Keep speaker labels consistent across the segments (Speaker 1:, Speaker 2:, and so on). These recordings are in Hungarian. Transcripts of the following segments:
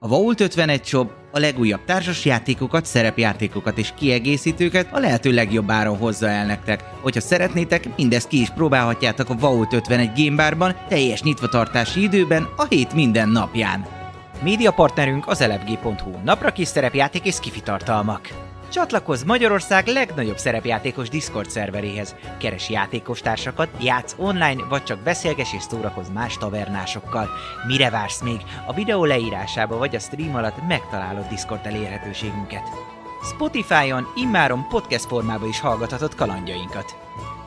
Speaker 1: A Vault 51 Shop a legújabb társas játékokat, szerepjátékokat és kiegészítőket a lehető legjobb áron hozza el nektek. Hogyha szeretnétek, mindezt ki is próbálhatjátok a Vault 51 Game Barban teljes nyitvatartási időben a hét minden napján.
Speaker 2: Média partnerünk az elefg.hu, napra kis szerepjáték és kifitartalmak. Csatlakozz Magyarország legnagyobb szerepjátékos Discord szerveréhez. Keres játékostársakat, játsz online, vagy csak beszélges és szórakozz más tavernásokkal. Mire vársz még? A videó leírásába vagy a stream alatt megtalálod Discord elérhetőségünket. Spotify-on immáron podcast formába is hallgathatod kalandjainkat.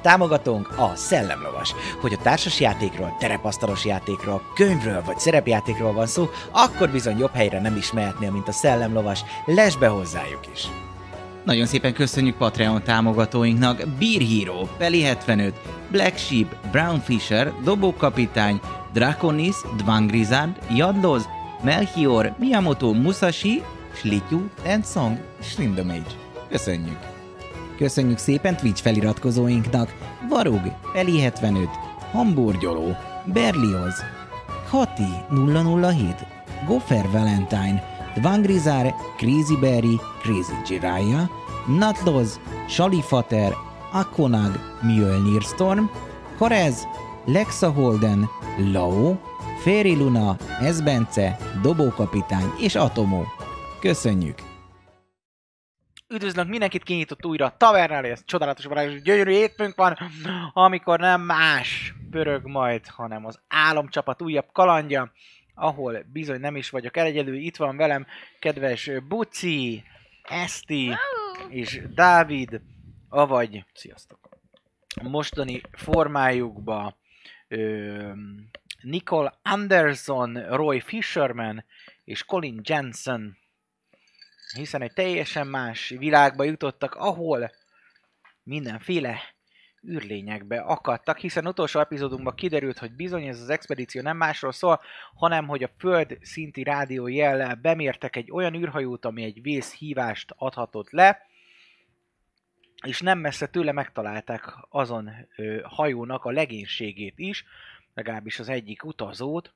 Speaker 2: Támogatónk a Szellemlovas. Hogy a társas játékról, terepasztalos játékról, könyvről vagy szerepjátékról van szó, akkor bizony jobb helyre nem is mehetnél, mint a Szellemlovas. Lesz be hozzájuk is!
Speaker 1: Nagyon szépen köszönjük Patreon támogatóinknak Beer Hero, Peli 75, Black Sheep, Brown Fisher, Dobókapitány, Draconis, Dvangrizard, Jadloz, Melchior, Miyamoto Musashi, Slityu, Tensong, Slindomage. Köszönjük! Köszönjük szépen Twitch feliratkozóinknak Varug, Peli 75, Hamburgyoló, Berlioz, Hati 007, Goffer Valentine, Dvangrizár, Crazy Berry, Crazy Jiraiya, Natloz, Salifater, Akonag, Mjölnir Storm, Korez, Lexa Holden, Lao, Féri Luna, Ezbence, Dobókapitány és Atomó. Köszönjük!
Speaker 2: Üdvözlök mindenkit, kinyitott újra a tavernál, ez csodálatos varázsos gyönyörű hétfőnk van, amikor nem más pörög majd, hanem az álomcsapat újabb kalandja, ahol bizony nem is vagyok el egyedül, itt van velem kedves Buci, Eszti és Dávid, avagy
Speaker 3: Sziasztok.
Speaker 2: mostani formájukba ö, Nicole Anderson, Roy Fisherman és Colin Jensen, hiszen egy teljesen más világba jutottak, ahol mindenféle űrlényekbe akadtak, hiszen utolsó epizódunkban kiderült, hogy bizony ez az expedíció nem másról szól, hanem hogy a föld szinti rádió jellel bemértek egy olyan űrhajót, ami egy vészhívást adhatott le, és nem messze tőle megtalálták azon ö, hajónak a legénységét is, legalábbis az egyik utazót,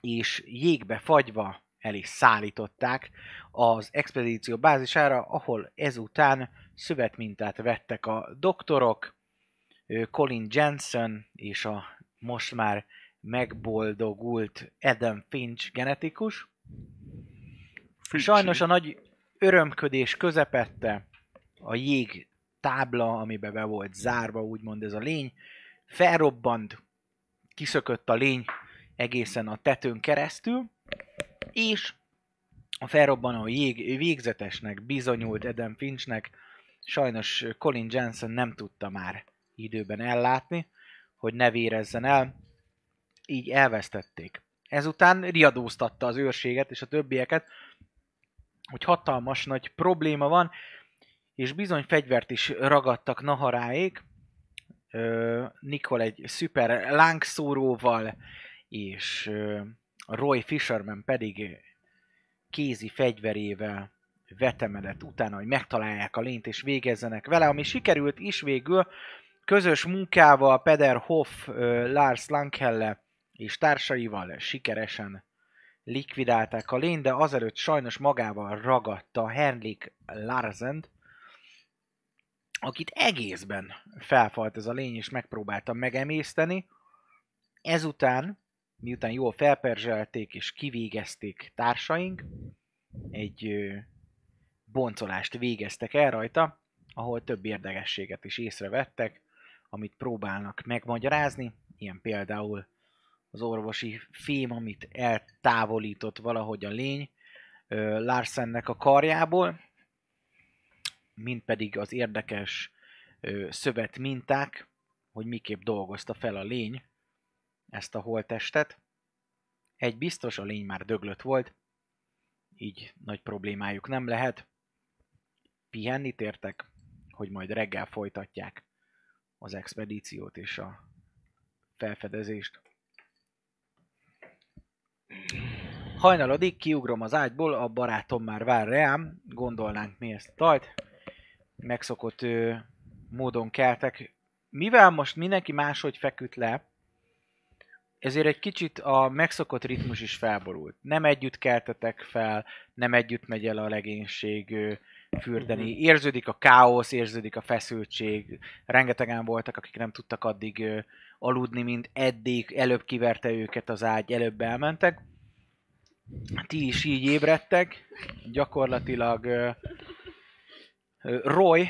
Speaker 2: és jégbe fagyva el is szállították az expedíció bázisára, ahol ezután szövetmintát vettek a doktorok, ö, Colin Jensen és a most már megboldogult Adam Finch genetikus, Sajnos a nagy örömködés közepette a jég tábla, amiben be volt zárva, úgymond ez a lény, felrobbant, kiszökött a lény egészen a tetőn keresztül, és a felrobbanó jég végzetesnek bizonyult Eden Finchnek, sajnos Colin Jensen nem tudta már időben ellátni, hogy ne vérezzen el, így elvesztették. Ezután riadóztatta az őrséget és a többieket, hogy hatalmas nagy probléma van, és bizony fegyvert is ragadtak Naharáék. Ö, Nikol egy szuper lángszóróval, és ö, Roy Fisherman pedig kézi fegyverével vetemedett utána, hogy megtalálják a lényt és végezzenek vele, ami sikerült is végül, közös munkával Peder Hoff, ö, Lars Lankelle és társaival sikeresen likvidálták a lényt, de azelőtt sajnos magával ragadta Henrik Larsent, akit egészben felfalt ez a lény, és megpróbálta megemészteni. Ezután, miután jól felperzselték és kivégezték társaink, egy ö, boncolást végeztek el rajta, ahol több érdekességet is észrevettek, amit próbálnak megmagyarázni, ilyen például az orvosi fém, amit eltávolított valahogy a lény ö, Larsennek a karjából, mint pedig az érdekes ö, szövet minták, hogy miképp dolgozta fel a lény ezt a holttestet. Egy biztos, a lény már döglött volt, így nagy problémájuk nem lehet. Pihenni tértek, hogy majd reggel folytatják az expedíciót és a felfedezést. Hajnalodik, kiugrom az ágyból, a barátom már vár rám, gondolnánk mi ezt a tajt. Megszokott ö, módon keltek. Mivel most mindenki máshogy feküdt le, ezért egy kicsit a megszokott ritmus is felborult. Nem együtt keltetek fel, nem együtt megy el a legénység ö, fürdeni. Érződik a káosz, érződik a feszültség. Rengetegen voltak, akik nem tudtak addig ö, aludni, mint eddig. Előbb kiverte őket az ágy, előbb elmentek. Ti is így ébredtek. Gyakorlatilag ö, ö, Roy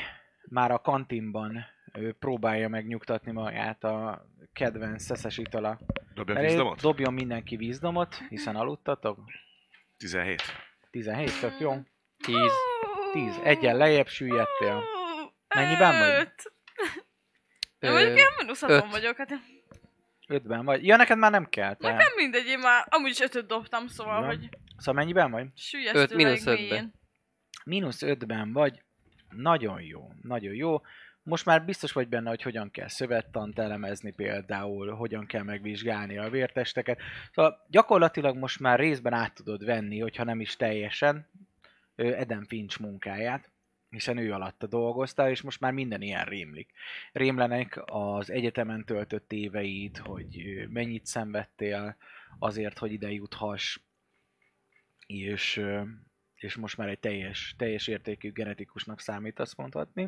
Speaker 2: már a kantinban ö, próbálja megnyugtatni magát a kedvenc szeszes itala
Speaker 3: Dobja a
Speaker 2: Elé-
Speaker 3: vízdomot?
Speaker 2: Dobjon mindenki vízdomot, hiszen aludtatok.
Speaker 3: 17.
Speaker 2: 17, tök jó.
Speaker 4: 10.
Speaker 2: 10. Egyen lejjebb süllyedtél. Mennyiben vagy?
Speaker 4: Ö, mondjuk én minuszaton
Speaker 5: öt.
Speaker 4: vagyok, hát nem
Speaker 2: 5-ben vagy. Ja, neked már nem kell. Te.
Speaker 4: mindegy, én már amúgy is ötöt dobtam, szóval,
Speaker 2: Na.
Speaker 4: hogy
Speaker 2: Szóval mennyiben vagy?
Speaker 5: Öt, mínusz
Speaker 4: sülyeztőleg
Speaker 5: ötbe.
Speaker 4: mélyen.
Speaker 2: Mínusz 5-ben vagy. Nagyon jó, nagyon jó. Most már biztos vagy benne, hogy hogyan kell szövettant elemezni például, hogyan kell megvizsgálni a vértesteket. Szóval gyakorlatilag most már részben át tudod venni, hogyha nem is teljesen, ö, Eden Finch munkáját, hiszen ő alatta dolgozta, és most már minden ilyen rémlik. Rémlenek az egyetemen töltött éveid, hogy ö, mennyit szenvedtél azért, hogy ide juthass, és, ö, és most már egy teljes, teljes értékű genetikusnak számítasz mondhatni.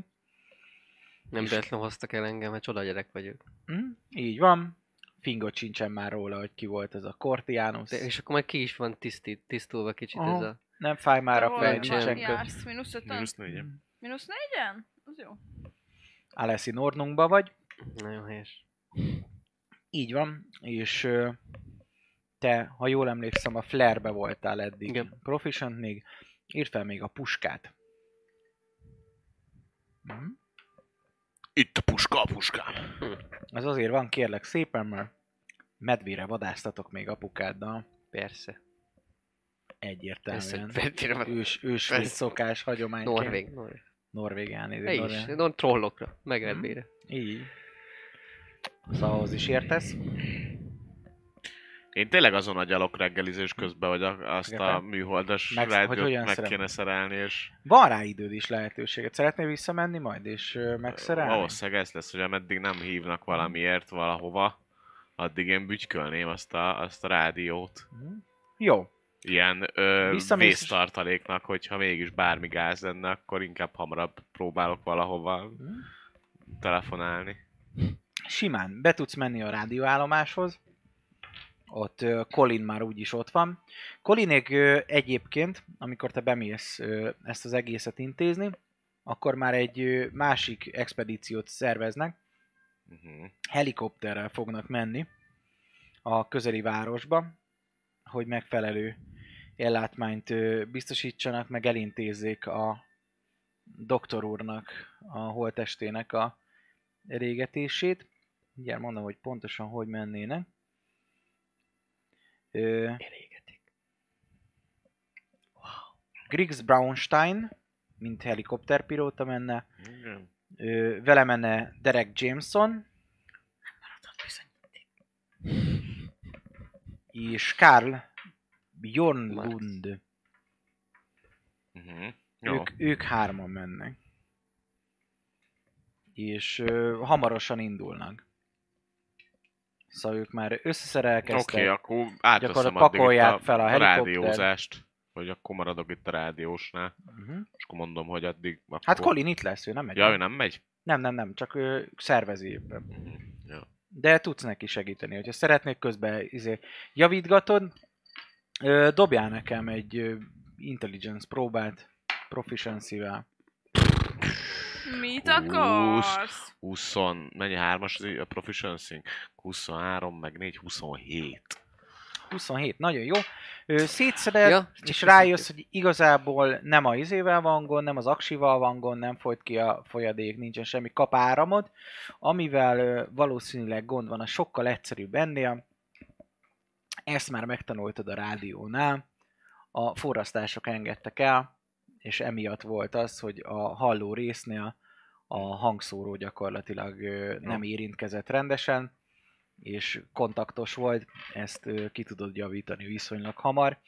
Speaker 5: Nem véletlenül hoztak el engem, mert csoda gyerek vagyok.
Speaker 2: Mm, így van. Fingot sincsen már róla, hogy ki volt ez a Cortianus.
Speaker 5: De, és akkor majd ki is van tisztít, tisztulva kicsit
Speaker 2: Aha.
Speaker 5: ez a...
Speaker 2: Nem fáj már
Speaker 4: Te
Speaker 2: a
Speaker 4: hol
Speaker 2: fej,
Speaker 5: nincsen.
Speaker 2: nincsen köt.
Speaker 4: jársz? Mínusz ötön?
Speaker 3: Mínusz 4
Speaker 4: Mínusz négyen? Az jó.
Speaker 2: Alessi Nornunkba vagy.
Speaker 5: Nagyon helyes.
Speaker 2: Így van, és ö, te, ha jól emlékszem, a flare-be voltál eddig.
Speaker 5: Igen.
Speaker 2: Proficient még. Írd fel még a puskát. Mhm.
Speaker 3: Itt a puska, a puskám.
Speaker 2: Ez azért van, kérlek szépen, mert medvére vadásztatok még apukáddal.
Speaker 5: Persze. Persze,
Speaker 2: Egyértelműen.
Speaker 5: feltére van.
Speaker 2: Ős, ősvéd
Speaker 5: Persze.
Speaker 2: szokás, hagyományként.
Speaker 5: Norvég. Norvég.
Speaker 2: Norvég elnézést.
Speaker 5: Egy is.
Speaker 2: Norvég. Hm.
Speaker 5: Non trollokra. Megverbére.
Speaker 2: Így. Szóval ahhoz is értesz.
Speaker 3: Én tényleg azon agyalok reggelizés közben, hogy a, azt a
Speaker 2: Igen.
Speaker 3: műholdas
Speaker 2: Meg-
Speaker 3: meg,
Speaker 2: hogy hogyan
Speaker 3: rádiót meg
Speaker 2: szerelem?
Speaker 3: kéne szerelni, és
Speaker 2: Van rá időd is lehetőséget. Szeretnél visszamenni majd, és ö, megszerelni?
Speaker 3: valószínűleg ez lesz, hogy ameddig nem hívnak valamiért valahova, addig én bütykölném azt a, azt a rádiót.
Speaker 2: Mhm. Jó.
Speaker 3: Ilyen ö,
Speaker 2: Visszamész és-
Speaker 3: vésztartaléknak, hogyha mégis bármi gáz lenne, akkor inkább hamarabb próbálok valahova
Speaker 2: Mhm.
Speaker 3: telefonálni.
Speaker 2: simán be tudsz menni a rádióállomáshoz, ott ö, Colin már úgyis ott van. Colinék ö, egyébként, amikor te bemész ö, ezt az egészet intézni, akkor már egy ö, másik expedíciót szerveznek,
Speaker 3: Uh-huh.
Speaker 2: helikopterrel fognak menni a közeli városba, hogy megfelelő ellátmányt ö, biztosítsanak, meg elintézzék a doktor úrnak a holtestének a régetését. Mindjárt mondom, hogy pontosan hogy mennének. Ö,
Speaker 5: Elégetik.
Speaker 2: Griggs Brownstein, mint helikopterpilóta menne, ö, vele menne Derek Jameson,
Speaker 4: Maradott bizony.
Speaker 2: és Karl Bjornlund.
Speaker 3: Uh-huh. Jó.
Speaker 2: Ők, ők hárman mennek. És ö, hamarosan indulnak. Szóval ők már
Speaker 3: Oké,
Speaker 2: összeszerelkeztek.
Speaker 3: okay, akkor átveszem
Speaker 2: Gyakorlatilag
Speaker 3: addig itt
Speaker 2: pakolják
Speaker 3: a,
Speaker 2: fel a
Speaker 3: a
Speaker 2: helikoptert.
Speaker 3: rádiózást, vagy akkor maradok itt a rádiósnál,
Speaker 2: uh-huh.
Speaker 3: és akkor mondom, hogy addig... Akkor...
Speaker 2: Hát Colin itt lesz, ő nem megy.
Speaker 3: Ja, ő nem megy?
Speaker 2: Nem, nem, nem, csak ő szervezi éppen.
Speaker 3: Mhm. Ja.
Speaker 2: De tudsz neki segíteni, hogyha szeretnék közben izé, javítgatod, ö, dobjál nekem egy ö, intelligence próbát proficiency-vel.
Speaker 4: Mit
Speaker 3: Húsz.
Speaker 4: akarsz?
Speaker 3: 20, mennyi hármas az a proficiency? 23, meg 4, 27.
Speaker 2: 27, nagyon jó. Ö, Szétszeded,
Speaker 5: Ja,
Speaker 2: és rájössz, hogy igazából nem a izével van gond, nem az aksival van gond, nem folyt ki a folyadék, nincsen semmi kapáramod, amivel ö, valószínűleg gond van, a sokkal egyszerűbb ennél. Ezt már megtanultad a rádiónál, a forrasztások engedtek el, és emiatt volt az, hogy a halló résznél a hangszóró gyakorlatilag ö, nem érintkezett rendesen, és kontaktos volt, ezt ö, ki tudod javítani viszonylag hamar.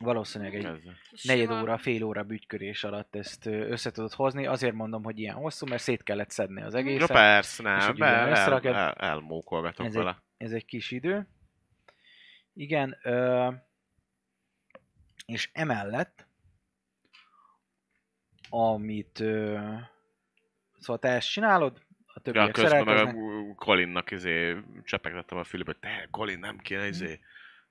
Speaker 2: Valószínűleg egy
Speaker 3: Ez.
Speaker 2: negyed
Speaker 4: Sima.
Speaker 2: óra, fél óra bütykörés alatt ezt ö, össze tudod hozni. Azért mondom, hogy ilyen hosszú, mert szét kellett szedni az
Speaker 3: No
Speaker 2: egészet.
Speaker 3: persze,
Speaker 2: És
Speaker 3: nem,
Speaker 2: úgy
Speaker 3: be,
Speaker 2: ugyan
Speaker 3: el,
Speaker 2: összerakod.
Speaker 3: el, elmókolgatok
Speaker 2: Ez egy-
Speaker 3: vele.
Speaker 2: ez egy kis idő. Igen, ö, és emellett, amit ö, szóval te ezt csinálod, a
Speaker 3: Ja,
Speaker 2: többiek ja,
Speaker 3: közben meg
Speaker 2: szerelkeznek.
Speaker 3: a Colinnak izé, csepegtettem a fülbe, hogy te, Colin, nem kéne izé,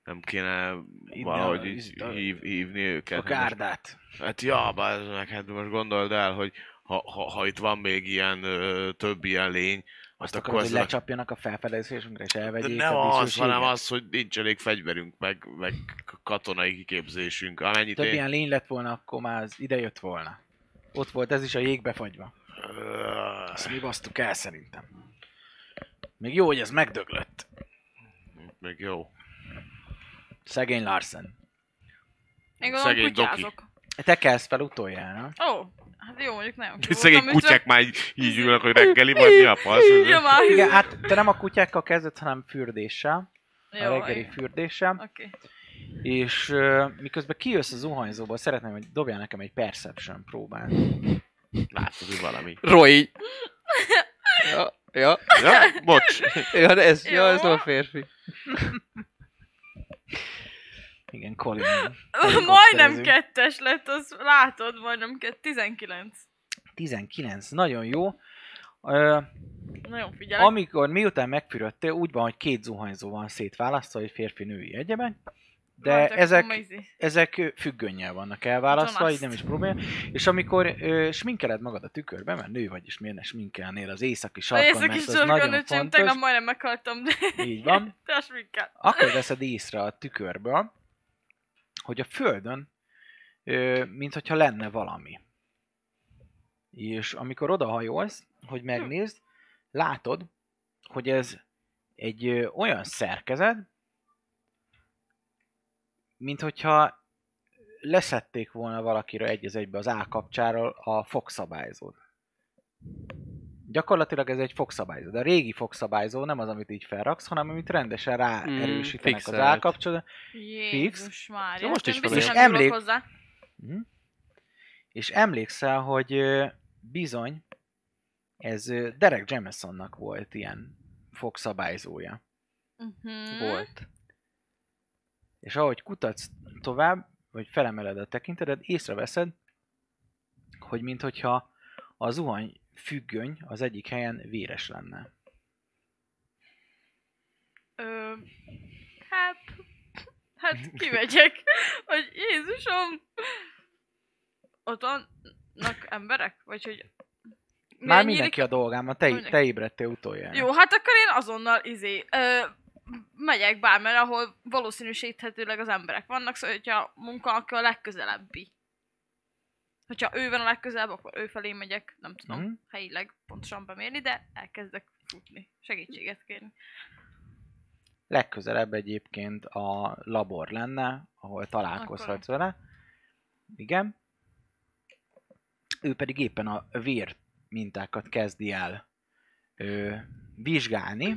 Speaker 3: nem kéne
Speaker 2: Hívni
Speaker 3: valahogy
Speaker 2: Mhm. a-
Speaker 3: így,
Speaker 2: a-
Speaker 3: hív, hívni őket.
Speaker 2: A
Speaker 3: Hát most-
Speaker 2: gárdát.
Speaker 3: Hát ja, bár, meg hát most gondold el, hogy ha, ha, ha itt van még ilyen, ö, több ilyen lény,
Speaker 2: Azt
Speaker 3: azt
Speaker 2: akarod,
Speaker 3: akkor
Speaker 2: hogy
Speaker 3: az a...
Speaker 2: lecsapjanak a felfedezésünkre, és
Speaker 3: De
Speaker 2: elvegyék
Speaker 3: nem
Speaker 2: a
Speaker 3: az, hanem
Speaker 2: diszőséget.
Speaker 3: az, hogy nincs elég fegyverünk, meg, meg k- katonai kiképzésünk, amennyit
Speaker 2: Több
Speaker 3: én...
Speaker 2: ilyen lény lett volna, akkor már az ide jött volna. Ott volt ez is a jégbe fagyva.
Speaker 3: Ö,
Speaker 2: Azt mi basztuk el szerintem. Még jó, hogy ez megdöglött.
Speaker 3: Még jó.
Speaker 2: Szegény Larsen.
Speaker 4: Én gondolom
Speaker 3: Szegény Doki.
Speaker 4: kutyázok.
Speaker 2: Te kelsz fel utoljára.
Speaker 4: Ó, hát jó, mondjuk nagyon ki
Speaker 3: Szegény
Speaker 4: voltam ütve.
Speaker 3: kutyák már így, így ülnek, hogy reggeli, vagy mi a fasz?
Speaker 4: Ja, már.
Speaker 2: Igen, hát te nem a kutyákkal kezded, hanem fürdéssel. a
Speaker 4: Jó,
Speaker 2: reggeli
Speaker 4: igen.
Speaker 2: fürdéssel.
Speaker 4: Oké.
Speaker 2: És ö, miközben kijössz a zuhanyzóból, szeretném, hogy dobjál nekem egy perception próbát.
Speaker 3: Látod, hogy valami.
Speaker 5: Roy! Ja, ja,
Speaker 3: Ja, bocs.
Speaker 5: ja, de ez,
Speaker 4: Jó.
Speaker 5: ja, ez nem a férfi.
Speaker 2: Igen, Colin.
Speaker 4: Majdnem
Speaker 2: helikopterezünk.
Speaker 4: kettes lett, az látod, majdnem kettő. 19.
Speaker 2: 19, nagyon jó. Ö,
Speaker 4: Nagyon figyelek.
Speaker 2: Amikor miután megfürödtél, úgy van, hogy két zuhanyzó van szétválasztva, hogy férfi, női egyebek, de
Speaker 4: Majd akkor
Speaker 2: ezek,
Speaker 4: ma izé.
Speaker 2: ezek ö, függönnyel vannak elválasztva,
Speaker 4: Tudom
Speaker 2: így nem
Speaker 4: azt.
Speaker 2: is probléma. És amikor ö, sminkeled magad a tükörbe, mert nő vagy, és miért ne sminkelnél az északi
Speaker 4: A
Speaker 2: sarkon,
Speaker 4: északi
Speaker 2: mert az nagyon
Speaker 4: sorgonőcsém,
Speaker 2: fontos,
Speaker 4: tegnap majdnem meghaltam, de
Speaker 2: így van.
Speaker 4: tess minket.
Speaker 2: Akkor veszed észre a tükörből, hogy a földön, ö, mint hogyha lenne valami. És amikor odahajolsz, hogy megnézd, látod, hogy ez egy ö, olyan szerkezet, mint hogyha leszették volna valakire egy az egybe az A kapcsáról a fogszabályzót. Gyakorlatilag ez egy fogszabályzó, de a régi fogszabályzó nem az, amit így felraksz, hanem amit rendesen ráerősítenek mm, az
Speaker 5: fixelt.
Speaker 2: A kapcsolat,
Speaker 4: Jézus Mária.
Speaker 5: Ja, most
Speaker 4: hát
Speaker 5: is
Speaker 4: én
Speaker 5: van
Speaker 4: biztos
Speaker 2: egy.
Speaker 4: nem emlék...
Speaker 2: Emlék-
Speaker 4: hozzá.
Speaker 2: Mhm. És emlékszel, hogy ö, bizony, ez ö, Derek Jamesonnak volt ilyen fogszabályzója.
Speaker 4: Mhm.
Speaker 5: Volt.
Speaker 2: És ahogy kutatsz tovább, vagy felemeled a tekinteted, észreveszed, hogy minthogyha a zuhany függöny az egyik helyen véres lenne.
Speaker 4: Ö, hát, hát kimegyek, hogy Jézusom, ott vannak emberek, vagy hogy...
Speaker 2: Már
Speaker 4: Mennyire-
Speaker 2: mindenki a dolgán van, te,
Speaker 4: Mindenki.
Speaker 2: te ébredtél utoljára.
Speaker 4: Jó, hát akkor én azonnal izé, ö, megyek bármerre, ahol valószínűsíthetőleg az emberek vannak, szóval hogyha a munka, akkor a legközelebbi. Hogyha ő van a legközelebb, akkor ő felé megyek, nem tudom,
Speaker 2: Mhm.
Speaker 4: mm. helyileg pontosan bemérni, de elkezdek futni, segítséget kérni.
Speaker 2: Legközelebb egyébként a labor lenne, ahol találkozhatsz vele. Igen. Ő pedig éppen a vér mintákat kezdi el ö, vizsgálni.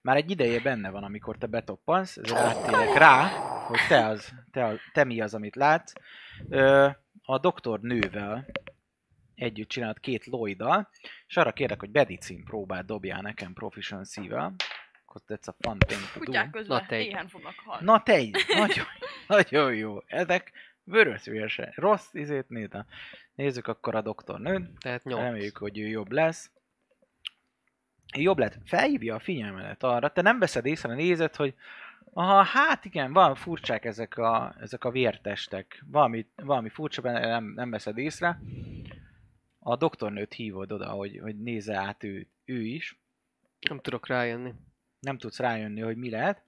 Speaker 2: Már egy ideje benne van, amikor te betoppansz, ezért áttérek rá, hogy te, az, te, a, te mi az, amit látsz. Ö, a doktor nővel együtt csinált két Lloyddal, és arra kérlek, hogy medicin próbát dobjál nekem proficiency-vel. Akkor tetsz a fun thing to do.
Speaker 4: Kutyák közben
Speaker 5: Na te egy.
Speaker 4: éhen fognak halni.
Speaker 2: Na te így, nagyon, nagyon jó. Ezek vörös hülyese. Rossz izét nézem. Nézzük akkor a doktornőt.
Speaker 5: Tehát nyolc.
Speaker 2: Reméljük, hogy ő jobb lesz. Jobb lett. Felhívja a figyelmedet arra. Te nem veszed észre, nézed, hogy aha, hát igen, van furcsák ezek a, ezek a vértestek. Valami, valami furcsa, benne, nem, nem veszed észre. A doktornőt hívod oda, hogy, hogy nézze át ő, ő is
Speaker 5: Nem tudok rájönni.
Speaker 2: nem tudsz rájönni, hogy mi lehet,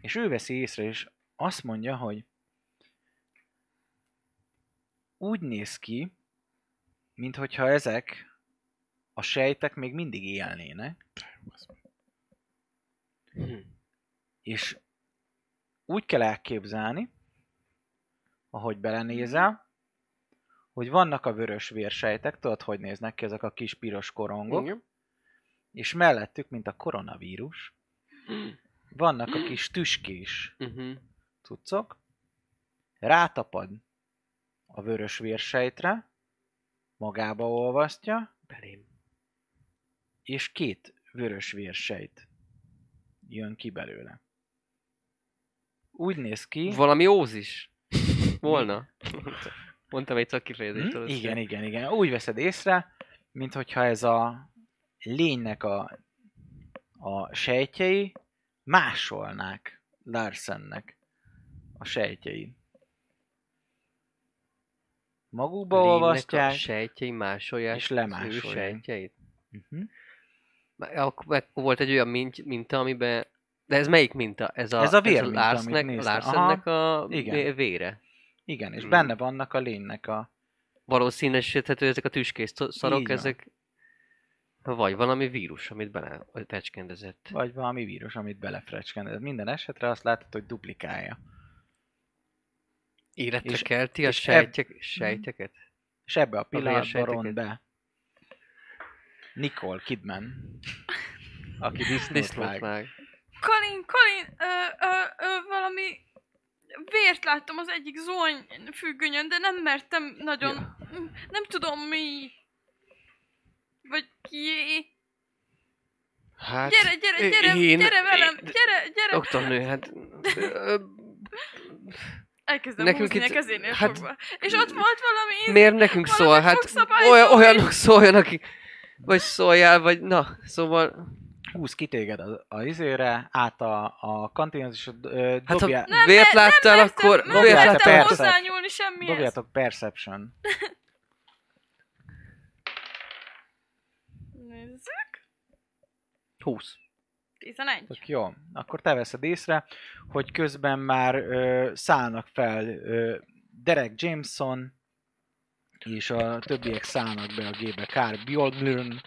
Speaker 2: és ő veszi észre, és azt mondja, hogy úgy néz ki, minthogyha ezek a sejtek még mindig élnének,
Speaker 5: Hm.
Speaker 2: és úgy kell elképzelni, ahogy belenézel, hogy vannak a vörös vérsejtek, tudod, hogy néznek ki ezek a kis piros korongok,
Speaker 5: Igen.
Speaker 2: és mellettük, mint a koronavírus, vannak a kis tüskés
Speaker 5: Mhm.
Speaker 2: cuccok, rátapad a vörös vérsejtre, magába olvasztja,
Speaker 5: Belém.
Speaker 2: és két vörös vérsejt jön ki belőle. Úgy néz ki...
Speaker 5: Valami ózis? Volna? Mondtam egy szakkifejezést.
Speaker 2: Hm?
Speaker 5: tudod?
Speaker 2: Igen, igen, igen. Úgy veszed észre, mint hogyha ez a lénynek a, a sejtjei másolnák Larsennek a sejtjeit. Magukba
Speaker 5: Lénynek
Speaker 2: olvasztják.
Speaker 5: A sejtjei másolják.
Speaker 2: és
Speaker 5: az ő
Speaker 2: lemásolják.
Speaker 5: sejtjeit.
Speaker 2: Mhm.
Speaker 5: Már Akkor meg volt egy olyan mint, minta, amiben... De ez melyik minta? Ez a,
Speaker 2: Ez a vér
Speaker 5: ez a
Speaker 2: minta, amit
Speaker 5: Larsnek,
Speaker 2: néztem. Aha.
Speaker 5: Larsennek a
Speaker 2: Igen.
Speaker 5: vé- vére.
Speaker 2: Igen, és
Speaker 5: Mm.
Speaker 2: benne vannak a lénynek a...
Speaker 5: Valószínűsíthető ezek a tüskés szo-
Speaker 2: Így
Speaker 5: szarok,
Speaker 2: van.
Speaker 5: ezek... Vagy valami vírus, amit bele vagy fecskendezett.
Speaker 2: Vagy valami vírus, amit belefrecskendez. Minden esetre azt látod, hogy duplikálja.
Speaker 5: Életre
Speaker 2: És-
Speaker 5: kelti a
Speaker 2: és eb-
Speaker 5: sejtjek, sejteket?
Speaker 2: És ebbe a pillanatban
Speaker 5: sejteket.
Speaker 2: ront be Nicole Kidman, aki
Speaker 5: Disznót
Speaker 2: disznót vág.
Speaker 5: vág.
Speaker 4: Colin, Colin, ö, ö, ö, valami vért láttam az egyik zony függönyön, de nem mertem nagyon, nem tudom mi. Vagy ki.
Speaker 5: Hát,
Speaker 4: Gyere, gyere, gyere,
Speaker 5: én-
Speaker 4: gyere velem,
Speaker 5: én-
Speaker 4: gyere, gyere.
Speaker 5: Doktornő, hát... ö,
Speaker 4: Elkezdem
Speaker 5: Nekünk
Speaker 4: húzni
Speaker 5: itt-
Speaker 4: a kezénél
Speaker 5: hát-
Speaker 4: fogva. És ott volt valami íz.
Speaker 5: Miért nekünk
Speaker 4: Valami
Speaker 5: szól? Hát
Speaker 4: fogszabály
Speaker 5: olyan,
Speaker 4: szól,
Speaker 5: olyanok szóljanak, akik... Vagy szóljál, vagy na, szóval...
Speaker 2: Húz ki téged az, az izére, át a, a kantinhoz, és ö,
Speaker 5: Hát
Speaker 2: dobjá,
Speaker 5: ha vért láttál,
Speaker 4: mertem,
Speaker 5: akkor...
Speaker 4: Nem
Speaker 5: vért
Speaker 2: Dobjál te percet.
Speaker 4: mertem
Speaker 5: láttál,
Speaker 4: hozzányúlni semmihez.
Speaker 2: dobjátok Perception.
Speaker 4: Nézzük.
Speaker 5: 20.
Speaker 4: 11.
Speaker 2: Tök jó. Akkor te veszed észre, hogy közben már ö, szállnak fel ö, Derek Jameson, és a többiek szállnak be a gépbe. Kár Bjornlund,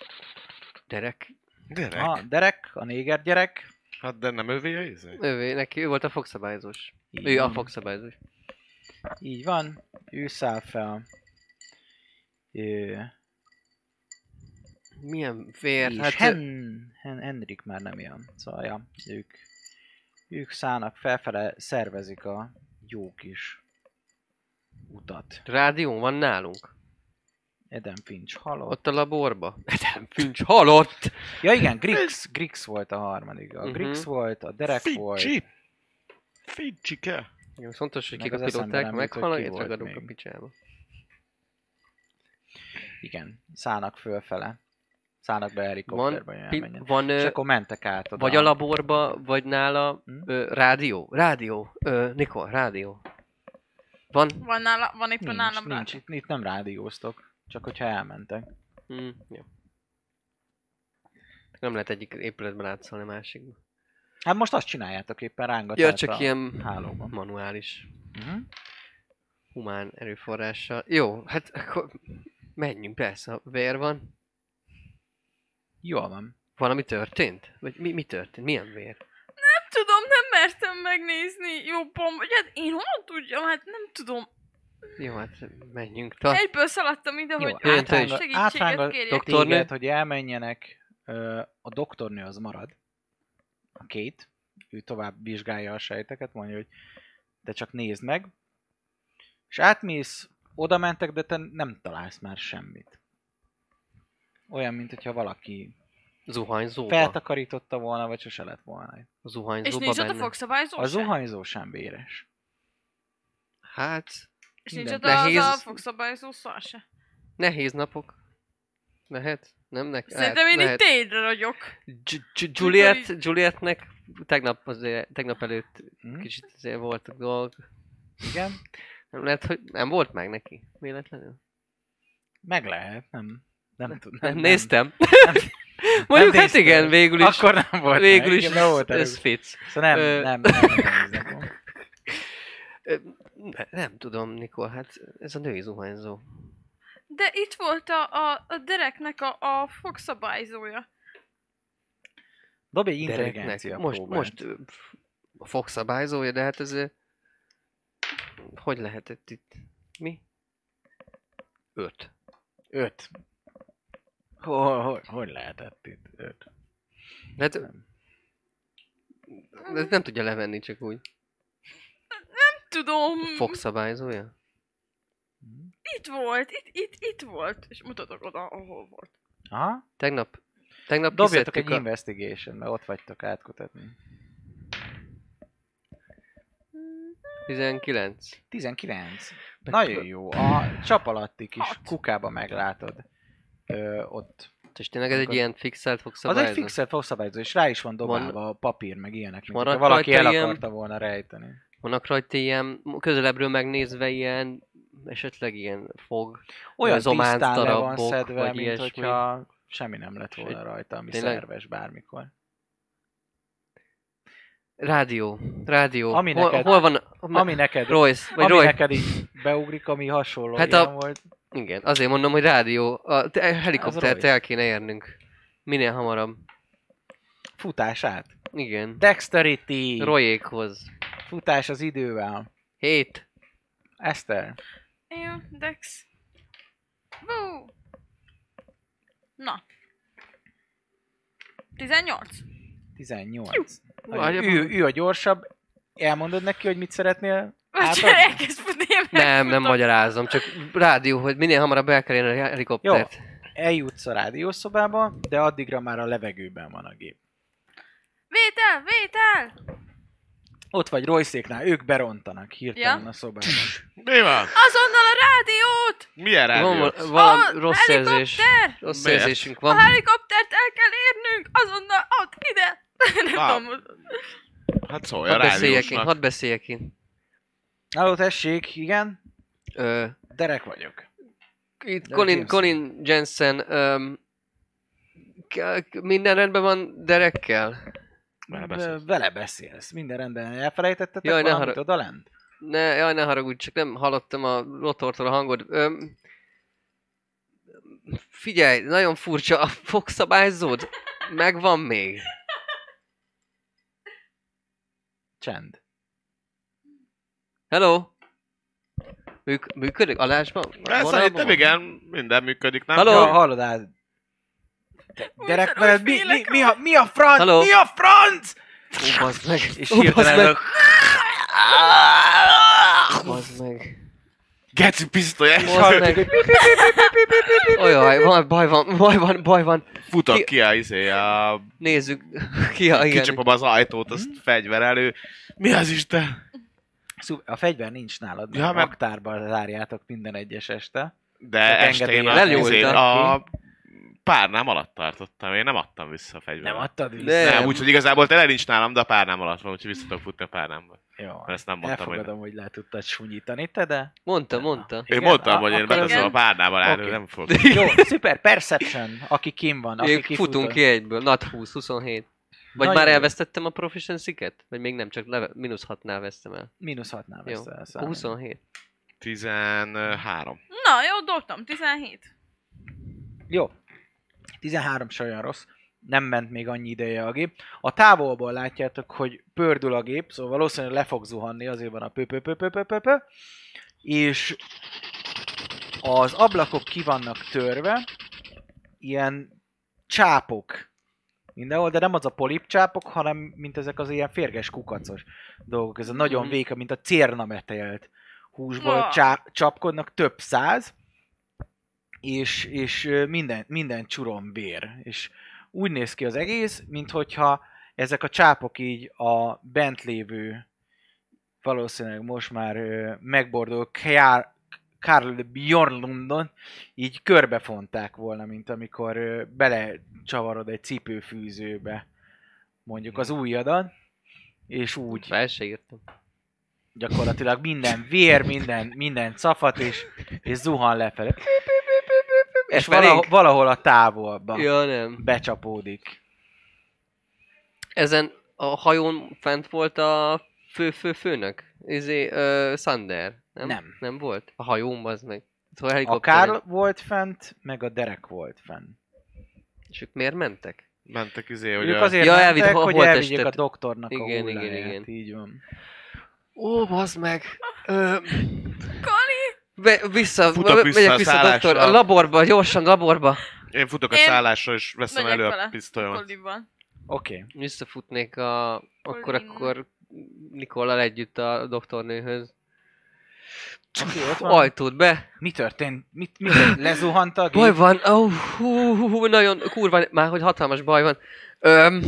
Speaker 5: Derek.
Speaker 3: Gyerek.
Speaker 2: a Ah, Derek, a néger gyerek.
Speaker 3: Hát de nem övé a izé?
Speaker 5: Ővé, neki ő volt a fogszabályozós.
Speaker 2: Így
Speaker 5: Ő a
Speaker 2: van.
Speaker 5: fogszabályozós.
Speaker 2: Így van, ő száll fel. Ö,
Speaker 5: Milyen vér,
Speaker 2: és
Speaker 5: hát...
Speaker 2: hát
Speaker 5: Hen...
Speaker 2: Hen, Hen, Henrik már nem jön. Szóval, ja, ők, ők szállnak felfele, szervezik a jó kis utat.
Speaker 5: Rádió van nálunk.
Speaker 2: Eden Finch halott.
Speaker 5: Ott a laborba. Edem Finch halott!
Speaker 2: Ja igen, Grix, Grix volt a harmadik. A Grix
Speaker 5: Mhm.
Speaker 2: volt, a Derek volt.
Speaker 3: Fincsi! Fincsike!
Speaker 5: Igen, fontos, hogy
Speaker 2: Meg
Speaker 5: kik a
Speaker 2: az eszembe nem
Speaker 5: pilóták
Speaker 2: jut, hogy
Speaker 5: meghalnak,
Speaker 2: ki
Speaker 5: itt
Speaker 2: volt
Speaker 5: ragadunk a
Speaker 2: még.
Speaker 5: picsába.
Speaker 2: Igen, szállnak fölfele. Szállnak be helikopterbe, hogy
Speaker 5: Pi-
Speaker 2: elmenjen.
Speaker 5: van...
Speaker 2: És
Speaker 5: Ö,
Speaker 2: akkor mentek át oda.
Speaker 5: vagy a laborba, vagy nála
Speaker 2: Hm?
Speaker 5: ö, rádió. Rádió. Ö, Nikol, rádió. Van?
Speaker 4: Van, nála, van éppen
Speaker 2: Nincs,
Speaker 4: nálam rá.
Speaker 2: nincs. Itt, itt nem rádióztok. Csak hogyha elmentek.
Speaker 5: Mm, jó. Nem lehet egyik épületben átszolni a másikba.
Speaker 2: Hát most azt csináljátok éppen rángatást.
Speaker 5: Ja, csak ilyen
Speaker 2: hálóban.
Speaker 5: manuális,
Speaker 2: Uh-huh.
Speaker 5: humán erőforrással. Jó, hát akkor menjünk, persze, ha vér van.
Speaker 2: Jól van.
Speaker 5: Valami történt? Vagy mi, mi történt? Milyen vér?
Speaker 4: Nem tudom, nem mertem megnézni jobban, vagy hát én honnan tudjam, hát nem tudom.
Speaker 5: Jó, hát menjünk. Ta,
Speaker 4: Egyből szaladtam ide,
Speaker 2: Jó,
Speaker 4: hogy
Speaker 5: Jöjjön
Speaker 4: át-
Speaker 5: te is.
Speaker 2: átránga- átránga-
Speaker 4: segítséget kérjek.
Speaker 5: doktor- Doktornő?
Speaker 2: téged, hogy elmenjenek. Ö, A doktornő az marad. A két. Ő tovább vizsgálja a sejteket, mondja, hogy de csak nézd meg. És átmész, oda mentek, de te nem találsz már semmit. Olyan, mint hogyha valaki
Speaker 5: zuhanyzóba.
Speaker 2: feltakarította volna, vagy sose lett volna.
Speaker 4: És
Speaker 5: zuhanyzóba
Speaker 4: nincs ott a
Speaker 5: benne.
Speaker 4: fogszabályzó
Speaker 2: A
Speaker 4: se?
Speaker 2: zuhanyzó sem véres.
Speaker 5: Hát,
Speaker 4: És nincs ott
Speaker 2: Mindent.
Speaker 4: az
Speaker 5: Nehéz.
Speaker 4: a fogszabályzó szar se.
Speaker 5: nehéz napok. Lehet? Nem nekem?
Speaker 4: Szerintem én itt tényre ragyok.
Speaker 5: Juliet, Julietnek tegnap, azért, tegnap előtt
Speaker 2: Hm?
Speaker 5: kicsit azért voltak dolgok.
Speaker 2: Igen?
Speaker 5: Nem lehet, hogy nem volt meg neki. Véletlenül.
Speaker 2: Meg lehet, nem. Nem, tud-
Speaker 5: Nem, néztem.
Speaker 2: nem.
Speaker 5: Mondjuk hát
Speaker 2: nézted.
Speaker 5: igen, végül is.
Speaker 2: Akkor nem volt.
Speaker 5: végül
Speaker 2: meg.
Speaker 5: is
Speaker 2: Igen, be volt
Speaker 5: ez, ez
Speaker 2: ez.
Speaker 5: fitz.
Speaker 2: Szóval nem,
Speaker 5: ö-
Speaker 2: nem, nem, nem, nézem.
Speaker 5: Ö, Ne, nem tudom, Nikol, hát ez a női zuhanyzó.
Speaker 4: De itt volt a, a, a dereknek a, a fogszabályzója.
Speaker 2: Dobj egy
Speaker 5: Dereknek.
Speaker 2: intelligencia
Speaker 5: Most,
Speaker 2: próbát.
Speaker 5: most ö, f- a fogszabályzója, de hát ez... ö, Hogy lehetett itt? Mi? Öt.
Speaker 2: Öt. Hol, hol, hogy lehetett itt öt?
Speaker 5: De hát, de ezt nem tudja levenni csak úgy.
Speaker 4: Tudom,
Speaker 5: Fogszabályzója?
Speaker 4: itt volt, itt, itt, itt volt. És mutatok oda, ahol volt.
Speaker 2: Aha.
Speaker 5: Tegnap Tegnap
Speaker 2: Dobjatok
Speaker 5: kiszedtük
Speaker 2: egy
Speaker 5: a-
Speaker 2: investigation, mert ott vagytok átkutatni.
Speaker 5: 19.
Speaker 2: 19. Nagyon jó. A csap alatti kis
Speaker 5: Hát.
Speaker 4: Hat.
Speaker 2: kukába meglátod. Ö, ott.
Speaker 5: És tényleg ez egy
Speaker 2: Akkor-
Speaker 5: ilyen fixelt fog
Speaker 2: Az
Speaker 5: szabályozni?
Speaker 2: egy fixet fogszabályozó, és rá is van dobálva a papír, meg ilyenek, mint hogyha
Speaker 5: maradt
Speaker 2: valaki el
Speaker 5: rajta ilyen-
Speaker 2: akarta volna rejteni.
Speaker 5: Vannak rajta ilyen, közelebbről megnézve ilyen, esetleg ilyen fog.
Speaker 2: Olyan
Speaker 5: Ez ománc
Speaker 2: tisztán le van
Speaker 5: darabok,
Speaker 2: szedve,
Speaker 5: vagy
Speaker 2: mint
Speaker 5: ilyesmi.
Speaker 2: hogyha semmi nem lett volna
Speaker 5: Sőt,
Speaker 2: rajta, ami
Speaker 5: tényleg?
Speaker 2: szerves bármikor.
Speaker 5: Rádió. Rádió.
Speaker 2: Ami
Speaker 5: hol,
Speaker 2: neked-
Speaker 5: hol van?
Speaker 2: Ami neked,
Speaker 5: Royce, vagy
Speaker 2: ami
Speaker 5: Roy.
Speaker 2: neked így beugrik, ami hasonló hát
Speaker 5: Hát
Speaker 2: ilyen
Speaker 5: a-
Speaker 2: a... volt.
Speaker 5: Igen, azért mondom, hogy rádió. A te- helikoptert
Speaker 2: Royce.
Speaker 5: el kéne érnünk. Minél hamarabb.
Speaker 2: Futás át.
Speaker 5: Igen.
Speaker 2: Dexterity.
Speaker 5: Royékhoz.
Speaker 2: Futás az idővel.
Speaker 5: Hét.
Speaker 2: Eszter.
Speaker 4: Jó, Dex. Bú! Na. 18.
Speaker 2: 18.
Speaker 5: Várj,
Speaker 2: Nagyon- Ő, ő a gyorsabb. Elmondod neki, hogy mit szeretnél? Hát,
Speaker 4: Vagy
Speaker 2: Átadni?
Speaker 4: elkezd futni, én
Speaker 5: Hát Nem, nem
Speaker 4: megfutok.
Speaker 5: magyarázom, csak rádió, hogy minél hamarabb el kell érni a helikoptert.
Speaker 2: Eljutsz a rádiószobába, de addigra már a levegőben van a gép.
Speaker 4: Vétel, vétel!
Speaker 2: Ott vagy Royszéknál, ők berontanak hirtelen
Speaker 4: Ja.
Speaker 2: a szobába.
Speaker 3: Mi van?
Speaker 4: Azonnal a rádiót!
Speaker 3: Milyen
Speaker 5: Van
Speaker 3: rádió?
Speaker 5: val- valami
Speaker 4: A
Speaker 5: rossz érzés.
Speaker 4: helikopter!
Speaker 5: Rossz
Speaker 3: Miért?
Speaker 5: érzésünk
Speaker 4: A
Speaker 5: van.
Speaker 4: helikoptert el kell érnünk! Azonnal, ott, ide! Nem
Speaker 3: Á,
Speaker 4: tudom.
Speaker 3: Hát szólj a
Speaker 5: Hadd beszéljek én,
Speaker 3: rádiósnak.
Speaker 5: hadd beszéljek én.
Speaker 2: Halló, tessék, igen,
Speaker 5: Ö,
Speaker 2: Derek vagyok.
Speaker 5: Itt
Speaker 2: De
Speaker 5: Colin,
Speaker 2: Jameson.
Speaker 5: Colin Jensen, um, minden rendben van Derekkel?
Speaker 3: Vele beszélsz.
Speaker 2: Ö, Vele beszélsz. Minden rendben elfelejtettetek
Speaker 5: Jaj,
Speaker 2: Jaj,
Speaker 5: ne
Speaker 2: valamit
Speaker 5: harag-
Speaker 2: odalent?
Speaker 5: Ne, jaj, ne haragudj, csak nem hallottam a rotortól a hangod. Um, figyelj, nagyon furcsa a fogszabályzód. Megvan még.
Speaker 2: Csend.
Speaker 5: Hello? Műk- működik? Alásban?
Speaker 3: Hát
Speaker 5: Vonalban
Speaker 3: szerintem
Speaker 5: van?
Speaker 3: igen, minden működik, nem?
Speaker 5: Halló?
Speaker 2: Jó,
Speaker 5: Hello?
Speaker 2: hallod hát át. De-
Speaker 4: Úgy-
Speaker 2: Derek,
Speaker 4: úgy
Speaker 2: veled mi, mi,
Speaker 4: félek
Speaker 2: mi, a, mi a franc?
Speaker 5: Hello?
Speaker 2: Mi a franc?
Speaker 5: Ó, bazd meg.
Speaker 2: És
Speaker 5: Ó, bazd meg.
Speaker 2: hirtelen...
Speaker 5: Bazd meg.
Speaker 3: Geci pisztolyás.
Speaker 5: Bazd meg. Ojaj, van, baj van, baj van, baj van.
Speaker 3: Futok
Speaker 5: Ki-
Speaker 3: ki a izé, a...
Speaker 5: Nézzük ki a igen.
Speaker 3: Kicsapom az ajtót, azt fegyver elő. Mi az Isten?
Speaker 2: Szu- A fegyver nincs nálad,
Speaker 3: Ja,
Speaker 2: ja, mert
Speaker 3: mert-
Speaker 2: raktárban zárjátok minden egyes este.
Speaker 3: De
Speaker 2: Csak
Speaker 3: estén
Speaker 2: engedélye.
Speaker 3: a, izé,
Speaker 5: Lenyúltak
Speaker 3: a párnám alatt tartottam, én nem adtam vissza a fegyvert.
Speaker 2: Nem adtad vissza?
Speaker 5: Nem.
Speaker 3: Nem, úgyhogy igazából tele nincs nálam, de a párnám alatt van, úgyhogy vissza tudok futni a párnámba.
Speaker 2: Jó,
Speaker 3: Mert ezt nem mondtam, hogy...
Speaker 2: elfogadom, hogy le tudtad sunyítani, te de...
Speaker 5: Mondta, mondta.
Speaker 3: Én
Speaker 2: Igen?
Speaker 3: mondtam,
Speaker 2: A-
Speaker 3: hogy én
Speaker 2: akkor
Speaker 3: beteszem
Speaker 4: igen.
Speaker 3: a párnámmal elő,
Speaker 5: Oké.
Speaker 3: nem fogok.
Speaker 2: Jó, szuper, Perception, aki kim van, aki
Speaker 5: Én
Speaker 2: kifutott.
Speaker 5: futunk ki egyből, nat 20, 27. Vagy
Speaker 2: Nagyon
Speaker 5: már
Speaker 2: jó.
Speaker 5: elvesztettem a proficiency-ket? Vagy még nem, csak leve, mínusz 6-nál vesztem el.
Speaker 2: Mínusz hatnál
Speaker 5: Jó,
Speaker 2: vesz el
Speaker 5: Akkor
Speaker 2: számít.
Speaker 5: 27.
Speaker 3: 13.
Speaker 4: Na, jó, dobtam, 17.
Speaker 2: Jó. 13 se olyan rossz. Nem ment még annyi ideje a gép. A távolból látjátok, hogy pördül a gép, szóval valószínűleg le fog zuhanni, azért van a pö pö pö pö pö pö, pö. És az ablakok ki vannak törve, ilyen csápok mindenhol, de nem az a polip csápok, hanem mint ezek az ilyen férges kukacos dolgok. Ez a nagyon
Speaker 5: Mhm.
Speaker 2: véka, mint a cérna metelt húsból
Speaker 4: Ah.
Speaker 2: csá- csapkodnak több száz, és, és ö, minden, minden csuron vér. És úgy néz ki az egész, minthogyha ezek a csápok így a bent lévő, valószínűleg most már ö, megbordó Kjár, Karl Björnlundon így körbefonták volna, mint amikor ö, belecsavarod egy cipőfűzőbe, mondjuk az ujjadat, és úgy
Speaker 5: Fel se írtam.
Speaker 2: gyakorlatilag minden vér, minden, minden cafat, és, és zuhan lefelé. És
Speaker 5: És valahol...
Speaker 2: valahol, valahol a távolba
Speaker 5: Ja, nem.
Speaker 2: becsapódik.
Speaker 5: Ezen a hajón fent volt a fő, fő főnök? Izé, uh, Sander. Nem?
Speaker 2: Nem.
Speaker 5: Nem volt? A hajón, az meg. Szóval
Speaker 2: A
Speaker 5: helikopteren.
Speaker 2: Karl volt fent, meg a Derek volt fent.
Speaker 5: És ők miért mentek?
Speaker 3: Mentek izé, hogy
Speaker 2: Ők
Speaker 3: a...
Speaker 2: azért
Speaker 5: Ja,
Speaker 2: ja,
Speaker 5: elvitt-
Speaker 2: mentek,
Speaker 5: hol-
Speaker 2: hogy
Speaker 5: hol
Speaker 2: elvigyék a
Speaker 5: testet?
Speaker 2: doktornak a
Speaker 5: Igen, igen,
Speaker 2: hulláját,
Speaker 5: igen.
Speaker 2: így van.
Speaker 5: Ó, bazd meg. Ö,
Speaker 4: Kali,
Speaker 5: be, vissza,
Speaker 3: Futok
Speaker 5: be-
Speaker 3: vissza
Speaker 5: megyek
Speaker 3: a
Speaker 5: vissza, doktor. A
Speaker 3: szállásra.
Speaker 5: laborba, gyorsan laborba.
Speaker 3: Én futok a
Speaker 4: Én
Speaker 3: szállásra, és veszem
Speaker 4: megyek
Speaker 3: elő
Speaker 4: vele.
Speaker 3: a pisztolyomat.
Speaker 4: Kaliban.
Speaker 2: Oké.
Speaker 5: visszafutnék a, akkor
Speaker 4: Colin.
Speaker 5: akkor Nikollal együtt a doktornőhöz.
Speaker 2: Oké, ott van.
Speaker 5: Ajtót be.
Speaker 2: Mi történt? Mit, mi történt? Lezuhant a
Speaker 5: Baj
Speaker 2: gép?
Speaker 5: van. Ó, hú, hú, hú, nagyon kurva, már hogy hatalmas baj van. Öm,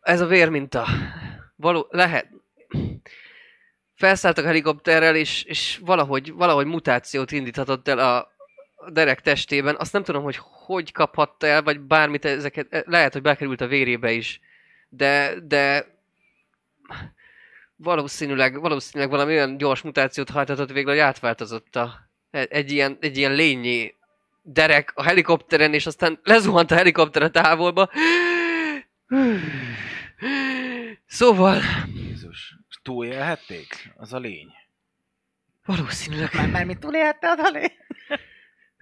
Speaker 5: ez a vérminta. Való, lehet. Felszálltak helikopterrel, és, és valahogy, valahogy mutációt indíthatott el a a derek testében. Azt nem tudom, hogy hogy kaphatta el, vagy bármit ezeket. e, Lehet, hogy bekerült a vérébe is. De, de valószínűleg, valószínűleg valami olyan gyors mutációt hajtatott végre, hogy átváltozott a, e- egy, ilyen, egy ilyen lényi derek a helikopteren, és aztán lezuhant a helikopter a távolba. Szóval,
Speaker 2: Jézus. És Túlélhették? Az a lény.
Speaker 5: valószínűleg,
Speaker 2: Már, már mit túlélhetted a lény?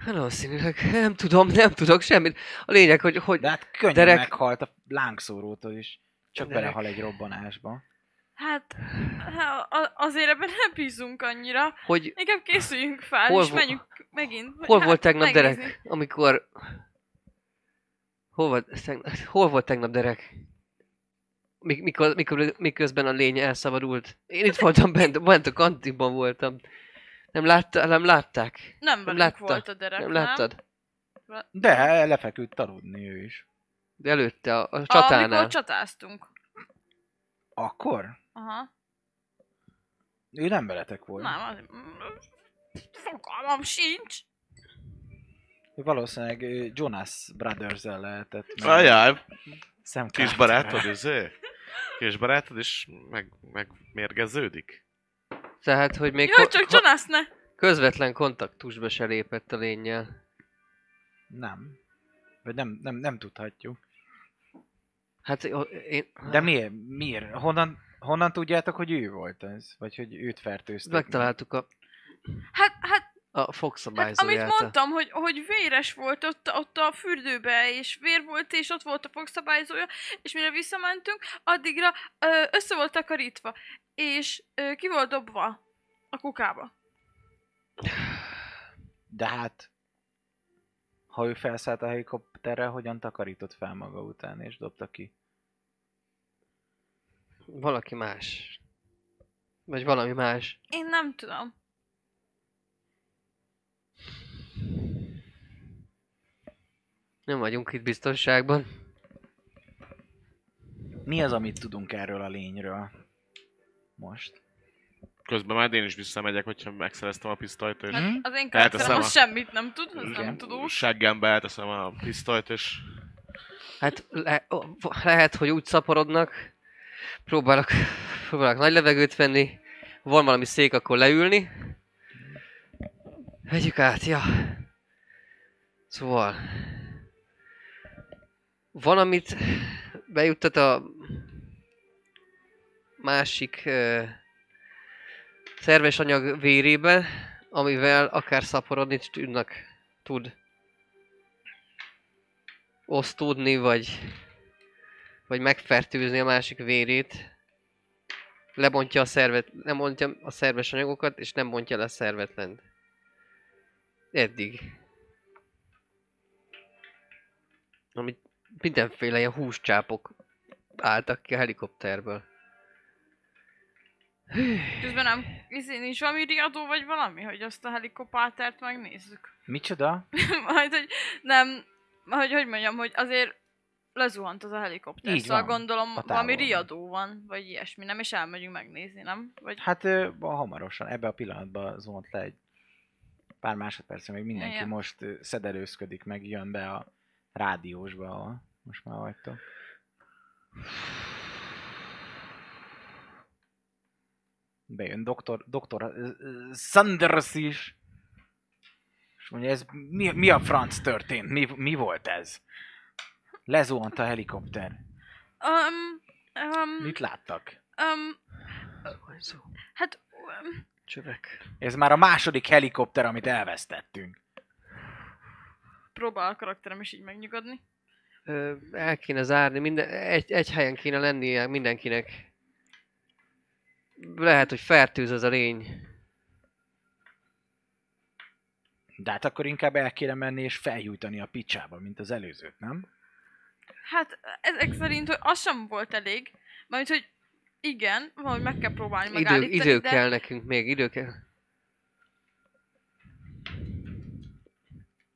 Speaker 5: valószínűleg, nem tudom, nem tudok semmit. A lényeg, hogy, hogy
Speaker 2: De hát könnyen
Speaker 5: Derek-
Speaker 2: meghalt a lángszórótól is. Csak
Speaker 5: Derek-
Speaker 2: belehal egy robbanásba.
Speaker 4: Hát, ha- a- azért ebben nem bízunk annyira.
Speaker 5: hogy
Speaker 4: Inkább készüljünk fel,
Speaker 5: Hol
Speaker 4: és
Speaker 5: vo-
Speaker 4: menjünk megint.
Speaker 5: hol
Speaker 4: Hát,
Speaker 5: volt tegnap
Speaker 4: megnézni.
Speaker 5: Derek, amikor... Hol volt, tegnap, hol volt tegnap Derek? Mik- Mikor, mikor, miközben a lény elszabadult. Én itt voltam bent, bent a kantinban voltam. Nem, látta, nem látták?
Speaker 4: Nem velünk
Speaker 5: látta.
Speaker 4: volt a Derek,
Speaker 5: Nem láttad?
Speaker 2: De lefeküdt aludni ő is.
Speaker 5: De előtte a, a
Speaker 4: Ah, Amikor
Speaker 5: csatánál.
Speaker 4: csatáztunk.
Speaker 2: Akkor?
Speaker 4: Aha.
Speaker 2: Ő nem veletek volt.
Speaker 4: Nem, az... mm, Fogalmam sincs.
Speaker 2: Valószínűleg ö, Jonas Brothers-el lehetett.
Speaker 3: Várjál,
Speaker 2: Sam
Speaker 3: kis barátod, izé? Kis barátod is meg, megmérgeződik?
Speaker 5: Tehát, hogy még
Speaker 4: Jaj,
Speaker 5: ko-
Speaker 4: csak
Speaker 5: ko-
Speaker 4: Jonas ne!
Speaker 5: közvetlen kontaktusba se lépett a lényel.
Speaker 2: Nem. Vagy nem, nem, nem tudhatjuk.
Speaker 5: Hát ó, én...
Speaker 2: De miért? Miért? Honnan, honnan tudjátok, hogy ő volt ez? Vagy hogy őt fertőzték?
Speaker 5: Megtaláltuk a,
Speaker 4: Hát, hát,
Speaker 5: a Fox
Speaker 4: hát amit
Speaker 5: szabályzóját.
Speaker 4: mondtam, hogy, hogy véres volt ott, ott a fürdőbe, és vér volt, és ott volt a fogszabályzója, és mire visszamentünk, addigra ö, össze volt takarítva, és ö, ki volt dobva a kukába.
Speaker 2: De hát, ha ő felszállt a helikopterre, hogyan takarított fel maga után, és dobta ki?
Speaker 5: Valaki más. Vagy valami más.
Speaker 4: Én nem tudom.
Speaker 5: Nem vagyunk itt biztonságban.
Speaker 2: Mi az, amit tudunk erről a lényről? Most.
Speaker 3: Közben már én is visszamegyek, hogyha megszereztem a pisztolyt, és...
Speaker 2: Hm?
Speaker 4: Az én
Speaker 3: Elteszem
Speaker 4: karakterem
Speaker 3: Mhm. a-
Speaker 4: az semmit nem tud, az
Speaker 2: Igen.
Speaker 4: Hát, nem tudós.
Speaker 3: Seggembe elteszem a pisztolyt, és...
Speaker 5: Hát le- ó, v- lehet, hogy úgy szaporodnak. Próbálok, próbálok nagy levegőt venni. Ha Van valami szék, akkor leülni. Vegyük át, ja. Szóval... Van, amit bejuttat a másik ö, szerves anyag vérébe, amivel akár szaporodni is tudnak, tud osztódni, vagy, vagy megfertőzni a másik vérét. Lebontja a szervet, lebontja a szerves anyagokat, és nem bontja le a szervetlent. Eddig. Amit mindenféle ilyen húscsápok álltak ki a helikopterből.
Speaker 4: Közben nem, izé, nincs valami riadó vagy valami, hogy azt a helikoptert megnézzük.
Speaker 2: Micsoda?
Speaker 4: Majd, hogy nem, hogy hogy mondjam, hogy azért lezuhant az a helikopter,
Speaker 2: Így
Speaker 4: szóval
Speaker 2: van,
Speaker 4: gondolom
Speaker 2: a
Speaker 4: valami
Speaker 2: távolban.
Speaker 4: riadó van, vagy ilyesmi, nem, és elmegyünk megnézni, nem? Vagy
Speaker 2: Hát ö, hamarosan, ebbe a pillanatban zuhant le egy pár másodpercre, még mindenki
Speaker 4: Ja.
Speaker 2: most ö, szedelőzködik, meg jön be a rádiósba, ahol most már vagytok. Bejön doktor, doktor ö, ö, Sanders is, és mondja, ez mi, mi a franc történt? Mi, mi volt ez? Lezuhant a helikopter.
Speaker 4: um, um,
Speaker 2: Mit láttak?
Speaker 4: um,
Speaker 5: Szó,
Speaker 4: hát um,
Speaker 5: Csövek.
Speaker 2: Ez már a második helikopter, amit elvesztettünk.
Speaker 4: próbál a karakterem is így megnyugodni.
Speaker 5: Ö, el kéne zárni, minden, egy, egy helyen kéne lennie mindenkinek. Lehet, hogy fertőz az a lény.
Speaker 2: De hát akkor inkább el kéne menni és felgyújtani a picsába, mint az előzőt, nem?
Speaker 4: Hát ezek szerint, hogy az sem volt elég, mert hogy igen, valahogy meg kell próbálni
Speaker 5: Idő,
Speaker 4: megállítani,
Speaker 5: idő
Speaker 4: de
Speaker 5: kell nekünk még, idő kell.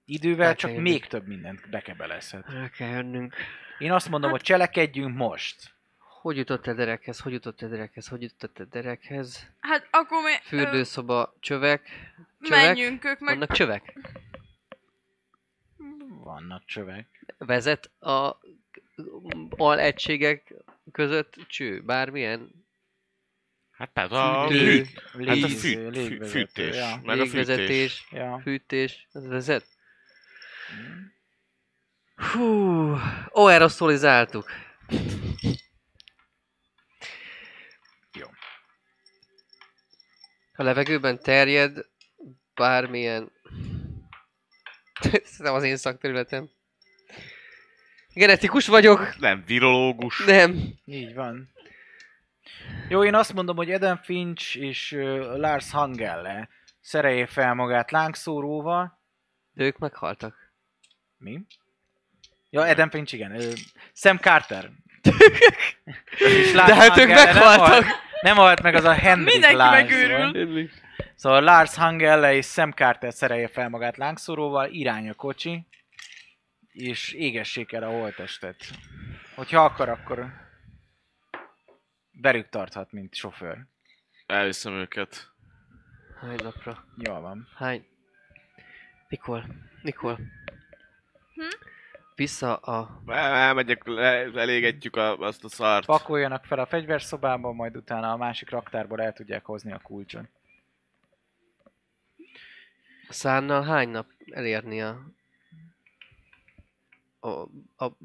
Speaker 2: Idővel
Speaker 5: Hát,
Speaker 2: csak
Speaker 5: igen.
Speaker 2: még több mindent bekebelezhet.
Speaker 5: El kell jönnünk.
Speaker 2: Én azt mondom, hogy cselekedjünk most.
Speaker 5: Hogy jutott a derekhez? Hogy jutott a derekhez? Hogy jutott a derekhez?
Speaker 4: Hát akkor mi ö,
Speaker 5: Fürdőszoba, csövek. Csövek?
Speaker 4: menjünk ők meg.
Speaker 5: Vannak csövek?
Speaker 2: Vannak csövek.
Speaker 5: Vezet a al egységek között cső, bármilyen
Speaker 3: Hát tehát a
Speaker 5: Fűtő.
Speaker 3: hűt, hát a
Speaker 2: légző,
Speaker 3: fűt, fű-
Speaker 2: légvezető,
Speaker 3: fűtés,
Speaker 2: Ja.
Speaker 3: meg a fűtés.
Speaker 5: légvezetés,
Speaker 2: ja.
Speaker 5: fűtés, ez vezet. Hú, ó, aeroszolizáltuk.
Speaker 2: Jó.
Speaker 5: A levegőben terjed bármilyen... Ez nem az én szakterületem. Genetikus vagyok?
Speaker 3: Nem, virológus.
Speaker 5: Nem.
Speaker 2: Így van. Jó, én azt mondom, hogy Eden Finch és ö, Lars Hangelle szereljé fel magát lángszóróval.
Speaker 5: De ők meghaltak.
Speaker 2: Mi? Ja, Eden Finch, igen. Ö, Sam Carter. És Lars
Speaker 5: De hát ők
Speaker 2: Hangelle nem
Speaker 5: meghaltak.
Speaker 2: halt- Nem halt meg az a Henrik
Speaker 4: Mindenki
Speaker 2: Lars.
Speaker 4: megőrül.
Speaker 2: Szóval Lars Hangelle és Sam Carter szerelje fel magát lángszóróval, irány a kocsi, és égessék el a holtestet. Hogyha akar, akkor velük tarthat, mint sofőr.
Speaker 3: Elviszem őket.
Speaker 5: Hány napra?
Speaker 2: Jól van.
Speaker 5: Hány? Nikol. Nikol.
Speaker 4: Hm?
Speaker 5: Vissza a...
Speaker 3: El- Elmegyek, le- elégetjük a, azt a szart.
Speaker 2: Pakoljanak fel a fegyverszobába, majd utána a másik raktárból el tudják hozni a kulcsot.
Speaker 5: a szánnal hány nap elérni a... A, a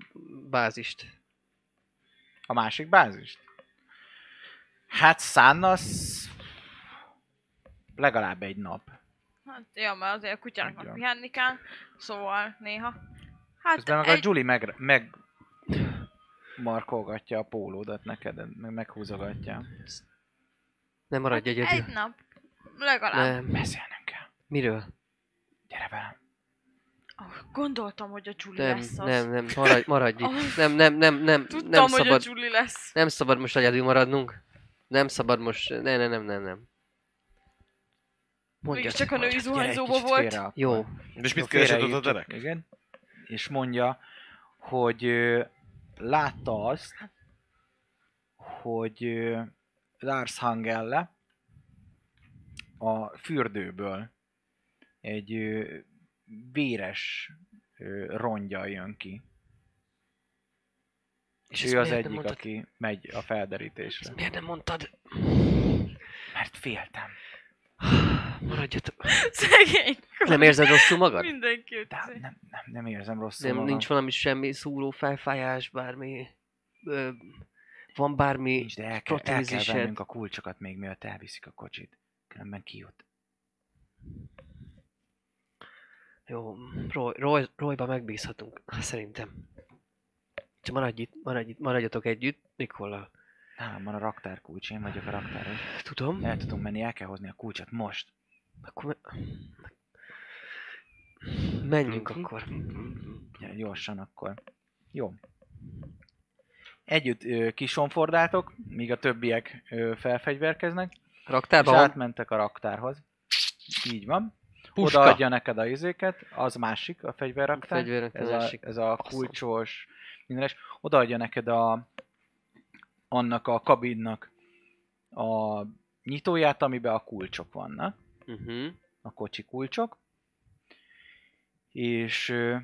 Speaker 5: bázist?
Speaker 2: A másik bázist? Hát szánnasz legalább egy nap.
Speaker 4: Hát, ja, mert azért a kutyának
Speaker 2: Igen.
Speaker 4: meg pihenni kell, szóval néha. Hát
Speaker 2: Közben meg a
Speaker 4: egy,
Speaker 2: Julie meg, meg markolgatja a pólódat neked, meg meghúzogatja.
Speaker 5: Nem maradj
Speaker 4: hát
Speaker 5: egyedül.
Speaker 4: egy nap. Legalább. Ne.
Speaker 5: Nem.
Speaker 2: Beszélnem kell.
Speaker 5: Miről?
Speaker 2: Gyere velem.
Speaker 4: Oh, gondoltam, hogy a Julie
Speaker 5: Nem,
Speaker 4: lesz az.
Speaker 5: nem, nem, maradj, maradj itt. Nem, nem, nem, nem,
Speaker 4: Tudtam,
Speaker 5: nem
Speaker 4: hogy
Speaker 5: szabad,
Speaker 4: a Julie lesz.
Speaker 5: nem szabad most egyedül maradnunk. Nem szabad most, ne, ne, nem, nem, nem. Mondja,
Speaker 4: Mégis csak a női
Speaker 2: Gyere, egy
Speaker 4: zuhanyzóba
Speaker 2: kicsit
Speaker 4: volt.
Speaker 2: félre akkor.
Speaker 5: Jó,
Speaker 3: De és mit
Speaker 2: Jó,
Speaker 3: keresett ott a
Speaker 2: félreírtad.
Speaker 3: derek?
Speaker 2: Igen. És mondja, hogy ö, látta azt, hogy ö, Lars Hangelle a fürdőből egy ö, véres ö, rongya jön ki. És
Speaker 5: ezt
Speaker 2: ő az
Speaker 5: miért nem
Speaker 2: egyik,
Speaker 5: mondtad?
Speaker 2: aki megy a felderítésre.
Speaker 5: Ezt miért nem mondtad?
Speaker 2: Mert féltem.
Speaker 5: Maradjatok.
Speaker 4: Szegény.
Speaker 5: Nem érzed rosszul magad?
Speaker 4: Mindenki őt
Speaker 2: De hát
Speaker 4: izé.
Speaker 2: nem, nem, nem érzem rosszul
Speaker 5: Nem,
Speaker 2: magam.
Speaker 5: Szóval nincs valami semmi szúró felfájás, bármi... Ö, van bármi...
Speaker 2: Nincs, de el kell, el kell
Speaker 5: protézised.
Speaker 2: vennünk a kulcsokat még mielőtt elviszik a kocsit. Különben kijut.
Speaker 5: Jó, Roy, Roy, Royba megbízhatunk, szerintem. Csak maradj itt, maradj itt, maradjatok együtt, Nikola.
Speaker 2: Nálam van a raktár kulcs, én vagyok a raktáros.
Speaker 5: Tudom,
Speaker 2: El tudunk menni, el kell hozni a kulcsot most.
Speaker 5: akkor... Me... Menjünk akkor.
Speaker 2: Ja, Gyorsan akkor. Jó. Együtt ö, kisonfordáltok, míg a többiek ö, felfegyverkeznek, és
Speaker 5: Raktárban van
Speaker 2: átmentek a raktárhoz. Így van.
Speaker 5: puska.
Speaker 2: Odaadja neked a izéket, az másik, a fegyverraktár.
Speaker 5: A fegyverraktár
Speaker 2: ez, a,
Speaker 5: másik.
Speaker 2: ez a kulcsos, mindenes. Odaadja neked a, annak a kabinnak a nyitóját, amiben a kulcsok vannak,
Speaker 5: Uh-huh.
Speaker 2: a kocsi kulcsok. És ö,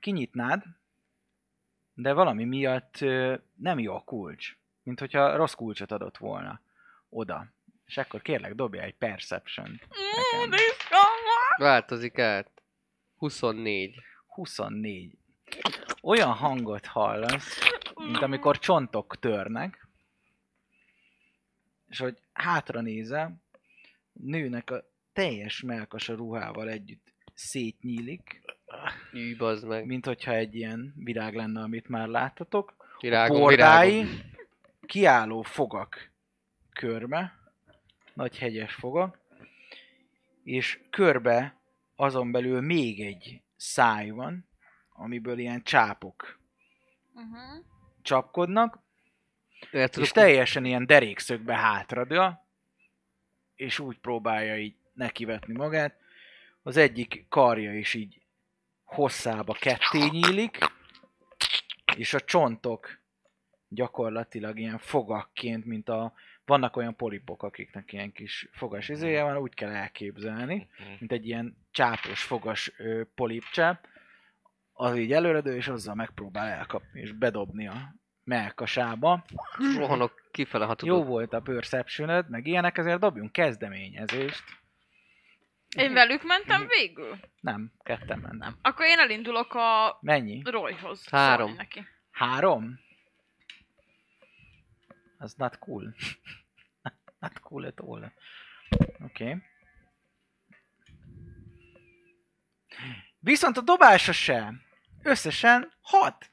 Speaker 2: kinyitnád, de valami miatt ö, nem jó a kulcs. Mint hogyha rossz kulcsot adott volna oda. És akkor kérlek, dobja egy perception.
Speaker 4: Mm,
Speaker 2: Nekem.
Speaker 4: de izgalmas.
Speaker 5: Változik át. 24.
Speaker 2: 24. Olyan hangot hallasz, mint amikor csontok törnek, és hogy hátra nézel, nőnek a teljes melkas a ruhával együtt szétnyílik,
Speaker 5: Ű, bazd meg.
Speaker 2: mint hogyha egy ilyen virág lenne, amit már láttatok.
Speaker 5: Virágom,
Speaker 2: Bordái,
Speaker 5: virágom.
Speaker 2: kiálló fogak körbe, nagy hegyes fogak, és körbe azon belül még egy száj van, amiből ilyen csápok
Speaker 4: Mhm.
Speaker 2: csapkodnak,
Speaker 5: Ő el tudok-
Speaker 2: És teljesen ilyen derékszögbe hátradől, és úgy próbálja így nekivetni magát. Az egyik karja is így hosszába ketté nyílik, és a csontok gyakorlatilag ilyen fogakként, mint a... Vannak olyan polipok, akiknek ilyen kis fogas izéje van, úgy kell elképzelni, mint egy ilyen csápos fogas ö, polipcsáp, az így előredő, és azzal megpróbál elkapni, és bedobni a melkasába.
Speaker 5: rohanok kifele, ha
Speaker 2: Tudod. Jó
Speaker 5: tudok.
Speaker 2: volt a perception meg ilyenek, ezért dobjunk kezdeményezést.
Speaker 4: Én velük mentem végül.
Speaker 2: Nem, ketten mennem.
Speaker 4: Akkor én elindulok a
Speaker 2: Mennyi?
Speaker 4: Royhoz.
Speaker 5: Három.
Speaker 4: szólni Neki.
Speaker 2: Három? Az not cool. not cool at all. Oké. Okay. Viszont a dobása sem. Összesen hat.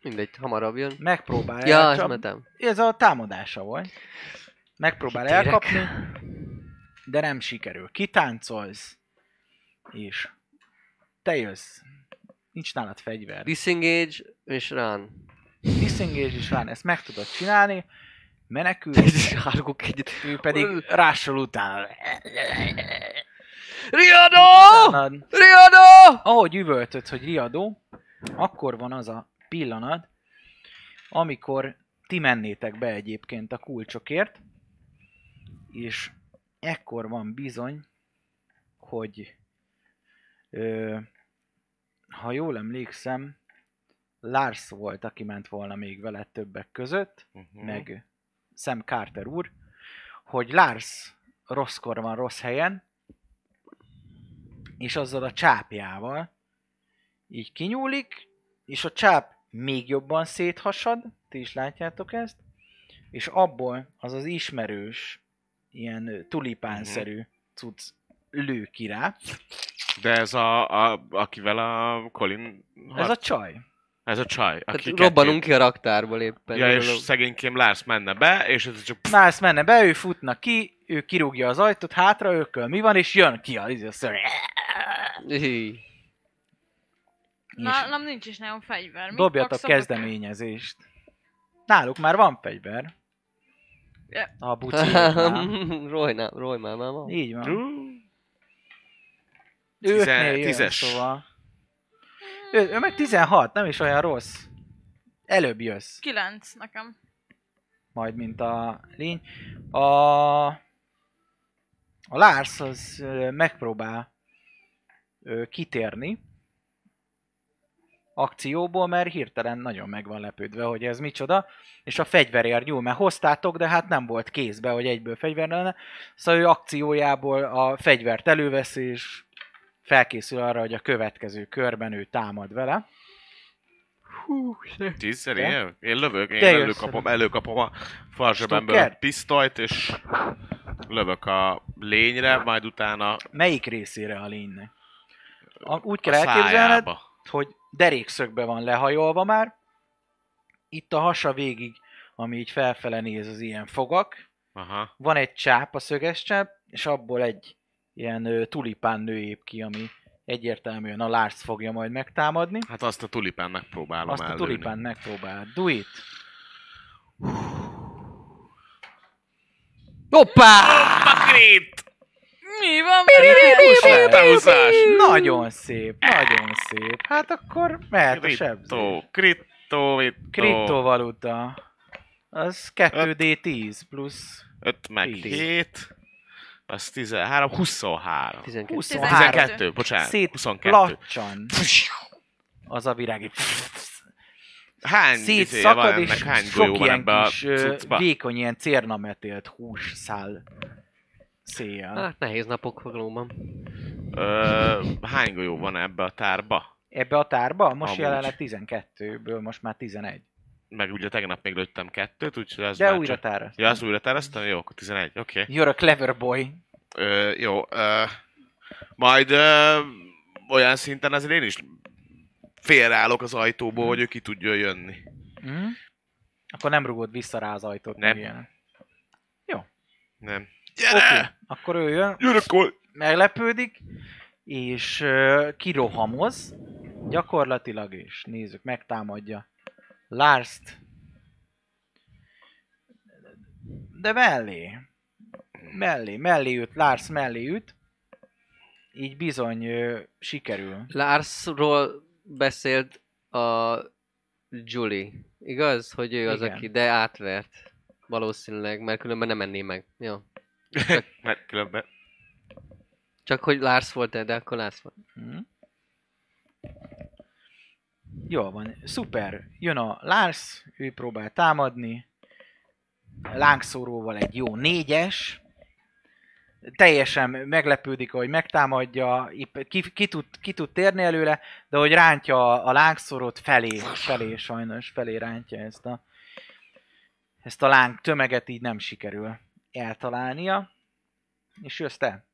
Speaker 5: Mindegy, hamarabb jön.
Speaker 2: Megpróbál
Speaker 5: Ja, azt
Speaker 2: elcsap-
Speaker 5: mentem.
Speaker 2: Ez a támadása volt. Megpróbál
Speaker 5: Kitérek.
Speaker 2: elkapni, de nem sikerül. Kitáncolsz, és te jössz. Nincs nálad fegyver.
Speaker 5: Disengage és run.
Speaker 2: Disengage is van, ezt meg tudod csinálni. Menekül,
Speaker 5: Hárgok egyet.
Speaker 2: ő pedig rásol utána.
Speaker 5: Riadó!
Speaker 2: Utána
Speaker 5: Riadó!
Speaker 2: ahogy üvöltöd, hogy riadó, akkor van az a pillanat, amikor ti mennétek be egyébként a kulcsokért, és ekkor van bizony, hogy ö, ha jól emlékszem, Lars volt, aki ment volna még vele többek között,
Speaker 3: Mhm.
Speaker 2: meg Sam Carter úr, hogy Lars rosszkor van rossz helyen, és azzal a csápjával így kinyúlik, és a csáp még jobban széthasad, ti is látjátok ezt, és abból az az ismerős, ilyen ö, tulipánszerű cucc lő ki rá.
Speaker 3: De ez a, a, akivel a Colin...
Speaker 2: Ez a csaj.
Speaker 3: ez a csaj,
Speaker 5: Hát
Speaker 3: aki
Speaker 5: robbanunk ki a raktárból éppen.
Speaker 3: Ja, és
Speaker 5: Gondolom.
Speaker 3: szegénykém Lars menne be, és ez csak...
Speaker 2: Na, ezt menne be, ő futna ki, ő kirúgja az ajtót, hátra ököl, mi van, és jön ki a, izé a szörny.
Speaker 5: Hí.
Speaker 4: Na, nem nincs is nagyon fegyver. Mit
Speaker 2: Dobjatok
Speaker 4: rakszok a-
Speaker 2: kezdeményezést. Náluk már van fegyver.
Speaker 4: Ja.
Speaker 2: A bucéknál.
Speaker 5: Rojnám, rojmám, már van.
Speaker 2: Így van.
Speaker 3: Tizen-
Speaker 2: Ötnél jön,
Speaker 3: tízes.
Speaker 2: Szóval. Ő, ő meg 16, nem is olyan rossz. Előbb jössz,
Speaker 4: Kilenc nekem.
Speaker 2: majd, mint a lény. A, a Lars az ö, megpróbál ö, kitérni akcióból, mert hirtelen nagyon meg van lepődve, hogy ez micsoda, és a fegyverért nyúl, mert hoztátok, de hát nem volt kézbe, hogy egyből fegyver lenne, szóval ő akciójából a fegyvert előveszi, és felkészül arra, hogy a következő körben ő támad vele. Hú,
Speaker 3: Tízszer
Speaker 2: Ja.
Speaker 3: én? Én lövök, én
Speaker 2: Te jössz
Speaker 3: előkapom, előkapom a farzsebemből a
Speaker 2: Stucker?
Speaker 3: pisztolyt, és lövök a lényre, majd utána
Speaker 2: Melyik részére a lénynek? A, úgy kell
Speaker 3: a
Speaker 2: elképzelned,
Speaker 3: szájába.
Speaker 2: hogy derékszögbe van lehajolva már, itt a hasa végig, ami így felfele néz az ilyen fogak,
Speaker 3: Aha.
Speaker 2: van egy csáp, a szöges csáp, és abból egy ilyen ö, tulipán nő ép ki, ami egyértelműen a Lars fogja majd megtámadni.
Speaker 3: Hát azt a tulipán megpróbálom
Speaker 2: Azt a
Speaker 3: ellőni.
Speaker 2: tulipán megpróbál. Do it!
Speaker 5: Hoppá!
Speaker 3: Pakrit!
Speaker 4: Mi van?
Speaker 3: Behúzás!
Speaker 2: Nagyon szép, nagyon szép. Hát akkor mehet a sebzés.
Speaker 3: Kriptó, kriptó, kriptó.
Speaker 2: Kriptovaluta. Az 2D10 plusz
Speaker 3: 5 meg
Speaker 2: Tíz.
Speaker 3: 7, az 13, 23.
Speaker 5: 12.
Speaker 2: 23.
Speaker 3: 12, bocsánat,
Speaker 2: Szét
Speaker 3: 22.
Speaker 2: Lacsan. Az a virág. így
Speaker 3: Hány izéje van
Speaker 2: Szétszakad,
Speaker 3: ennek,
Speaker 2: és
Speaker 3: hány golyó
Speaker 2: sok
Speaker 3: van
Speaker 2: ilyen
Speaker 3: ebbe a
Speaker 2: kis ö,
Speaker 3: cuccba?
Speaker 2: vékony, ilyen cérnametélt hússzál széjjel.
Speaker 5: Hát nehéz napok valóban.
Speaker 3: Ö, hány golyó van ebbe a tárba?
Speaker 2: Ebbe a tárba? Most
Speaker 3: Amúgy.
Speaker 2: jelenleg 12-ből, most már 11.
Speaker 3: Meg ugye tegnap még lőttem kettőt, úgyhogy az
Speaker 2: De
Speaker 3: már
Speaker 2: újra
Speaker 3: csak...
Speaker 2: tára.
Speaker 3: Ja, az újra tereztem? Jó, akkor 11, oké. Okay.
Speaker 2: You're a clever boy.
Speaker 3: Jó, ö, majd ö, olyan szinten azért én is félreállok az ajtóból, hogy ő ki tudjon jönni.
Speaker 2: Hm? Akkor nem rugod vissza rá az ajtót.
Speaker 3: Nem.
Speaker 2: meg ilyenek.
Speaker 3: Nem.
Speaker 2: Oké,
Speaker 3: Gyere! Okay.
Speaker 2: akkor ő jön,
Speaker 3: Gyere, Cole!
Speaker 2: meglepődik, és ö, kirohamoz, gyakorlatilag, és nézzük, megtámadja Larst, de mellé. Mellé, mellé üt, Lars mellé üt. Így bizony ö, sikerül.
Speaker 5: Larsról beszélt a Julie, igaz? Hogy ő az,
Speaker 2: Igen.
Speaker 5: aki, de átvert. Valószínűleg, mert különben nem enné meg. Jó.
Speaker 3: Mert különben...
Speaker 5: Csak hogy Lars volt -e, de akkor Lars volt.
Speaker 2: Hm? Jó van, szuper. Jön a Lars, ő próbál támadni. Lángszóróval egy jó négyes. Teljesen meglepődik, hogy megtámadja, épp ki, ki, tud, ki tud térni előle, de hogy rántja a, a lángszórót felé, felé sajnos, felé rántja ezt a, ezt a láng tömeget, így nem sikerül eltalálnia. És jössz te.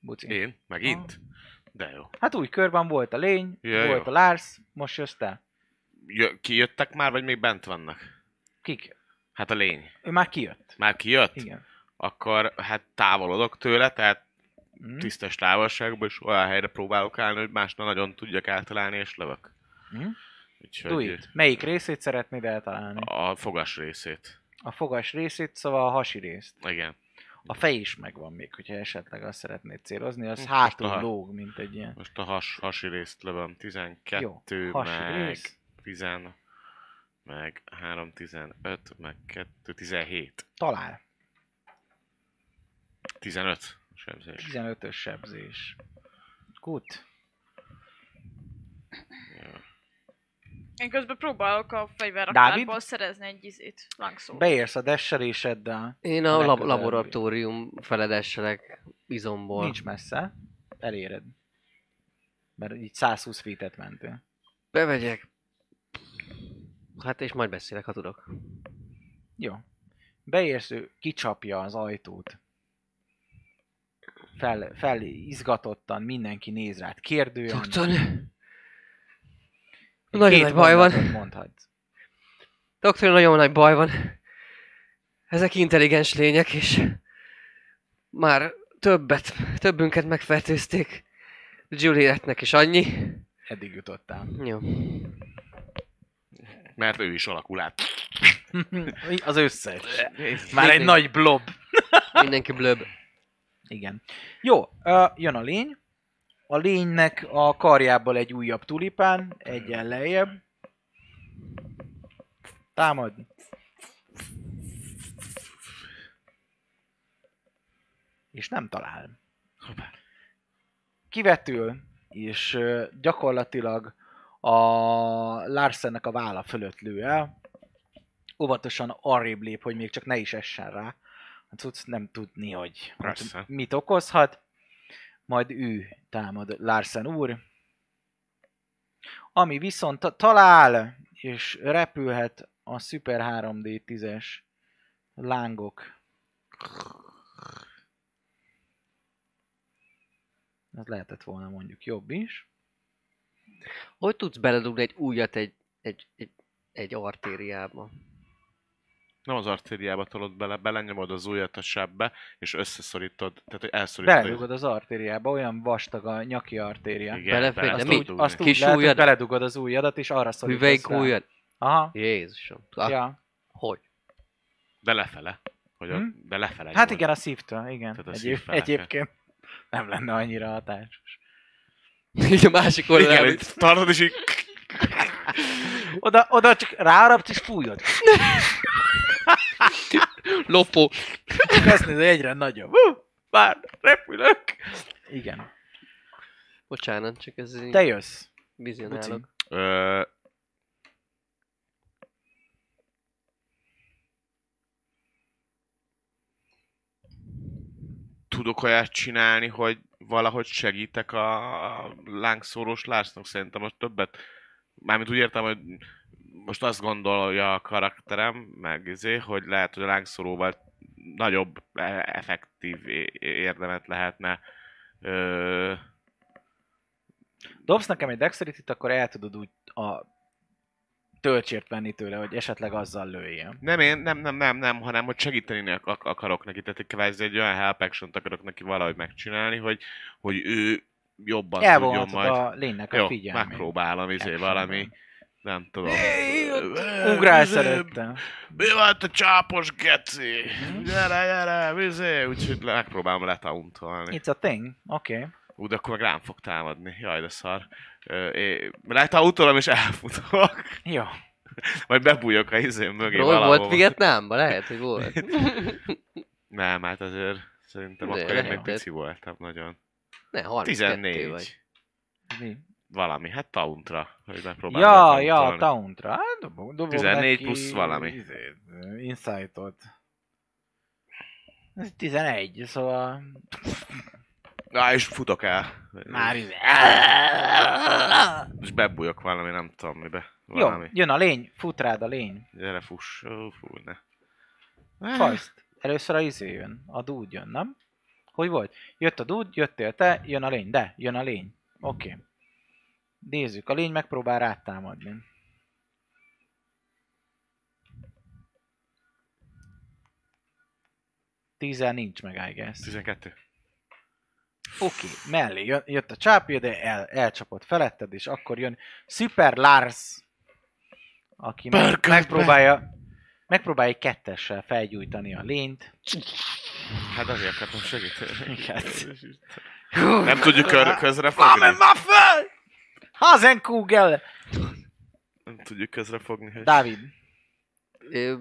Speaker 2: Buci.
Speaker 3: Én? Megint?
Speaker 2: Ah.
Speaker 3: De jó.
Speaker 2: Hát új körben volt a lény,
Speaker 3: Ja,
Speaker 2: volt
Speaker 3: jó.
Speaker 2: a Lars, most jössz te.
Speaker 3: Jö, kijöttek már, vagy még bent vannak?
Speaker 2: Kik?
Speaker 3: Hát a lény.
Speaker 2: Ő már kijött.
Speaker 3: Már kijött?
Speaker 2: Igen.
Speaker 3: Akkor hát távolodok tőle, tehát
Speaker 2: Mm.
Speaker 3: tisztes távolságban, és olyan helyre próbálok állni, hogy másnál nagyon tudjak eltalálni, és lövök.
Speaker 2: Mm. Do
Speaker 3: Úgyhogy
Speaker 2: it. Melyik részét szeretnéd eltalálni?
Speaker 3: a fogas részét.
Speaker 2: A fogas részét, szóval a hasi részt.
Speaker 3: Igen.
Speaker 2: A fej is megvan még, hogyha esetleg azt szeretnéd célozni, az
Speaker 3: Hm,
Speaker 2: hátul
Speaker 3: aha.
Speaker 2: lóg, mint egy ilyen.
Speaker 3: Most a has, hasi részt lövöm. 12,
Speaker 2: Jó, hasi
Speaker 3: meg
Speaker 2: rész.
Speaker 3: 10, meg 3, 15, meg 2, 17.
Speaker 2: Talál.
Speaker 3: 15 sebzés.
Speaker 2: 15-ös sebzés. Kut.
Speaker 4: Én közben próbálok a
Speaker 2: Dávid?
Speaker 4: fegyverraktárból szerezni egy izét, langszót.
Speaker 2: Beérsz a desseléseddel.
Speaker 5: Én a lab-
Speaker 2: Legközelebbi.
Speaker 5: laboratórium feledesselek izomból.
Speaker 2: Nincs messze. Eléred. Mert így 120 feet-et mentél.
Speaker 5: Bevegyek. Hát és majd beszélek, ha tudok.
Speaker 2: Jó. Beérsz, ő kicsapja az ajtót. Fel, fel izgatottan mindenki néz rád. Kérdően.
Speaker 5: Doktor!
Speaker 2: Egy
Speaker 5: Nagyon
Speaker 2: két
Speaker 5: nagy baj van.
Speaker 2: mondatot Mondhatsz.
Speaker 5: Doktor, nagyon nagy baj van. Ezek intelligens lények, és már többet, többünket megfertőzték. Julietnek is annyi.
Speaker 2: Eddig jutottál.
Speaker 5: Jó.
Speaker 3: Mert ő is alakul át.
Speaker 2: az összes. Már egy nagy blob.
Speaker 5: Mindenki blöb.
Speaker 2: Igen. Jó, ö, jön a lény. A lénynek a karjából egy újabb tulipán, egyen lejjebb. Támad. És nem talál. Kivetül, és ö, gyakorlatilag a Larsennek a válla fölött lő el. Óvatosan arrébb lép, hogy még csak ne is essen rá. A cucc nem tudni, hogy
Speaker 3: Persze.
Speaker 2: mit okozhat. Majd ő támad Larsen úr. Ami viszont ta- talál, és repülhet a Super 3D10-es lángok. Ez lehetett volna mondjuk jobb is.
Speaker 5: Hogy tudsz beledugni egy újat egy, egy, egy, egy artériába?
Speaker 3: Nem az artériába tolod bele, belenyomod az ujjat a sebbe, és összeszorítod, tehát hogy elszorítod.
Speaker 2: Beledugod az artériába, olyan vastag a nyaki artéria.
Speaker 3: Igen,
Speaker 5: Belefér,
Speaker 3: bele
Speaker 5: de
Speaker 2: Azt,
Speaker 5: mi?
Speaker 3: tudod
Speaker 2: úgy,
Speaker 3: dugni.
Speaker 2: azt úgy
Speaker 5: Kis
Speaker 2: lehet, hogy
Speaker 5: ujjad?
Speaker 2: beledugod az ujjadat, és arra
Speaker 5: Hüvelyk
Speaker 2: szorítasz rá.
Speaker 5: újat?
Speaker 2: Aha.
Speaker 5: Jézusom. Ah, ja.
Speaker 2: Ja.
Speaker 5: Hogy?
Speaker 3: De lefele. Hogy a,
Speaker 2: Hm?
Speaker 3: De lefele.
Speaker 2: Hát
Speaker 3: nyomod.
Speaker 2: igen, a szívtől, igen.
Speaker 3: Tehát a
Speaker 2: Egyéb,
Speaker 3: szív felett.
Speaker 2: egyébként nem lenne annyira hatásos.
Speaker 5: Így a másik
Speaker 3: Igen,
Speaker 5: oldalán.
Speaker 3: hogy tartod, és így...
Speaker 2: Oda, oda csak ráarapsz és fújod.
Speaker 5: Lopó.
Speaker 2: Csak azt nézed, hogy egyre nagyobb. Hú, már repülök. Igen.
Speaker 5: Bocsánat, csak ez így
Speaker 2: Te jössz.
Speaker 5: vizionálok.
Speaker 3: Ö... Tudok olyat csinálni, hogy valahogy segítek a lángszórós Lásznak, szerintem most többet. Mármint úgy értem, hogy most azt gondolja a karakterem, meg izé, hogy lehet, hogy a lángszoróval nagyobb e- effektív é- érdemet lehetne ö,
Speaker 2: Dobsz nekem egy dexterity akkor el tudod úgy a töltsért venni tőle, hogy esetleg azzal lőjél.
Speaker 3: Nem, én, nem, nem, nem, nem, hanem hogy segíteni ak- ak- akarok neki, tehát egy kvázi egy olyan help action akarok neki valahogy megcsinálni, hogy, hogy ő jobban tudjon
Speaker 2: Elvonhatod
Speaker 3: majd.
Speaker 2: a lénynek a
Speaker 3: Jó,
Speaker 2: figyelmét.
Speaker 3: megpróbálom izé
Speaker 2: Actionben.
Speaker 3: valami Nem tudom.
Speaker 2: Ugrálsz
Speaker 3: Izé,
Speaker 2: előttem.
Speaker 3: Mi van te csápos geci?
Speaker 2: Mhm.
Speaker 3: Gyere, gyere, vizé! Úgyhogy le- megpróbálom letauntolni.
Speaker 2: It's a thing. Oké. Okay.
Speaker 3: Ú, de akkor meg rám fog támadni. Jaj, de szar. Ö, é- Letauntolom és elfutok.
Speaker 2: Jó.
Speaker 3: Majd bebújok a izém mögé
Speaker 5: Ról
Speaker 3: valahova.
Speaker 5: volt Vietnámban? Lehet, hogy volt.
Speaker 3: Nem, hát azért szerintem
Speaker 5: De
Speaker 3: akkor én még
Speaker 5: lehet.
Speaker 3: pici voltam nagyon.
Speaker 5: Ne, 32 vagy.
Speaker 3: 14.
Speaker 2: Mi?
Speaker 3: Valami, hát tauntra, hogy megpróbálom
Speaker 2: Ja, ja,
Speaker 3: letauntalni.
Speaker 2: Tauntra. Hát, dobok, dobok
Speaker 3: 14
Speaker 2: neki
Speaker 3: plusz valami.
Speaker 2: izét, Insightot. Ez 11, szóval
Speaker 3: Na, és futok el.
Speaker 2: már izé.
Speaker 3: És bebújok valami, nem tudom mibe.
Speaker 2: Jó,
Speaker 3: Valami.
Speaker 2: jön a lény, fut rád a lény.
Speaker 3: Gyere, fuss. Ó, fú, ne.
Speaker 2: Fajszt. Először a izé jön, a dúd jön, nem? Hogy volt? Jött a dúd, jöttél te, jön a lény, de, jön a lény. Oké. Okay. Nézzük, a lény megpróbál rátámadni. Tízzel nincs meg, I guess.
Speaker 3: 12.
Speaker 2: Oké, mellé jön, jött a csápja, de el, elcsapott feletted, és akkor jön Super Lars, aki meg,
Speaker 3: Pörkölt be!
Speaker 2: megpróbálja, megpróbálja egy kettessel felgyújtani a lényt.
Speaker 3: Hát azért akartam segíteni.
Speaker 2: Igen.
Speaker 3: Nem tudjuk kör- közre fogni.
Speaker 2: Waffel! Hazen Kugel!
Speaker 3: Nem tudjuk közre fogni. Hogy...
Speaker 2: Dávid,
Speaker 5: Ö,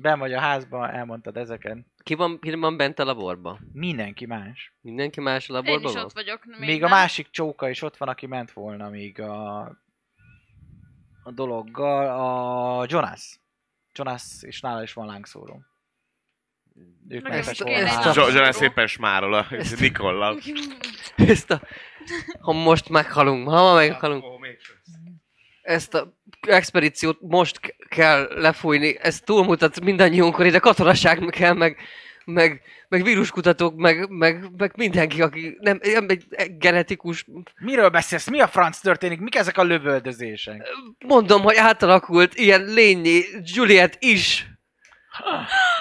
Speaker 2: ben vagy a házban, elmondtad ezeket.
Speaker 5: Ki van, ki van bent a laborban?
Speaker 2: Mindenki más.
Speaker 5: Mindenki más a
Speaker 4: Én
Speaker 5: laborban
Speaker 4: is
Speaker 5: van?
Speaker 4: ott vagyok.
Speaker 2: Még, még a
Speaker 4: nem.
Speaker 2: másik csóka is ott van, aki ment volna még a, a dologgal, a Jonas. Jonas, és nála is van lángszóró. Ők
Speaker 4: Meg
Speaker 2: mentek
Speaker 4: is
Speaker 2: volna
Speaker 4: kéne
Speaker 2: át.
Speaker 4: egy
Speaker 5: Ezt a-
Speaker 3: Zsa- Zsana szépen smárol a Nikollal.
Speaker 5: Ezt a... Ha most meghalunk, ha ma meghalunk, ezt a expedíciót most k- kell lefújni, ez túlmutat mindannyiunkon, ide katonaság kell, meg, meg, meg víruskutatók, meg, meg, meg mindenki, aki nem, nem egy genetikus...
Speaker 2: Miről beszélsz? Mi a franc történik? Mik ezek a lövöldözések?
Speaker 5: Mondom, hogy átalakult ilyen lényi Juliet is.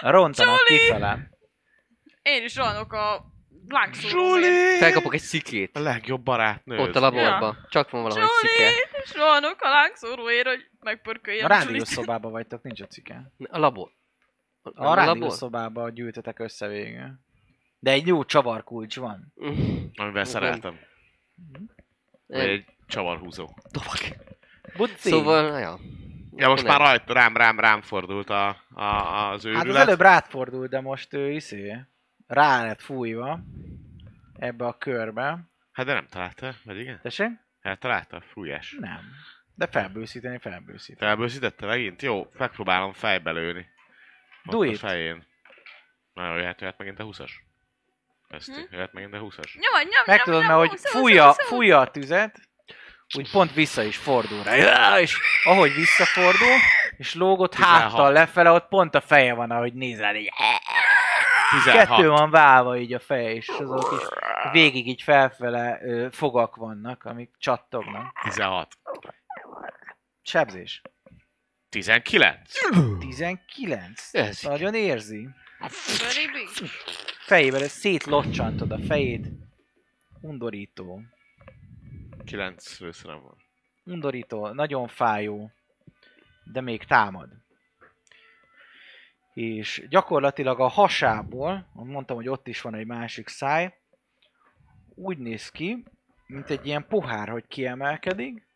Speaker 2: Rontanak
Speaker 4: Julie!
Speaker 2: kifele.
Speaker 4: Én is rohanok a lángszóróért.
Speaker 3: Zsuli!
Speaker 5: Felkapok egy szikét.
Speaker 3: A legjobb barátnőd.
Speaker 5: Ott a laborban. Csak van valami
Speaker 4: Julie!
Speaker 5: szike.
Speaker 4: És rohanok a lángszóróért, hogy megpörköljön
Speaker 2: A rádiószobában vagytok, nincs a cike.
Speaker 5: A labor. Nem
Speaker 2: A
Speaker 5: labor?
Speaker 2: rádiószobában gyűjtetek össze végül. De egy jó csavarkulcs van.
Speaker 3: Amivel szereltem. Vagy
Speaker 5: Mm. Egy
Speaker 3: egy csavarhúzó.
Speaker 5: dobak.
Speaker 2: Buci.
Speaker 5: Szóval, na ja.
Speaker 3: Ja, most
Speaker 5: Nem.
Speaker 3: már rajt, rám, rám, rám fordult a, a, az
Speaker 2: Hát
Speaker 3: őrület.
Speaker 2: az előbb rád fordult, de most ő iszé. Rá lett fújva. Ebbe a körbe.
Speaker 3: Hát de nem találta, vagy igen?
Speaker 2: Tessék?
Speaker 3: Eltalálta, fújás.
Speaker 2: Nem. De felbőszíteni, felbőszíteni.
Speaker 3: Te elbőszítette megint? Jó, megpróbálom fejbe lőni. Ott
Speaker 2: Do
Speaker 3: a
Speaker 2: it.
Speaker 3: fején. Na, jöhet, jöhet megint a 20-as. Ezt,
Speaker 4: Hm?
Speaker 3: jöhet megint a 20-as.
Speaker 4: Nyom, nyom,
Speaker 2: Meg
Speaker 4: nyom,
Speaker 2: tudod,
Speaker 4: nyom,
Speaker 2: mert hogy
Speaker 4: szó, szó,
Speaker 2: fújja,
Speaker 4: szó.
Speaker 2: fújja a tüzet, úgy pont vissza is fordul rá. Ja, És ahogy visszafordul, és lógott
Speaker 3: 16.
Speaker 2: háttal lefele, ott pont a feje van, ahogy nézel így.
Speaker 3: 16.
Speaker 2: Kettő van válva így a feje, és azok is végig így felfele ö, fogak vannak, amik csattognak.
Speaker 3: 16.
Speaker 2: Sebzés.
Speaker 3: 19.
Speaker 2: 19.
Speaker 5: Ez.
Speaker 2: Nagyon érzi.
Speaker 4: Böribi?
Speaker 2: Fejével ezt szétlocsantod a fejét. Undorító.
Speaker 3: 9 lőszerem van.
Speaker 2: undorító, nagyon fájó, de még támad. És gyakorlatilag a hasából, mondtam, hogy ott is van egy másik száj, úgy néz ki, mint egy ilyen pohár, hogy kiemelkedik,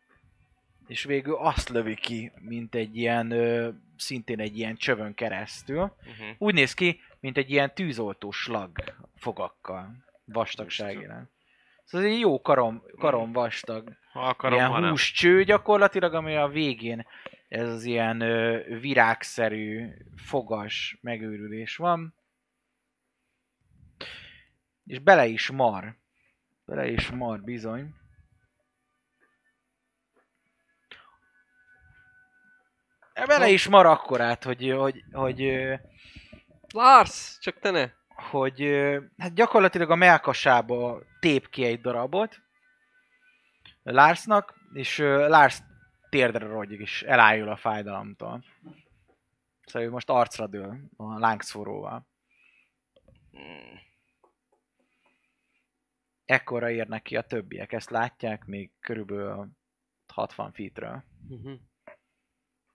Speaker 2: és végül azt lövi ki, mint egy ilyen, ö, szintén egy ilyen csövön keresztül.
Speaker 3: Uh-huh.
Speaker 2: Úgy néz ki, mint egy ilyen tűzoltó slag fogakkal, vastagságilag. Szóval ez egy jó karom, karom vastag
Speaker 3: Ha akarom,
Speaker 2: ilyen
Speaker 3: ha nem.
Speaker 2: húscső gyakorlatilag, ami a végén ez az ilyen ö, virágszerű fogas megőrülés van. És bele is mar. Bele is mar bizony. E, Bele is mar akkorát, hogy, hogy, hogy, hogy
Speaker 5: Lars, csak te ne.
Speaker 2: hogy ö, hát gyakorlatilag a melkasába tép ki egy darabot Larsnak, és ö, Lars térdre rogyik, és elájul a fájdalomtól. Szóval ő most arcra dől a lángszóróval.
Speaker 3: Mm.
Speaker 2: Ekkora érnek ki a többiek, ezt látják, még körülbelül 60 feetről,
Speaker 3: Mhm.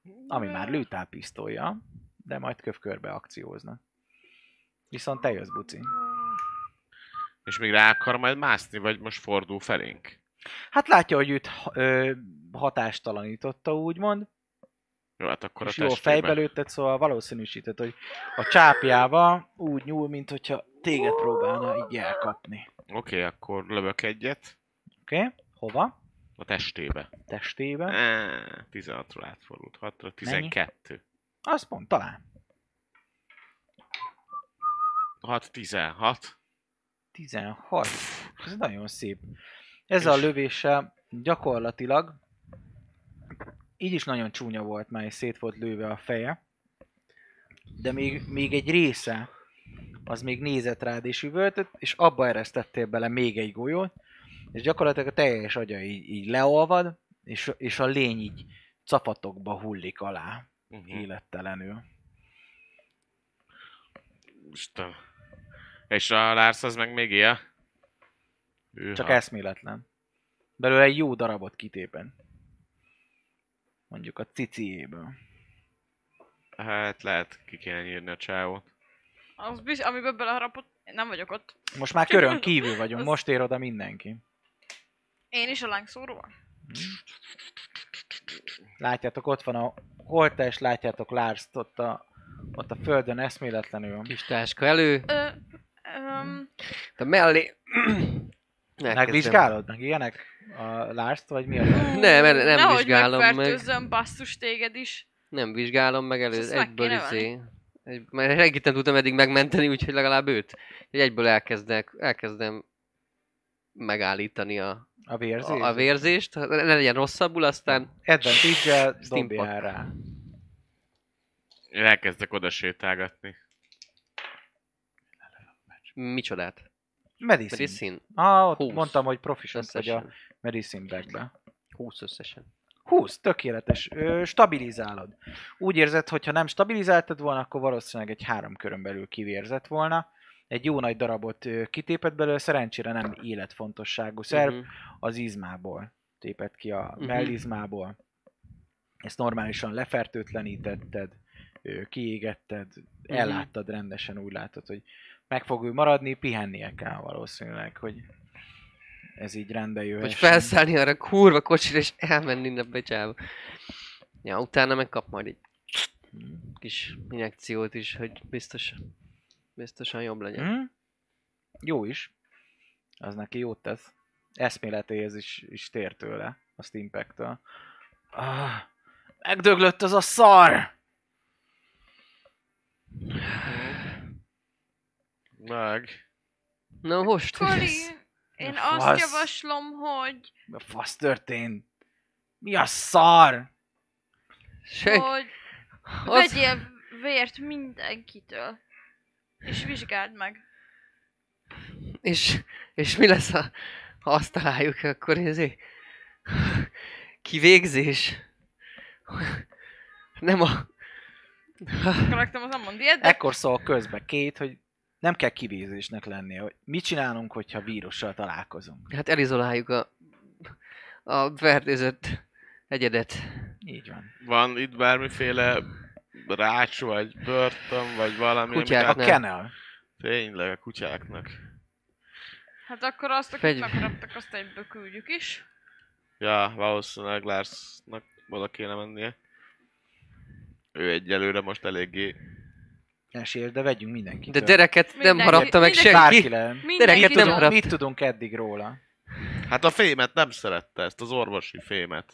Speaker 5: Uh-huh.
Speaker 2: ami már lőtálpisztolya, de majd kövkörbe akcióznak. Viszont te jössz, Buci.
Speaker 3: És még rá akar majd mászni, vagy most fordul felénk?
Speaker 2: Hát látja, hogy őt ö, hatástalanította, úgymond,
Speaker 3: Jó, hát akkor
Speaker 2: és
Speaker 3: a
Speaker 2: jól
Speaker 3: testébe.
Speaker 2: fejbe lőtted, szóval valószínűsített, hogy a csápjával úgy nyúl, mint hogyha téged próbálna így elkapni.
Speaker 3: Oké, okay, akkor lövök egyet
Speaker 2: Oké? Okay? Hova?
Speaker 3: a testébe.
Speaker 2: Testébe.
Speaker 3: Á, 16-ról átfordult, 6-ra, 12.
Speaker 2: Azt pont talán.
Speaker 3: 6, 16.
Speaker 2: 16. Ez nagyon szép. Ez a lövéssel gyakorlatilag így is nagyon csúnya volt, már és szét volt lőve a feje. De még, még egy része az még nézett rád és üvöltött, és abba eresztettél bele még egy golyót, és gyakorlatilag a teljes agya így, így leolvad, és, és a lény így capatokba hullik alá,
Speaker 3: Uh-huh.
Speaker 2: élettelenül.
Speaker 3: Isten. És a Lars az meg még él? Hűha.
Speaker 2: Csak eszméletlen. Belőle egy jó darabot kitépen. Mondjuk a ciciéből.
Speaker 3: Hát lehet ki kéne nyírni a csávót.
Speaker 4: Az biz, amiből beleharapott, én nem vagyok ott.
Speaker 2: Most már körön kívül vagyunk,
Speaker 4: Az-
Speaker 2: most ér oda mindenki.
Speaker 4: Én is a lángszóróval.
Speaker 2: Látjátok, ott van a holtest, látjátok Lárst ott a, ott a földön eszméletlenül.
Speaker 5: Kis táska elő,
Speaker 4: Ö, öm,
Speaker 5: a mellé...
Speaker 2: Megvizsgálod meg ilyenek a Lárst, vagy mi a
Speaker 5: Nem, el- nem
Speaker 4: nehogy
Speaker 5: vizsgálom meg.
Speaker 4: megfertőzzön, basszus téged is.
Speaker 5: Nem vizsgálom meg
Speaker 4: Ezt
Speaker 5: elő,
Speaker 4: meg
Speaker 5: egyből
Speaker 4: kéne
Speaker 5: izé. Egy, mert reggit nem tudtam eddig megmenteni, úgyhogy legalább őt. Úgyhogy egyből elkezdek, elkezdem megállítani a,
Speaker 2: a
Speaker 5: a,
Speaker 2: vérzés?
Speaker 5: a vérzést. Ne legyen rosszabbul, aztán
Speaker 2: Advantage-el dobjál
Speaker 5: Steampunk.
Speaker 2: rá.
Speaker 3: Én elkezdek oda sétálgatni.
Speaker 5: micsodát.
Speaker 2: Medicine.
Speaker 5: Medicine.
Speaker 2: Ah, ott
Speaker 5: Húsz.
Speaker 2: mondtam, hogy proficient vagy a
Speaker 5: Összesen.
Speaker 2: medicine bagbe.
Speaker 5: 20 összesen.
Speaker 2: 20, tökéletes. Ö, stabilizálod. Úgy érzed, hogy ha nem stabilizáltad volna, akkor valószínűleg egy három körön belül kivérzett volna. Egy jó nagy darabot ö, kitépett belőle, szerencsére nem életfontosságú szerv,
Speaker 5: Mhm.
Speaker 2: az izmából tépett ki a
Speaker 5: Mhm.
Speaker 2: mellizmából. Ezt normálisan lefertőtlenítetted, ö, kiégetted,
Speaker 5: Mhm.
Speaker 2: elláttad rendesen, úgy látod, hogy meg fog ő maradni, pihennie kell valószínűleg, hogy ez így rendbe
Speaker 5: Vagy
Speaker 2: jöhessen.
Speaker 5: felszállni arra a kurva kocsira és elmenni innen becsába. Ja, utána meg kap majd egy kis injekciót is, hogy biztos, biztosan jobb legyen.
Speaker 2: Mm? Jó is. Az neki jót tesz. Eszméletéhez is, is tér tőle, a Steampack-től. Ah, megdöglött az a szar!
Speaker 3: Meg.
Speaker 5: Na most, hogy
Speaker 4: Kori,
Speaker 5: lesz?
Speaker 4: én
Speaker 2: Na,
Speaker 4: azt
Speaker 2: fasz.
Speaker 4: javaslom, hogy,
Speaker 2: A fasz történt? Mi a szar?
Speaker 5: Senki-
Speaker 4: hogy
Speaker 5: az-
Speaker 4: vegyél vért mindenkitől. És vizsgáld meg.
Speaker 5: És, és mi lesz, ha, ha azt találjuk, akkor ezé... Kivégzés. Nem a...
Speaker 4: Karaktem az nem mond ilyet, de
Speaker 2: Ekkor szól közbe két, hogy nem kell kivézésnek lennie, hogy mit csinálunk, hogyha vírussal találkozunk.
Speaker 5: Hát elizoláljuk a, a fertőzött egyedet.
Speaker 2: Így van.
Speaker 3: Van itt bármiféle rács, vagy börtön, vagy valami? ami-
Speaker 5: Kutyák.
Speaker 2: A
Speaker 5: Hát nem.
Speaker 2: kenel.
Speaker 3: Tényleg, a kutyáknak.
Speaker 4: hát akkor azt, akit
Speaker 5: Fegy-
Speaker 4: megharaptak, azt egyből küldjük is.
Speaker 3: Ja, valószínűleg Larsnak oda kéne mennie. Ő egyelőre most eléggé...
Speaker 2: Esélyes, de vegyünk mindenkit.
Speaker 5: De dereket nem
Speaker 4: Mindenki-
Speaker 5: harapta meg
Speaker 4: mindenki-
Speaker 2: Bárki
Speaker 5: senki.
Speaker 2: legyen.
Speaker 4: Mindenki
Speaker 5: Dereket
Speaker 2: Mit
Speaker 5: nem
Speaker 4: tud-
Speaker 2: tudunk,
Speaker 5: harapta.
Speaker 2: mit tudunk eddig róla?
Speaker 3: Hát a fémet nem szerette, ezt az orvosi fémet.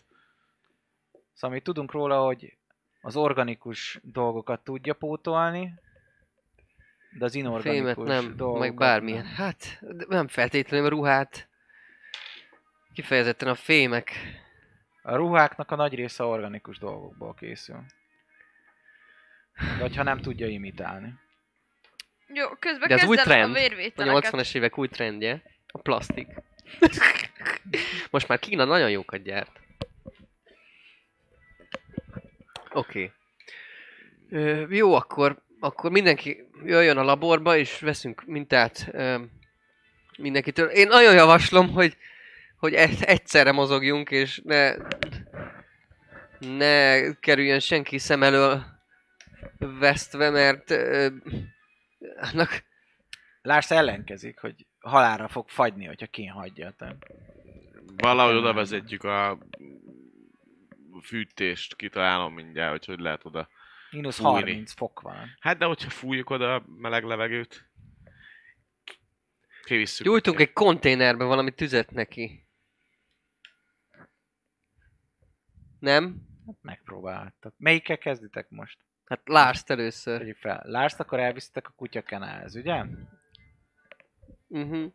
Speaker 2: Szóval mi tudunk róla, hogy az organikus dolgokat tudja pótolni, de az inorganikus
Speaker 5: Fémet nem,
Speaker 2: dolgokat
Speaker 5: meg bármilyen.
Speaker 2: nem.
Speaker 5: Hát de nem feltétlenül a ruhát. Kifejezetten a fémek.
Speaker 2: A ruháknak a nagy része organikus dolgokból készül. Vagy ha nem tudja imitálni.
Speaker 4: Jó, közben
Speaker 5: De az új
Speaker 4: kezded a
Speaker 5: trend. A
Speaker 4: vérvételeket.
Speaker 5: 80-as évek új trendje. A plastik. Most már Kína nagyon jókat gyárt. Oké. Okay. Jó, akkor, akkor mindenki jöjjön a laborba, és veszünk mintát ö, mindenkitől. Én nagyon javaslom, hogy, hogy e- egyszerre mozogjunk, és ne ne kerüljön senki szem elől vesztve, mert ö, annak
Speaker 2: Lars ellenkezik, hogy halára fog fagyni, hogyha kén hagyja. Tehát
Speaker 3: Valahogy oda vezetjük a fűtést, kitalálom mindjárt, hogy hogy lehet oda.
Speaker 2: mínusz
Speaker 3: Fújni.
Speaker 2: 30 fok van.
Speaker 3: Hát de hogyha fújjuk oda a meleg levegőt, kivisszük.
Speaker 5: gyújtunk egy konténerbe valami tüzet neki. Nem?
Speaker 2: Hát megpróbálhattak. Melyikkel kezditek most?
Speaker 5: Hát Lars először.
Speaker 2: Tegyük fel. Lars, akkor elviszitek a kutyakanálhoz, ugye?
Speaker 5: Uh-huh.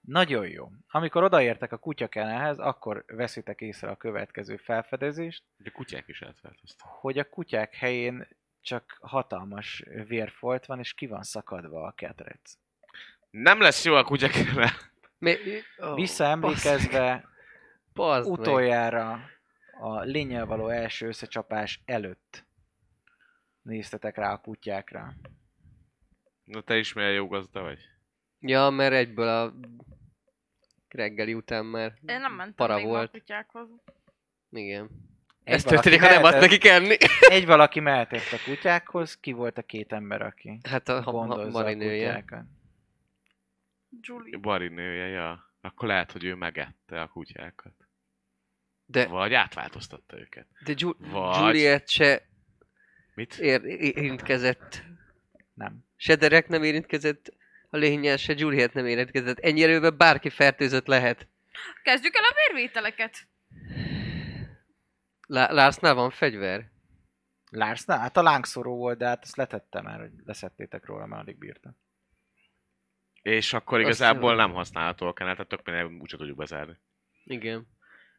Speaker 2: Nagyon jó. Amikor odaértek a kutyakenelhez, akkor veszitek észre a következő felfedezést,
Speaker 3: A kutyák is átváltoztak.
Speaker 2: hogy a kutyák helyén csak hatalmas vérfolt van, és ki van szakadva a ketrec.
Speaker 3: Nem lesz jó a kutyák
Speaker 5: Mi, oh,
Speaker 2: Visszaemlékezve
Speaker 5: Bazd meg.
Speaker 2: utoljára a lényel való első összecsapás előtt néztetek rá a kutyákra.
Speaker 3: Na te is milyen jó gazda vagy.
Speaker 5: Ja, mert egyből a reggeli után már
Speaker 4: Én nem mentem
Speaker 5: para
Speaker 4: még ma
Speaker 5: volt.
Speaker 4: a kutyákhoz.
Speaker 5: Igen.
Speaker 2: Egy
Speaker 5: Ez
Speaker 2: valaki
Speaker 5: történik, ha nem azt
Speaker 2: mehetett-
Speaker 5: neki kenni.
Speaker 2: Egy valaki mehetett a kutyákhoz, ki volt a két ember, aki
Speaker 5: Hát a, a, a
Speaker 2: gondozza a
Speaker 5: marinője.
Speaker 2: kutyákat.
Speaker 4: Julie.
Speaker 3: Bari nője, ja. Akkor lehet, hogy ő megette a kutyákat.
Speaker 5: De,
Speaker 3: Vagy átváltoztatta őket.
Speaker 5: de Ju-
Speaker 3: Vagy-
Speaker 5: Juliet se
Speaker 3: Mit?
Speaker 5: ér- érintkezett.
Speaker 2: Nem.
Speaker 5: Se Derek nem érintkezett a lényel, se Juliet nem érintkezett. Ennyi erőben bárki fertőzött lehet.
Speaker 4: Kezdjük el a vérvételeket.
Speaker 5: Lá- Larsnál van fegyver?
Speaker 2: Lars, na, hát a lángszoró volt, de hát ezt letette már, hogy leszettétek róla, mert addig bírta.
Speaker 3: És akkor
Speaker 5: Azt
Speaker 3: igazából
Speaker 5: hiszem.
Speaker 3: nem használható a kanál, tehát tök mindegy, úgyse tudjuk bezárni.
Speaker 5: Igen.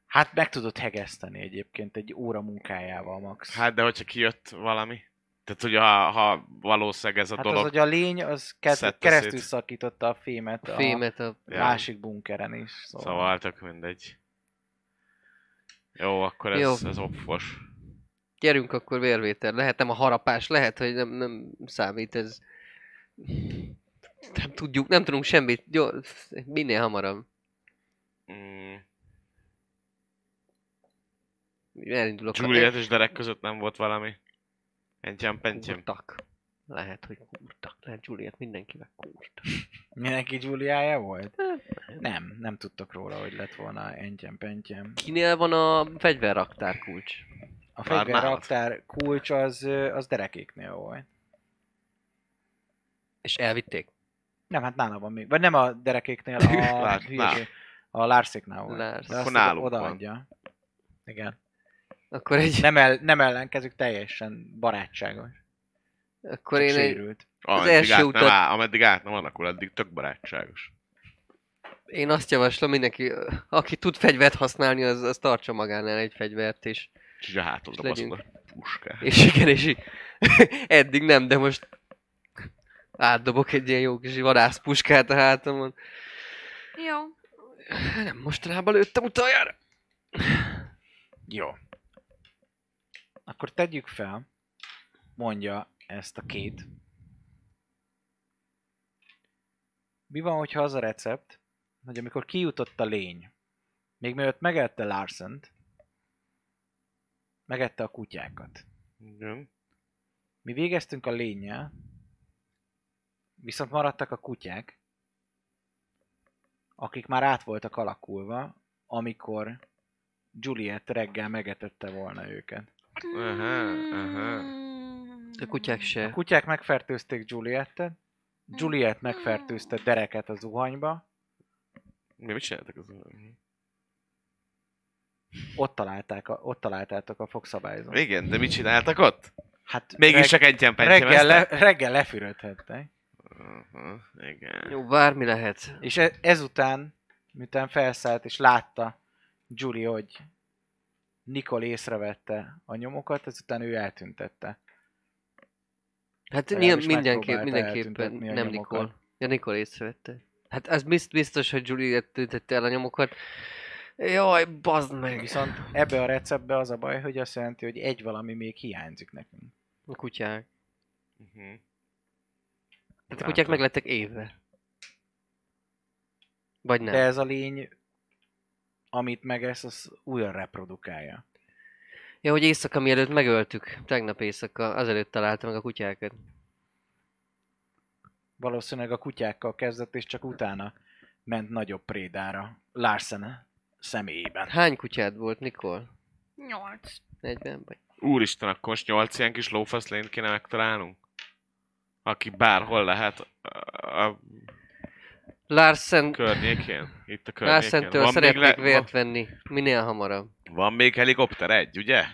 Speaker 2: Hát meg tudod hegeszteni egyébként egy óra munkájával, Max.
Speaker 3: Hát de hogyha kijött valami? Tehát ugye ha, ha valószínűleg ez a
Speaker 2: hát az,
Speaker 3: dolog...
Speaker 2: hogy a lény, az kezd,
Speaker 3: Szedte
Speaker 2: keresztül
Speaker 3: szét.
Speaker 2: szakította a fémet
Speaker 5: A
Speaker 2: a,
Speaker 5: fémet a...
Speaker 3: Ja.
Speaker 2: másik bunkeren is. Szóval,
Speaker 3: Szóval tök mindegy. Jó, akkor
Speaker 5: Jó.
Speaker 3: ez, ez opfos.
Speaker 5: Gyerünk akkor vérvétel. Lehet nem a harapás, lehet, hogy nem, nem számít ez. Nem tudjuk, nem tudunk semmit. Jó, minél hamarabb.
Speaker 3: Mm,
Speaker 5: Elindulok.
Speaker 3: Juliet és Derek között nem volt valami? Entjem pentjem.
Speaker 5: Kurtak. Lehet, hogy kurtak. Lehet Juliet mindenkivel kurtak.
Speaker 2: Mindenki Giuliája volt? Nem, nem tudtak róla, hogy lett volna entyem pentjem.
Speaker 5: Kinél van a fegyverraktár kulcs?
Speaker 2: A
Speaker 3: Már
Speaker 2: fegyverraktár kulcs az, ö, az derekéknél volt.
Speaker 5: És elvitték.
Speaker 2: Nem, hát nála van még. Vagy nem a derekéknél, a,
Speaker 3: Lars-
Speaker 2: hülyeség- a Larsiknál volt.
Speaker 5: Lars.
Speaker 2: De azt
Speaker 3: Akkor náluk van.
Speaker 2: odaadja. Igen.
Speaker 5: Akkor egy...
Speaker 2: nem, el, nem ellenkezünk, teljesen barátságos.
Speaker 5: Akkor
Speaker 2: Csak
Speaker 5: én egy...
Speaker 2: sérült.
Speaker 3: Ameddig,
Speaker 5: hát első
Speaker 3: át,
Speaker 5: utat-
Speaker 3: nem áll, ameddig át nem alakul, addig tök barátságos.
Speaker 5: Én azt javaslom mindenki, ö, aki tud fegyvert használni, az, az tartsa magánál egy fegyvert, és,
Speaker 3: És így a hátodra
Speaker 5: És
Speaker 3: baszod a puskát.
Speaker 5: és igen, és így, eddig nem, de most átdobok egy ilyen jó kis vadászpuskát a hátamon.
Speaker 4: Jó.
Speaker 5: Nem, mostanában lőttem utoljára.
Speaker 2: Jó. Akkor tegyük fel, mondja ezt a két. Mi van, hogyha az a recept, hogy amikor kijutott a lény, még mielőtt megette Larsent, megette a kutyákat.
Speaker 3: Igen.
Speaker 2: Mi végeztünk a lényel, viszont maradtak a kutyák, akik már át voltak alakulva, amikor Juliet reggel megetette volna őket.
Speaker 3: Aha, aha.
Speaker 4: Mm.
Speaker 5: A kutyák
Speaker 2: A
Speaker 5: se.
Speaker 2: kutyák megfertőzték Juliettet, Juliet megfertőzte dereket a zuhanyba,
Speaker 3: Mi mit csináltak az?
Speaker 2: ott, találták a, ott találtátok a fogszabályzót.
Speaker 3: Igen, de mit csináltak ott?
Speaker 2: Hát
Speaker 3: Mégis
Speaker 2: reg-
Speaker 3: csak entjem pentjem.
Speaker 2: reggel, le, reggel lefürödhettek.
Speaker 3: Aha, igen.
Speaker 5: Jó, bármi lehet.
Speaker 2: És e- ezután, miután felszállt és látta Julie, hogy Nikol észrevette a nyomokat, ezután ő eltüntette.
Speaker 5: Hát
Speaker 2: Legalábbis
Speaker 5: nyilván mindenképp,
Speaker 2: megpróbálta
Speaker 5: mindenképpen
Speaker 2: eltüntetni a
Speaker 5: nem
Speaker 2: nyomokat.
Speaker 5: Nikol. Ja, Nikol észrevette. Hát ez bizt- biztos, hogy Juliet tüntette el a nyomokat. Jaj, bazd meg.
Speaker 2: Viszont ebbe a receptbe az a baj, hogy azt jelenti, hogy egy valami még hiányzik nekünk.
Speaker 5: A kutyák.
Speaker 3: Uh-huh.
Speaker 5: Tehát Hát a kutyák meg lettek éve. Vagy nem.
Speaker 2: De ez a lény, amit megesz, az újra reprodukálja.
Speaker 5: Ja, hogy éjszaka mielőtt megöltük. Tegnap éjszaka, azelőtt találta meg a kutyákat.
Speaker 2: Valószínűleg a kutyákkal kezdett, és csak utána ment nagyobb prédára. Larsen személyében.
Speaker 5: Hány kutyád volt, Nikol?
Speaker 4: Nyolc.
Speaker 5: 40 vagy?
Speaker 3: Úristen, akkor most nyolc ilyen kis lófaszlényt kéne megtalálnunk? Aki bárhol lehet a, a
Speaker 5: Larsen,
Speaker 3: környékén? Itt a környékén.
Speaker 5: Larsentől
Speaker 3: még,
Speaker 5: szeretnék vért venni, minél hamarabb.
Speaker 3: van, van még helikopter egy, ugye?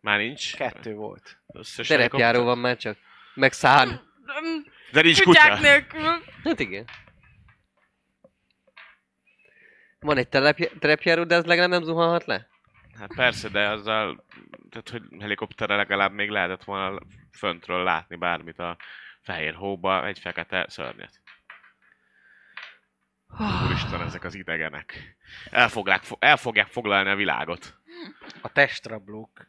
Speaker 3: Már nincs?
Speaker 2: Kettő volt.
Speaker 3: Összes
Speaker 5: Terepjáró
Speaker 3: helikopter?
Speaker 5: van már csak. Meg szán.
Speaker 4: Öm,
Speaker 3: De nincs
Speaker 4: Kutyák
Speaker 3: kutya.
Speaker 4: nélkül.
Speaker 5: Hát igen. Van egy telepj- terepjáró, de az legalább nem zuhanhat le.
Speaker 3: Hát persze, de azzal, tehát hogy helikopterre legalább még lehetett volna föntről látni bármit a fehér hóba, egy fekete szörnyet. Úristen, ezek az idegenek. El fogják, el fogják foglalni a világot.
Speaker 2: A testrablók.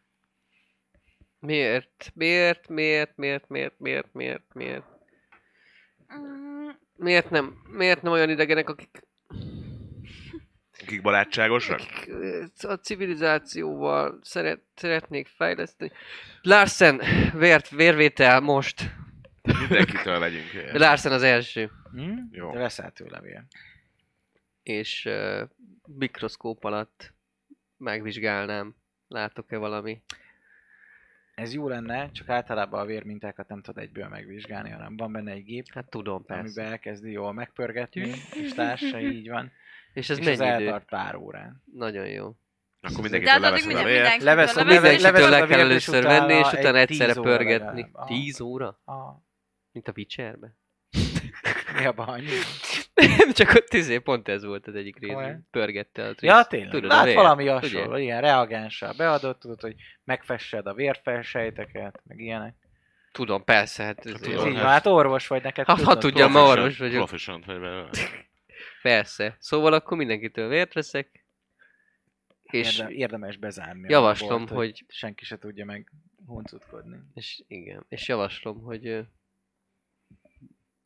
Speaker 5: Miért? Miért? Miért? Miért? Miért? Miért? Miért? Miért?
Speaker 4: Mm,
Speaker 5: Miért nem? Miért nem olyan idegenek, akik,
Speaker 3: Kik barátságosak?
Speaker 5: akik ö, a civilizációval szeret, szeretnék fejleszteni? Larsen, vért, vérvétel most.
Speaker 3: Mindenkitől legyünk. ilyen.
Speaker 5: Larsen az első.
Speaker 2: Hm?
Speaker 3: Jó.
Speaker 2: De leszel tőlem ilyen.
Speaker 5: És uh, mikroszkóp alatt megvizsgálnám, látok-e valami.
Speaker 2: Ez jó lenne, csak általában a vérmintákat nem tudod egyből megvizsgálni, hanem van benne egy gép,
Speaker 5: Hát tudom, persze.
Speaker 2: amiben elkezdi jól megpörgetni, és társa így van.
Speaker 5: És ez
Speaker 2: és ez
Speaker 5: mennyi idő?
Speaker 2: eltart pár órán.
Speaker 5: Nagyon jó.
Speaker 3: Akkor
Speaker 4: De
Speaker 3: mindenkitől
Speaker 4: hát addig
Speaker 3: leveszed a
Speaker 4: minden,
Speaker 3: vért.
Speaker 2: Leveszem,
Speaker 4: mindenkitől
Speaker 2: leveszem.
Speaker 4: leveszem.
Speaker 5: Mindenkitől
Speaker 2: leveled
Speaker 5: le
Speaker 2: a
Speaker 5: kell
Speaker 2: vértés
Speaker 5: először
Speaker 2: utána
Speaker 5: venni, és
Speaker 2: egy
Speaker 5: utána
Speaker 2: tíz
Speaker 5: egyszerre
Speaker 2: óra
Speaker 5: pörgetni.
Speaker 2: legalább. Aha.
Speaker 5: 10 óra?
Speaker 2: A,
Speaker 5: Mint a Witcherbe.
Speaker 2: mi a baj?
Speaker 5: Csak ott izé, pont ez volt az egyik rész.
Speaker 2: Olyan.
Speaker 5: Pörgette a
Speaker 2: Ja, tényleg.
Speaker 5: Tudod,
Speaker 2: Tudod,
Speaker 5: a
Speaker 2: Lát
Speaker 5: vér,
Speaker 2: valami
Speaker 5: ugye?
Speaker 2: hasonló, ilyen reagánssal beadott, tudod, hogy megfessed a vérfelsejteket, meg ilyenek.
Speaker 5: Tudom, persze, hát ez
Speaker 3: Tudom,
Speaker 2: Ez
Speaker 5: jó.
Speaker 2: így van,
Speaker 3: hát-
Speaker 2: hát orvos vagy neked.
Speaker 5: Ha- ha
Speaker 2: tudnod
Speaker 5: tudja,
Speaker 2: kell.
Speaker 5: ma orvos vagyok.
Speaker 3: Profisant vagy belőle.
Speaker 5: Persze. Szóval akkor mindenkitől vért veszek. És
Speaker 2: Érdem- érdemes bezárni. a
Speaker 5: javaslom,
Speaker 2: bolt,
Speaker 5: hogy-
Speaker 2: Senki se tudja meg huncutkodni.
Speaker 5: és igen, és javaslom, hogy... ö,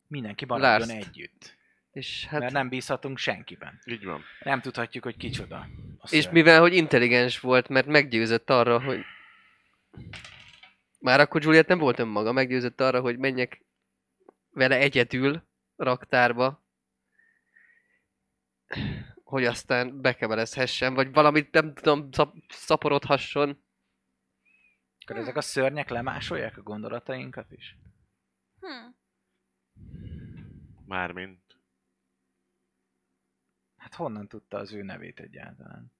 Speaker 2: Mindenki maradjon
Speaker 5: Lásd.
Speaker 2: együtt.
Speaker 5: És
Speaker 2: Hát... Mert
Speaker 5: hát...
Speaker 2: nem bízhatunk senkiben.
Speaker 3: Így van.
Speaker 2: Nem tudhatjuk, hogy kicsoda. A
Speaker 5: És
Speaker 2: szörny.
Speaker 5: mivel, hogy intelligens volt, mert meggyőzött arra, hogy... Már akkor Juliet nem volt önmaga, meggyőzött arra, hogy menjek vele egyedül raktárba, hogy aztán bekebelezhessen, vagy valamit nem tudom, szap- szaporodhasson.
Speaker 2: Akkor ezek a szörnyek lemásolják a gondolatainkat is?
Speaker 4: Hm.
Speaker 3: Mármint.
Speaker 2: Hát honnan tudta az ő nevét egyáltalán?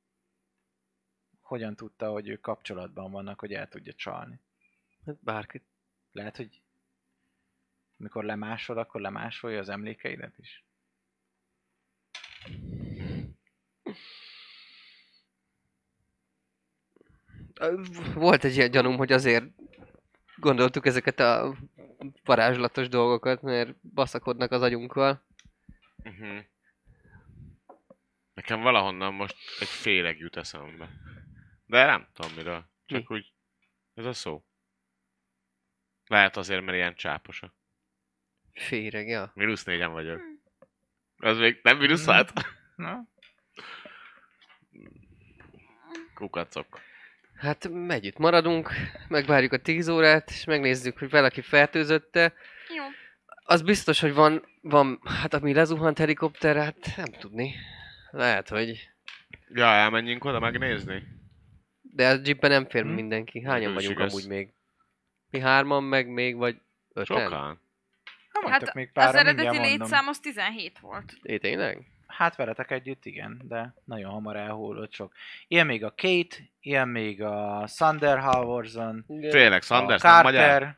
Speaker 2: Hogyan tudta, hogy ők kapcsolatban vannak, hogy el tudja csalni?
Speaker 5: Hát bárki.
Speaker 2: Lehet, hogy mikor lemásol, akkor lemásolja az emlékeidet is.
Speaker 5: Volt egy ilyen gyanúm, hogy azért gondoltuk ezeket a varázslatos dolgokat, mert baszakodnak az agyunkkal.
Speaker 3: Uh-huh. Nekem valahonnan most egy féleg jut eszembe. De nem tudom miről. Csak úgy... Ez a szó. Lehet azért, mert ilyen csáposa.
Speaker 5: Féreg, ja.
Speaker 3: Minusz négyen vagyok. Az még nem minusz hát?
Speaker 2: Na?
Speaker 3: Kukacok.
Speaker 5: Hát együtt maradunk, megvárjuk a 10 órát, és megnézzük, hogy valaki fertőzötte.
Speaker 4: Jó.
Speaker 3: Hát
Speaker 5: Az biztos, hogy van, van, hát ami lezuhant helikopter, hát nem tudni. Lehet, hogy...
Speaker 3: Ja, elmenjünk oda megnézni?
Speaker 5: De a jeepben nem fér
Speaker 2: Hm?
Speaker 5: mindenki. Hányan
Speaker 3: Mhm. Ez is
Speaker 5: vagyunk
Speaker 3: igaz.
Speaker 5: amúgy még? Mi hárman, meg még vagy öten?
Speaker 3: Sokan.
Speaker 2: Ha mondtok
Speaker 4: Hát
Speaker 2: még pár,
Speaker 4: Az eredeti létszám az 17 volt.
Speaker 5: É, tényleg?
Speaker 2: Hát veletek együtt, igen, de nagyon hamar elhullott sok. Ilyen még a Kate, ilyen még a Sander Halvorson,
Speaker 3: Tényleg,
Speaker 2: a
Speaker 3: Sanders nem magyar?
Speaker 2: Carter,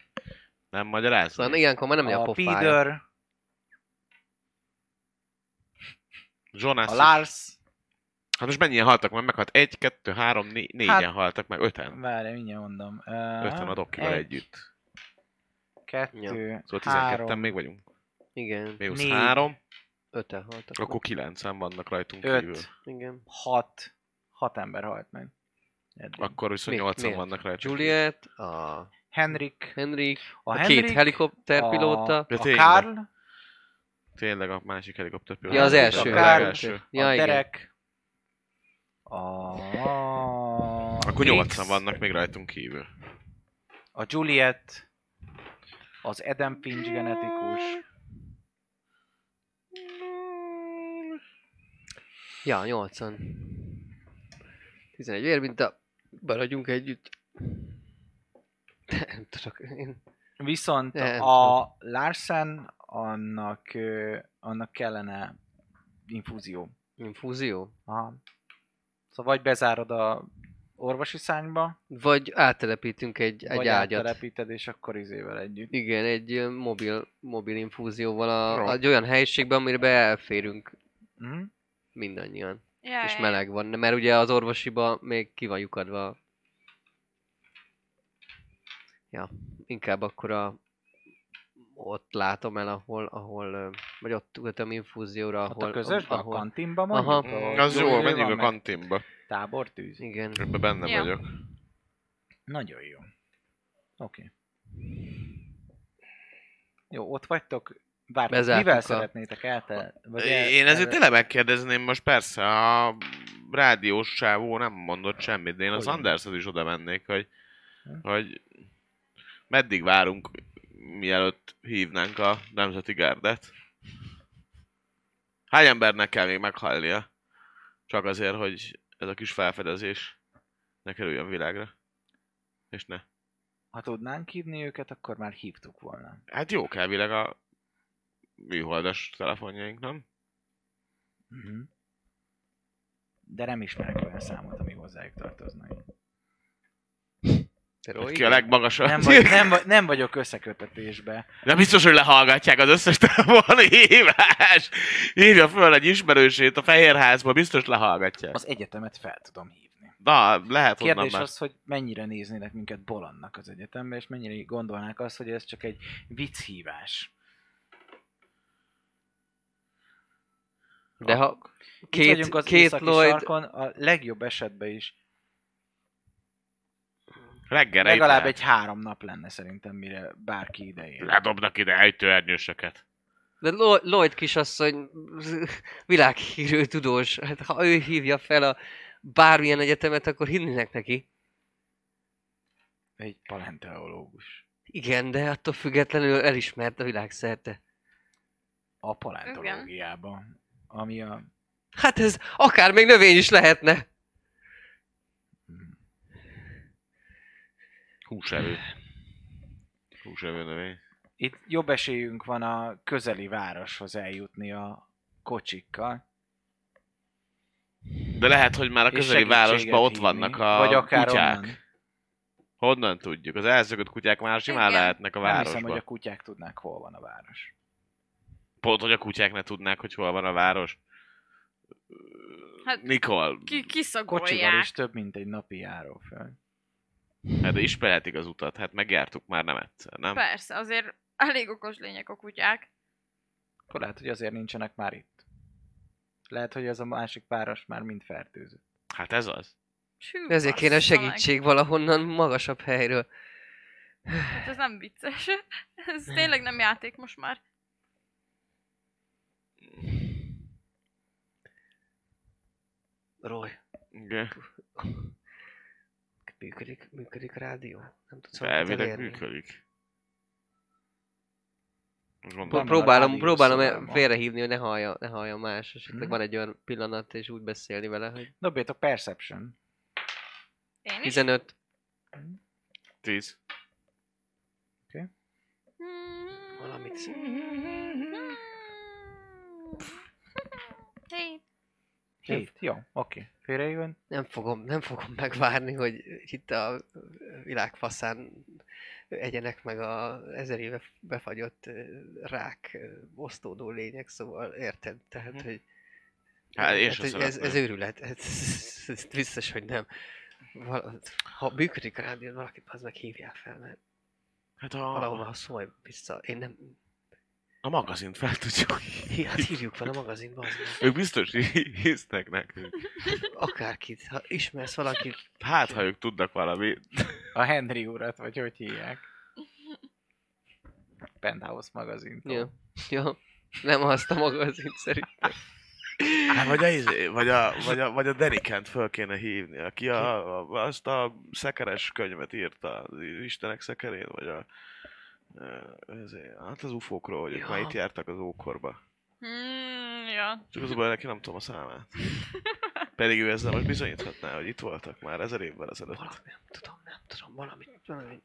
Speaker 3: Nem magyaráz?
Speaker 5: Szóval ilyenkor már nem a,
Speaker 2: a
Speaker 5: a pofája.
Speaker 2: Peter,
Speaker 3: Jonas.
Speaker 2: a
Speaker 3: is.
Speaker 2: Lars,
Speaker 3: Hát most mennyien haltak meg? Meghalt egy, kettő, három, né- négyen
Speaker 2: Hát-
Speaker 3: haltak meg. Öten.
Speaker 2: várj, mindjárt mondom. Uh,
Speaker 3: Öten a dokival együtt.
Speaker 2: Kettő,
Speaker 3: Szóval 12
Speaker 2: három,
Speaker 3: még vagyunk.
Speaker 5: Igen,
Speaker 3: Még
Speaker 2: Négy.
Speaker 3: 3.
Speaker 5: öten haltak.
Speaker 3: Akkor kilencen vannak rajtunk kívül.
Speaker 2: öt,
Speaker 5: Igen.
Speaker 2: hat, hat ember halt meg. Eddig.
Speaker 3: Akkor viszont
Speaker 5: Mi-
Speaker 3: nyolcan
Speaker 5: miért?
Speaker 3: vannak rajtunk kívül.
Speaker 5: Juliet, a
Speaker 2: Henrik,
Speaker 5: Henrik,
Speaker 2: a,
Speaker 5: a, a
Speaker 2: Henrik,
Speaker 5: két helikopterpilóta.
Speaker 2: a,
Speaker 3: Ja,
Speaker 2: a
Speaker 3: tényleg.
Speaker 2: Karl,
Speaker 3: Tényleg a másik helikopter
Speaker 5: Ja, az
Speaker 2: a
Speaker 5: első.
Speaker 2: Kár-
Speaker 5: Ja,
Speaker 2: a
Speaker 5: igen.
Speaker 2: Derek, a...
Speaker 3: A Akkor
Speaker 5: Trix.
Speaker 3: nyolcan vannak még rajtunk kívül.
Speaker 2: A Juliet, az Adam Finch genetikus,
Speaker 5: Ja, 80. 11 vérminta, maradjunk együtt. Nem tudok, én...
Speaker 2: viszont
Speaker 5: Nem.
Speaker 2: a Larsen, annak, ö, annak kellene infúzió.
Speaker 5: Infúzió?
Speaker 2: Aha. Szóval vagy bezárod a orvosi szányba,
Speaker 5: Vagy áttelepítünk egy,
Speaker 2: egy vagy
Speaker 5: egy ágyat.
Speaker 2: áttelepíted, és akkor izével együtt.
Speaker 5: Igen, egy ilyen mobil, mobil infúzióval a,
Speaker 3: Jó.
Speaker 5: egy olyan helyiségben, amire elférünk
Speaker 2: Mhm.
Speaker 5: mindannyian.
Speaker 4: Jaj,
Speaker 5: És meleg van, mert ugye az orvosiba még ki van lyukadva. Ja, inkább akkor a... Ott látom el, ahol, ahol ö, vagy ott ültem infúzióra,
Speaker 2: Ott
Speaker 5: ahol...
Speaker 2: a közösben, a
Speaker 5: ahol,
Speaker 2: kantinban
Speaker 5: Aha.
Speaker 2: mondjuk,
Speaker 3: Mm,
Speaker 2: ahol
Speaker 3: az jó,
Speaker 2: Gyuri
Speaker 3: menjünk
Speaker 2: van,
Speaker 3: a
Speaker 2: meg
Speaker 3: kantinba.
Speaker 2: Tábortűz.
Speaker 5: Igen.
Speaker 3: Ebben benne
Speaker 4: Ja.
Speaker 3: vagyok.
Speaker 2: Nagyon jó. Oké. Okay. Jó, ott vagytok. Vártok,
Speaker 5: Bezártuk
Speaker 2: mivel
Speaker 5: a-
Speaker 2: szeretnétek elte? Vagy el-
Speaker 3: Én ezért
Speaker 2: el-
Speaker 3: tényleg megkérdezném most persze, a rádiós sávó nem mondott semmit, de én az
Speaker 2: Hogyan?
Speaker 3: Andershez is oda mennék, hogy,
Speaker 2: Hm?
Speaker 3: hogy meddig várunk, mielőtt hívnánk a Nemzeti Gárdet. Hány embernek kell még meghalnia? Csak azért, hogy ez a kis felfedezés ne kerüljön világra. És ne.
Speaker 2: Ha tudnánk hívni őket, akkor már hívtuk volna.
Speaker 3: Hát jó kávileg a műholdas telefonjaink, nem?
Speaker 2: Uh-huh. De nem ismerek olyan számot, ami hozzájuk tartozna.
Speaker 5: Te
Speaker 3: Hát
Speaker 5: Roy?
Speaker 3: ki a legmagasabb.
Speaker 2: Nem, vagy, nem, vagy, nem vagyok összekötetésbe.
Speaker 3: De biztos, hogy lehallgatják az összes telefon hívás. Hívja föl egy ismerősét a Fehérházba, biztos lehallgatják.
Speaker 2: Az egyetemet fel tudom hívni.
Speaker 3: Na, lehet onnan
Speaker 2: Kérdés
Speaker 3: Hát már.
Speaker 2: az, hogy mennyire néznének minket bolondnak az egyetembe, és mennyire gondolnák azt, hogy ez csak egy vicchívás.
Speaker 5: De ha
Speaker 2: Itt
Speaker 5: két,
Speaker 2: vagyunk az
Speaker 5: két
Speaker 2: északi
Speaker 5: Lloyd...
Speaker 2: sarkon, a legjobb esetben is
Speaker 3: Reggelre
Speaker 2: Legalább
Speaker 3: itt
Speaker 2: egy három nap lenne szerintem, mire bárki ideje.
Speaker 3: lehet. Ledobnak ide ejtőernyősöket.
Speaker 5: De Lo- Lloyd kisasszony világhírű tudós. Hát ha ő hívja fel a bármilyen egyetemet, akkor hinnének neki.
Speaker 2: Egy palenteológus.
Speaker 5: Igen, de attól függetlenül elismert a világszerte.
Speaker 2: A paleontológiában. Ami a...
Speaker 5: Hát ez akár még növény is lehetne.
Speaker 3: Húsevő. Húsevő növény.
Speaker 2: Itt jobb esélyünk van a közeli városhoz eljutni a kocsikkal.
Speaker 3: De lehet, hogy már a
Speaker 2: és
Speaker 3: közeli
Speaker 2: segítséget
Speaker 3: városban ott
Speaker 2: hívni.
Speaker 3: vannak a
Speaker 2: Vagy akár
Speaker 3: kutyák.
Speaker 2: Onnan.
Speaker 3: Honnan tudjuk? Az elszökött kutyák már simán
Speaker 4: Igen.
Speaker 3: lehetnek a
Speaker 2: Nem
Speaker 3: városban.
Speaker 2: hiszem, hogy a kutyák tudnák, hol van a város.
Speaker 3: Pont, hogy a kutyák ne tudnák, hogy hol van a város.
Speaker 4: Hát-
Speaker 3: Hát, Nikol,
Speaker 4: Ki,
Speaker 2: Kocsival
Speaker 4: kiszagolják.
Speaker 2: is több, mint egy napi járó föl.
Speaker 3: hát de ismerhetik az utat, hát megjártuk már nem egyszer, nem?
Speaker 4: Persze, azért elég okos lények a kutyák.
Speaker 2: Akkor lehet, hogy azért nincsenek már itt. Lehet, hogy ez a másik város már mind fertőzött.
Speaker 3: Hát ez az.
Speaker 4: Sű,
Speaker 5: Ezért kéne
Speaker 4: bassza meg.
Speaker 5: segítség valahonnan magasabb helyről.
Speaker 4: Hát ez nem vicces. Ez
Speaker 3: Hmm.
Speaker 4: tényleg nem játék most már.
Speaker 5: Roy,
Speaker 3: Igen.
Speaker 5: működik, működik a rádió? Nem tudsz valamit
Speaker 3: Elvileg
Speaker 5: elérni?
Speaker 3: működik. Most gondolom.
Speaker 5: Pró-
Speaker 2: Van már
Speaker 5: Próbálom,
Speaker 2: rádió
Speaker 5: próbálom el-
Speaker 2: szobában.
Speaker 5: félrehívni, hogy ne hallja, ne hallja más. Esetleg
Speaker 2: Mhm.
Speaker 5: van egy olyan pillanat, és úgy beszélni vele, hogy
Speaker 2: Dobjátok Perception.
Speaker 4: Én is.
Speaker 5: 15.
Speaker 3: Tíz.
Speaker 4: Hmm.
Speaker 5: Valamit.
Speaker 4: Hmm. Hé.
Speaker 2: Hét, jó, oké. Félrejön.
Speaker 5: Nem fogom, nem fogom megvárni, hogy itt a világ faszán egyenek meg a ezer éve befagyott ö, rák ö, osztódó lények, szóval érted?
Speaker 2: Mhm.
Speaker 5: Tehát, hogy
Speaker 3: Hát én sem
Speaker 5: hogy ez, ez
Speaker 3: szeretném.
Speaker 5: őrület, ez, ez, ez biztos, hogy nem. Val- ha működik a rádió, valakit az meg hívjál fel, mert
Speaker 3: Hát a,
Speaker 5: valahova ha szólj vissza. Én nem...
Speaker 3: a magazint fel tudjuk.
Speaker 5: Hát hívjuk fel a magazinba, az meg.
Speaker 3: Ők biztos hi- hisznek nekünk.
Speaker 5: akárkit. Ha ismersz valakit,
Speaker 3: Hát, ha ők tudnak valamit.
Speaker 2: A Henry urat, vagy hogy hívják. Penthouse magazin.
Speaker 5: Ja. ja. Nem azt a magazin szerint.
Speaker 3: Hát, vagy a, izé- vagy a, vagy a, vagy a Derikent föl kéne hívni, aki a, a, azt a szekeres könyvet írta, az Istenek szekerén, vagy a... ö, izé, Hát az ufókról, hogy ők már itt jártak az ókorba.
Speaker 4: Hmm, ja.
Speaker 3: Csak az a baj, neki nem tudom a számát. Pedig ő ezzel most bizonyíthatná, hogy itt voltak már ezer évvel ezelőtt.
Speaker 5: Valami, nem tudom, nem tudom, valami, valami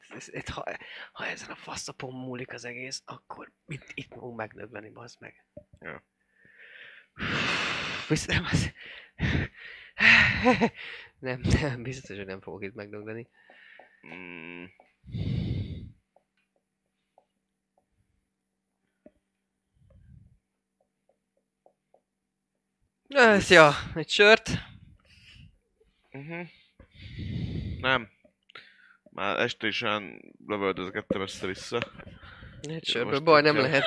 Speaker 5: ez, ez, ez, ha, ha ezen a faszapon múlik az egész, akkor itt, itt fogunk megnöbbeni, bazd meg.
Speaker 3: Ja.
Speaker 5: Viszont nem az... Nem, nem, biztos, hogy nem fogok itt megdögleni.
Speaker 3: Mm,
Speaker 5: Na, ja, egy sört.
Speaker 3: Uh-huh. Nem. Már este is olyan lövöldözgettem össze-vissza.
Speaker 5: Egy
Speaker 3: Jó,
Speaker 5: sörből
Speaker 3: most
Speaker 5: baj nem
Speaker 3: tudja.
Speaker 5: lehet.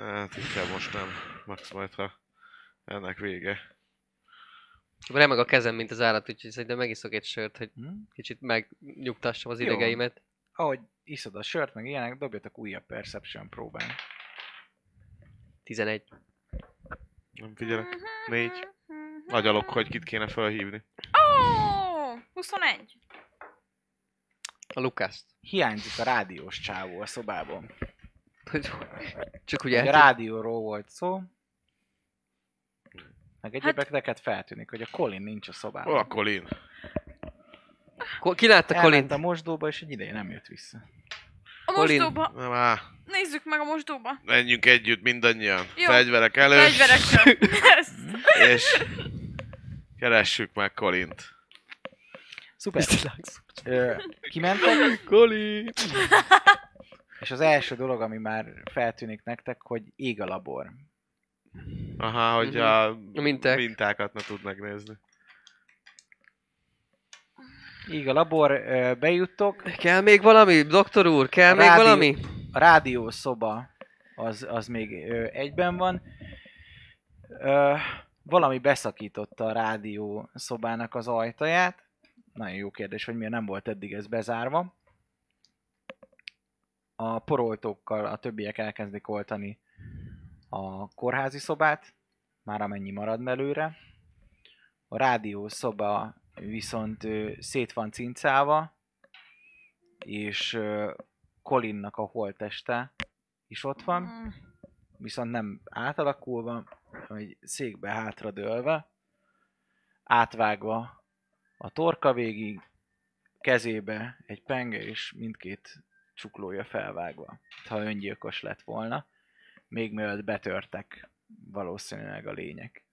Speaker 3: Hát inkább most nem. Max majd, ha ennek vége.
Speaker 5: Remeg a kezem, mint az állat, úgyhogy szerintem megiszok egy sört, hogy
Speaker 2: Hm?
Speaker 5: kicsit megnyugtassam az
Speaker 2: Jó.
Speaker 5: idegeimet.
Speaker 2: Ahogy iszod a sört, meg ilyenek, dobjatok újabb perception próbán.
Speaker 5: 11.
Speaker 3: Nem figyelek.
Speaker 4: Hmm,
Speaker 3: Négy. Agyalok, hogy kit kéne felhívni.
Speaker 4: Ó, 21.
Speaker 5: A Lukászt.
Speaker 2: Hiányzik a rádiós csávó a szobában.
Speaker 5: Hogy- Csak ugye... hát
Speaker 2: Ugye, a rádióról volt szó. Meg egyébek neked feltűnik, hogy a Colin nincs a szobában.
Speaker 3: Hol a Colin?
Speaker 5: Ko- Ki látta
Speaker 2: Elment
Speaker 5: Colint?
Speaker 2: a mosdóba, és egy ideje nem jött vissza.
Speaker 4: A
Speaker 5: Colin.
Speaker 4: mosdóba.
Speaker 3: Nem á,
Speaker 4: Nézzük meg a mosdóba.
Speaker 3: menjünk együtt mindannyian.
Speaker 4: Jó.
Speaker 3: Fegyverek elő.
Speaker 4: Fegyverekkel. Yes.
Speaker 3: És keressük meg Colint.
Speaker 2: Szuper. Ö, kimentek,
Speaker 5: Colin!
Speaker 2: és az első dolog, ami már feltűnik nektek, hogy ég a labor.
Speaker 3: Aha, hogy
Speaker 5: Mhm.
Speaker 3: a,
Speaker 5: A minták.
Speaker 3: mintákat ne tud megnézni.
Speaker 2: Ég a labor, ö, bejuttok,
Speaker 5: Kell még valami, doktor úr? Kell még
Speaker 2: Rádió.
Speaker 5: valami?
Speaker 2: a rádiószoba az, az még ö, egyben van. Ö, valami beszakította a rádió szobának az ajtaját. Nagyon jó kérdés, hogy miért nem volt eddig ez bezárva. A poroltókkal a többiek elkezdik oltani a kórházi szobát, már amennyi marad belőle. A rádió szoba viszont ö, szét van cincálva, és ö, Colinnak a holteste is ott van
Speaker 4: Mm.
Speaker 2: viszont nem átalakulva, hanem egy székbe hátradőlve, átvágva a torka végig, kezébe egy penge és mindkét csuklója felvágva, ha öngyilkos lett volna, még mielőtt betörtek valószínűleg a lények.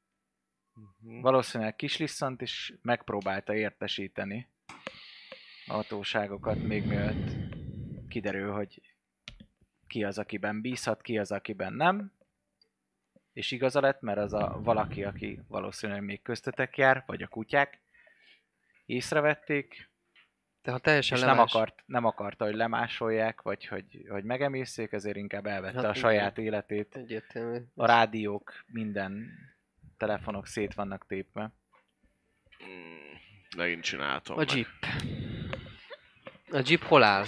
Speaker 3: Mhm.
Speaker 2: Valószínűleg kislisszant és megpróbálta értesíteni a hatóságokat, még mielőtt kiderül, hogy ki az, akiben bízhat, ki az, akiben nem. És igaza lett, mert az a valaki, aki valószínűleg még köztetek jár, vagy a kutyák, észrevették,
Speaker 5: De ha teljesen
Speaker 2: és nem,
Speaker 5: lemás.
Speaker 2: akart, nem akarta, hogy lemásolják, vagy hogy, hogy megemészszék, ezért inkább elvette
Speaker 5: Hát
Speaker 2: a
Speaker 5: igen.
Speaker 2: saját életét
Speaker 5: Egyértelmű.
Speaker 2: a rádiók, minden telefonok szét vannak tépve.
Speaker 3: Mm, Megint csináltam.
Speaker 5: A
Speaker 3: meg.
Speaker 5: jeep. A jeep hol áll?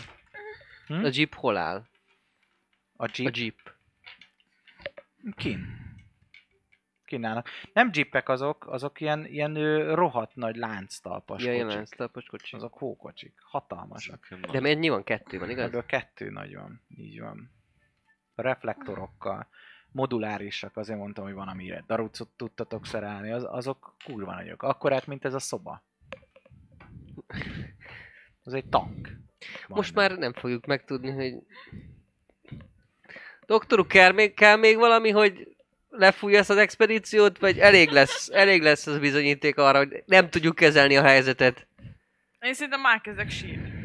Speaker 2: Hm?
Speaker 5: A jeep hol áll?
Speaker 2: A
Speaker 5: A
Speaker 2: Jeep,
Speaker 5: jeep.
Speaker 2: kin. Kinnálnak. Nem Jeepek azok, azok ilyen, ilyen ö, rohadt nagy lánctalpas
Speaker 5: Ja,
Speaker 2: kocsik.
Speaker 5: jelen a kocsi.
Speaker 2: Azok hókocsik, hatalmasak.
Speaker 5: De
Speaker 3: De
Speaker 5: még ennyi van? Kettő van, igaz?
Speaker 2: Ebből kettő nagy van, így van. A reflektorokkal, modulárisak, azért mondtam, hogy van, amire darucot tudtatok szerelni, az, azok kurva nagyok. Akkorát, mint ez a szoba. Az egy tank.
Speaker 5: Most
Speaker 2: majdnem.
Speaker 5: már nem fogjuk megtudni, hogy... Doktor úr, kell még, kell még valami, hogy lefújja ezt az expedíciót, vagy elég lesz, elég lesz az bizonyíték arra, hogy nem tudjuk kezelni a helyzetet.
Speaker 4: Én szerintem már kezdek sírni.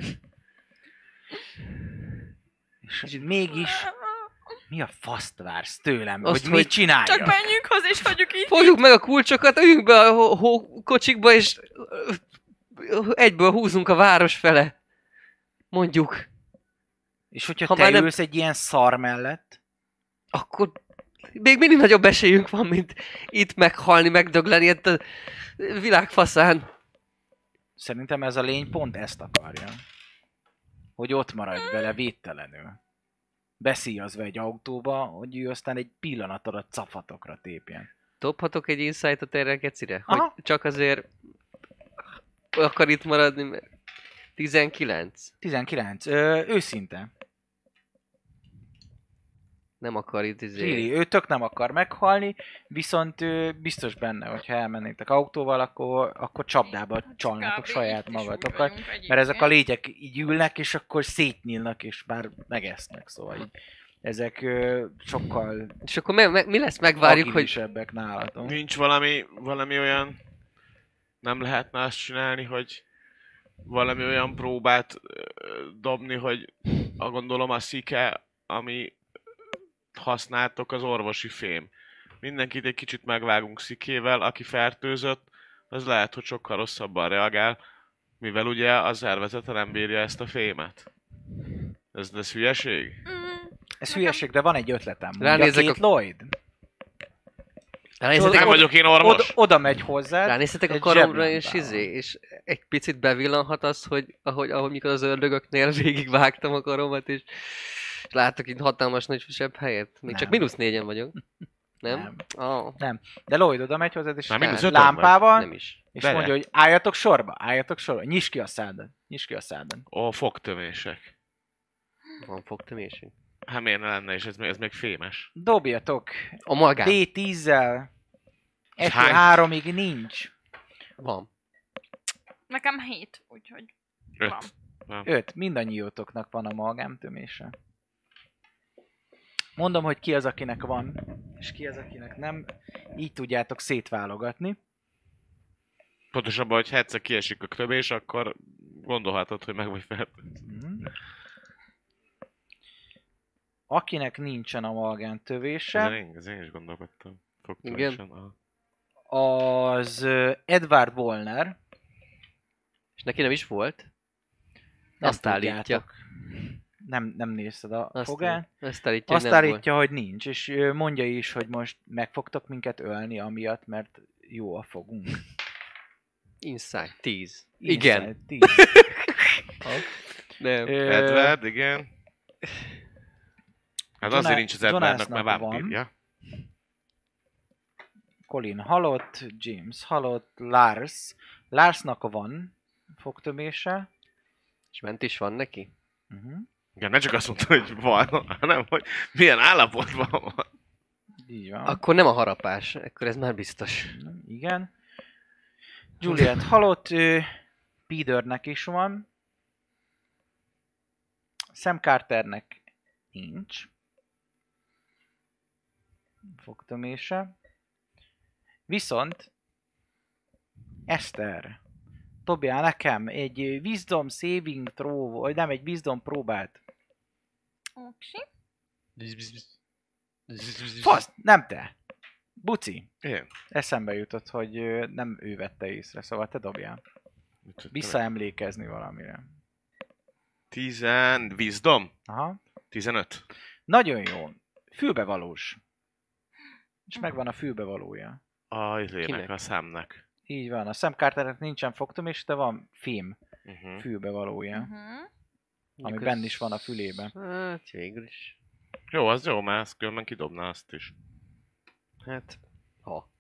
Speaker 2: És mégis, mi a faszt vársz tőlem,
Speaker 5: Azt,
Speaker 2: Azt, hogy,
Speaker 5: hogy-
Speaker 2: mit csináljak?
Speaker 4: Csak menjünk hozzá, és hagyjuk így.
Speaker 5: Fogjuk meg a kulcsokat, üljünk be a hó- hó- kocsikba, és ö, ö, egyből húzunk a város fele. Mondjuk.
Speaker 2: És hogyha
Speaker 5: Ha
Speaker 2: ha
Speaker 5: már
Speaker 2: te
Speaker 5: nem-
Speaker 2: ülsz egy ilyen szar mellett,
Speaker 5: Akkor még mindig nagyobb esélyünk van, mint itt meghalni, megdögleni itt a világ faszán.
Speaker 2: szerintem ez a lény pont ezt akarja. Hogy ott maradj vele védtelenül. beszíjazva egy autóba, hogy ő aztán egy pillanat alatt cafatokra tépjen.
Speaker 5: Dobhatok egy insightot erre a kecire? Hogy
Speaker 2: Aha.
Speaker 5: csak azért akar itt maradni, mert 19.
Speaker 2: 19. Ö, őszinte.
Speaker 5: Nem akar itt izé.
Speaker 2: Lili, ő tök nem akar meghalni, viszont ő biztos benne, hogyha elmennétek autóval, akkor, akkor csapdába csalnátok
Speaker 4: Hát, Kb.
Speaker 2: saját
Speaker 4: itt is úgy
Speaker 2: magatokat.
Speaker 4: vagyunk egyébként.
Speaker 2: Mert ezek a légyek így ülnek, és akkor szétnyílnak, és már megesznek, szóval így. Ezek ö, sokkal
Speaker 5: És akkor me- me- mi lesz? Megvárjuk, hogy
Speaker 2: agilisebbek nálatok.
Speaker 3: Nincs valami, valami olyan... Nem lehetne azt csinálni, hogy valami olyan próbát ö, dobni, hogy a gondolom a szike, ami használtok, az orvosi fém. Mindenkit egy kicsit megvágunk szikével, aki fertőzött, az lehet, hogy sokkal rosszabban reagál, mivel ugye a szervezete nem bírja ezt a fémet. Ez, ez hülyeség?
Speaker 4: Mm,
Speaker 2: Ez
Speaker 4: Nekem-
Speaker 2: hülyeség, de van egy ötletem.
Speaker 5: Ránézek
Speaker 2: Ránézek a két
Speaker 5: a-
Speaker 2: Lloyd.
Speaker 5: ránéztek,
Speaker 3: Nem
Speaker 2: oda-
Speaker 3: vagyok én orvos?
Speaker 2: Oda, oda megy hozzá.
Speaker 5: ránéztek a
Speaker 2: Hát, egy
Speaker 5: karomra,
Speaker 2: zseblámpával.
Speaker 5: és izé, és egy picit bevillanhat az, hogy ahogy, ahogy mikor az ördögöknél végigvágtam a karomat, és és láttok itt hatalmas nagy sebb helyet. Még csak
Speaker 2: Nem.
Speaker 5: mínusz négyen vagyok. Nem?
Speaker 2: Nem.
Speaker 5: Ah,
Speaker 2: De Lloyd oda megy hozzá, és
Speaker 3: Már
Speaker 5: mínusz ötön
Speaker 2: lámpával,
Speaker 5: nem is.
Speaker 2: és
Speaker 3: Bele.
Speaker 2: mondja, hogy álljatok sorba, álljatok sorba, nyisd ki a szádat, nyisd ki a szádat.
Speaker 3: A fogtömések.
Speaker 5: Van fogtömésünk.
Speaker 3: Hát miért ne lenne, és ez, még- ez még fémes.
Speaker 2: Dobjatok
Speaker 5: A magán.
Speaker 2: D10-zel.
Speaker 3: És
Speaker 2: Ettől
Speaker 3: hány?
Speaker 2: háromig nincs.
Speaker 5: Van.
Speaker 4: nekem hét, úgyhogy van.
Speaker 3: Öt.
Speaker 2: Öt, mindannyiótoknak van a magámtömése. Mondom, hogy ki az, akinek van, és ki az, akinek nem. Így tudjátok szétválogatni.
Speaker 3: Pontosabban, hogy ha egyszer kiesik a köbés, akkor gondolhatod, hogy meg vagy fel.
Speaker 2: Mhm. Akinek nincsen a
Speaker 3: Ezen
Speaker 2: magámtövése,
Speaker 3: én, ezen én is gondolkodtam.
Speaker 5: Igen.
Speaker 3: Fogtömésen. aha.
Speaker 2: az ö, Edward Wolner.
Speaker 5: És neki nem is volt.
Speaker 2: Nem
Speaker 5: Azt állítja.
Speaker 2: tudjátok. Nem, nem nézted a
Speaker 5: Azt,
Speaker 2: fogát.
Speaker 5: azt állítja,
Speaker 2: Azt
Speaker 5: hogy nem volt.
Speaker 2: állítja, hogy nincs, és ö, mondja is, hogy most meg fogtok minket ölni amiatt, mert jó a fogunk.
Speaker 5: Inside. 10.
Speaker 2: Inside
Speaker 5: Igen.
Speaker 2: tíz.
Speaker 5: Nem.
Speaker 2: Ö,
Speaker 3: Edward, igen. Hát
Speaker 2: Jonas-
Speaker 3: azért nincs az Edwardnak, mert
Speaker 2: Jonasnak van.
Speaker 3: vámpírja.
Speaker 2: Colin halott, James halott, Lars. Larsnak van fogtömése.
Speaker 5: És ment is van neki?
Speaker 2: Uh-huh.
Speaker 3: Igen, ne csak azt mondta, hogy van, hanem hogy milyen állapotban van.
Speaker 2: Így van.
Speaker 5: Akkor nem a harapás. Akkor ez már biztos.
Speaker 2: Nem, Igen. Juliet halott, ő, Peternek is van. Sam Carternek nincs. Fogtömése. Viszont Eszter dobjál nekem egy ö, Wisdom Saving Throw, vagy nem, egy Wisdom próbált.
Speaker 4: Oksi.
Speaker 2: Fasz, nem te. Buci.
Speaker 3: Igen.
Speaker 2: Eszembe jutott, hogy ö, nem ő vette észre, szóval te dobjál.
Speaker 3: Mit tudtam én?
Speaker 2: Visszaemlékezni valamire.
Speaker 3: Tizen... Wisdom?
Speaker 2: Aha.
Speaker 3: 15.
Speaker 2: Nagyon jó. Fülbevalós. És megvan a fülbevalója.
Speaker 3: A izének,
Speaker 5: Kinek?
Speaker 3: a számnak.
Speaker 2: Így van. A Sam Carternek nincsen fogtom, és de van film
Speaker 3: Uh-huh.
Speaker 2: fülbevalója.
Speaker 4: Uh-huh.
Speaker 2: Ami benn is van a fülében.
Speaker 5: Hát végül is.
Speaker 3: Jó, az jó, mert ezt különben kidobná azt is.
Speaker 5: Hát, ha.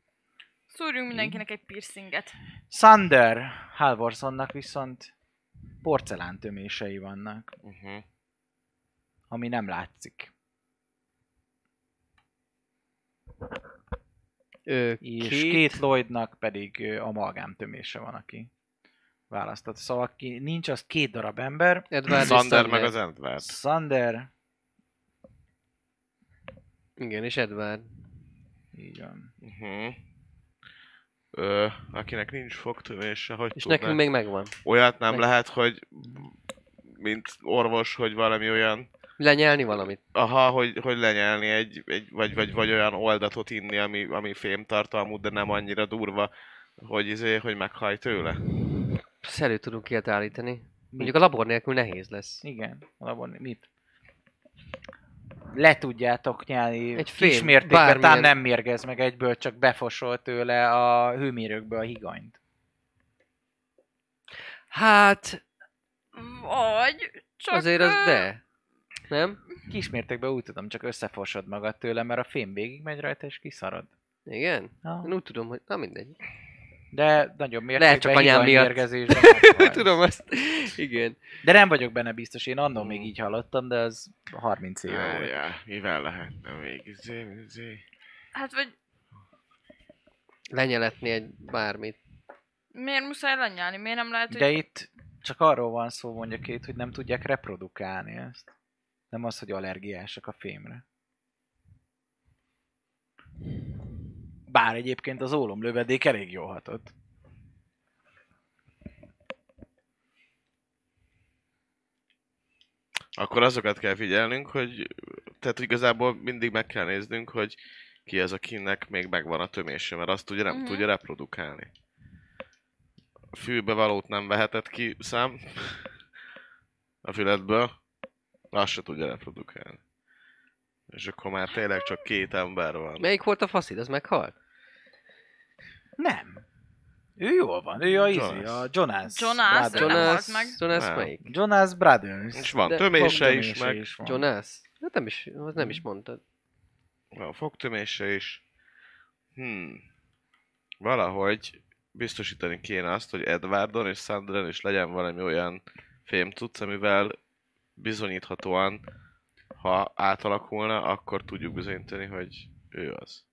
Speaker 4: Szúrjunk mindenkinek egy piercinget.
Speaker 2: Sander Halvorsonnak viszont porcelántömései vannak,
Speaker 3: Uh-huh.
Speaker 2: ami nem látszik.
Speaker 5: Ö,
Speaker 2: És
Speaker 5: két,
Speaker 2: két, két Lloydnak pedig ö, amalgámtömése van, aki választott. Szóval ki, nincs az két darab ember.
Speaker 5: Edward és
Speaker 3: Sander
Speaker 5: Sander
Speaker 3: meg az e- Edward.
Speaker 2: Sander,
Speaker 5: Igen, és Edward.
Speaker 2: így van.
Speaker 3: Uh-huh. Ö, akinek nincs fogtömése, hogy
Speaker 5: És
Speaker 3: tudná?
Speaker 5: nekünk még megvan.
Speaker 3: Olyat nem
Speaker 5: meg-
Speaker 3: lehet, hogy mint orvos, hogy valami olyan,
Speaker 5: Lenyelni valamit.
Speaker 3: aha, hogy, hogy lenyelni egy, egy vagy, vagy, vagy, olyan oldatot inni, ami, ami fémtartalmú, de nem annyira durva, hogy izé, hogy meghaj tőle.
Speaker 5: Psz, elő tudunk ilyet állítani. Mondjuk a labor nélkül nehéz lesz.
Speaker 2: Igen, valahol mit? Le tudjátok nyelni
Speaker 5: Egy
Speaker 2: egy fém,
Speaker 5: fém,
Speaker 2: kismértékben, bármilyen...
Speaker 5: bármilyen.
Speaker 2: talán nem mérgez meg egyből, csak befosol tőle a hőmérőkből a higanyt.
Speaker 5: Hát,
Speaker 4: Vagy csak...
Speaker 5: azért az
Speaker 4: ö,
Speaker 5: de. Nem?
Speaker 2: Kismértékben úgy tudom, csak összefosod magad tőle, mert a fém végig megy rajta, és kiszarod.
Speaker 5: Igen? Én
Speaker 2: Na,
Speaker 5: úgy tudom, hogy... Na mindegy.
Speaker 2: De nagyobb mértékben
Speaker 5: Lehet, csak anyám miatt.
Speaker 2: hibanymérgezésben ott vagy.
Speaker 5: tudom azt. Igen.
Speaker 2: De nem vagyok benne biztos, én annól
Speaker 5: Hmm.
Speaker 2: még így hallottam, de az 30 éve
Speaker 3: Á,
Speaker 2: volt.
Speaker 3: já, mivel lehetne még? Izé, izé.
Speaker 4: Hát vagy
Speaker 5: Lenyeletni egy bármit.
Speaker 4: miért muszáj lenyelni? Miért nem lehet, hogy...
Speaker 2: De itt csak arról van szó, mondja két, hogy nem tudják reprodukálni ezt. Nem az, hogy allergiásak a fémre. Bár egyébként az ólomlövedék elég jól hatott.
Speaker 3: Akkor azokat kell figyelnünk, hogy... Tehát igazából mindig meg kell néznünk, hogy ki az, akinek még megvan a tömése, mert azt ugye nem
Speaker 4: Mhm.
Speaker 3: mm-hmm. tudja reprodukálni. A fülbe valót nem vehetett ki szám a fületből, azt se tudja reprodukálni. És akkor már tényleg csak két ember van.
Speaker 5: Melyik volt a faszid? Az meghalt?
Speaker 2: Nem. Ő jól van, ő a izé,
Speaker 3: Jonas.
Speaker 2: a Jonas.
Speaker 4: Jonas,
Speaker 2: Brothers.
Speaker 4: de nem
Speaker 5: Jonas...
Speaker 4: halt meg.
Speaker 5: Jonas
Speaker 3: Nem.
Speaker 5: melyik?
Speaker 2: Jonas
Speaker 3: És
Speaker 2: Brothers.
Speaker 3: van
Speaker 5: De-
Speaker 3: tömése
Speaker 2: Fogtömése
Speaker 3: is, meg
Speaker 2: is van.
Speaker 5: Jonas? Hát nem is, az nem is mondtad.
Speaker 3: van fogtömése is. Hmm. Valahogy biztosítani kéne azt, hogy Edwardon és Sandren is legyen valami olyan fémcucc, amivel bizonyíthatóan, ha átalakulna, akkor tudjuk bizonyítani, hogy ő az.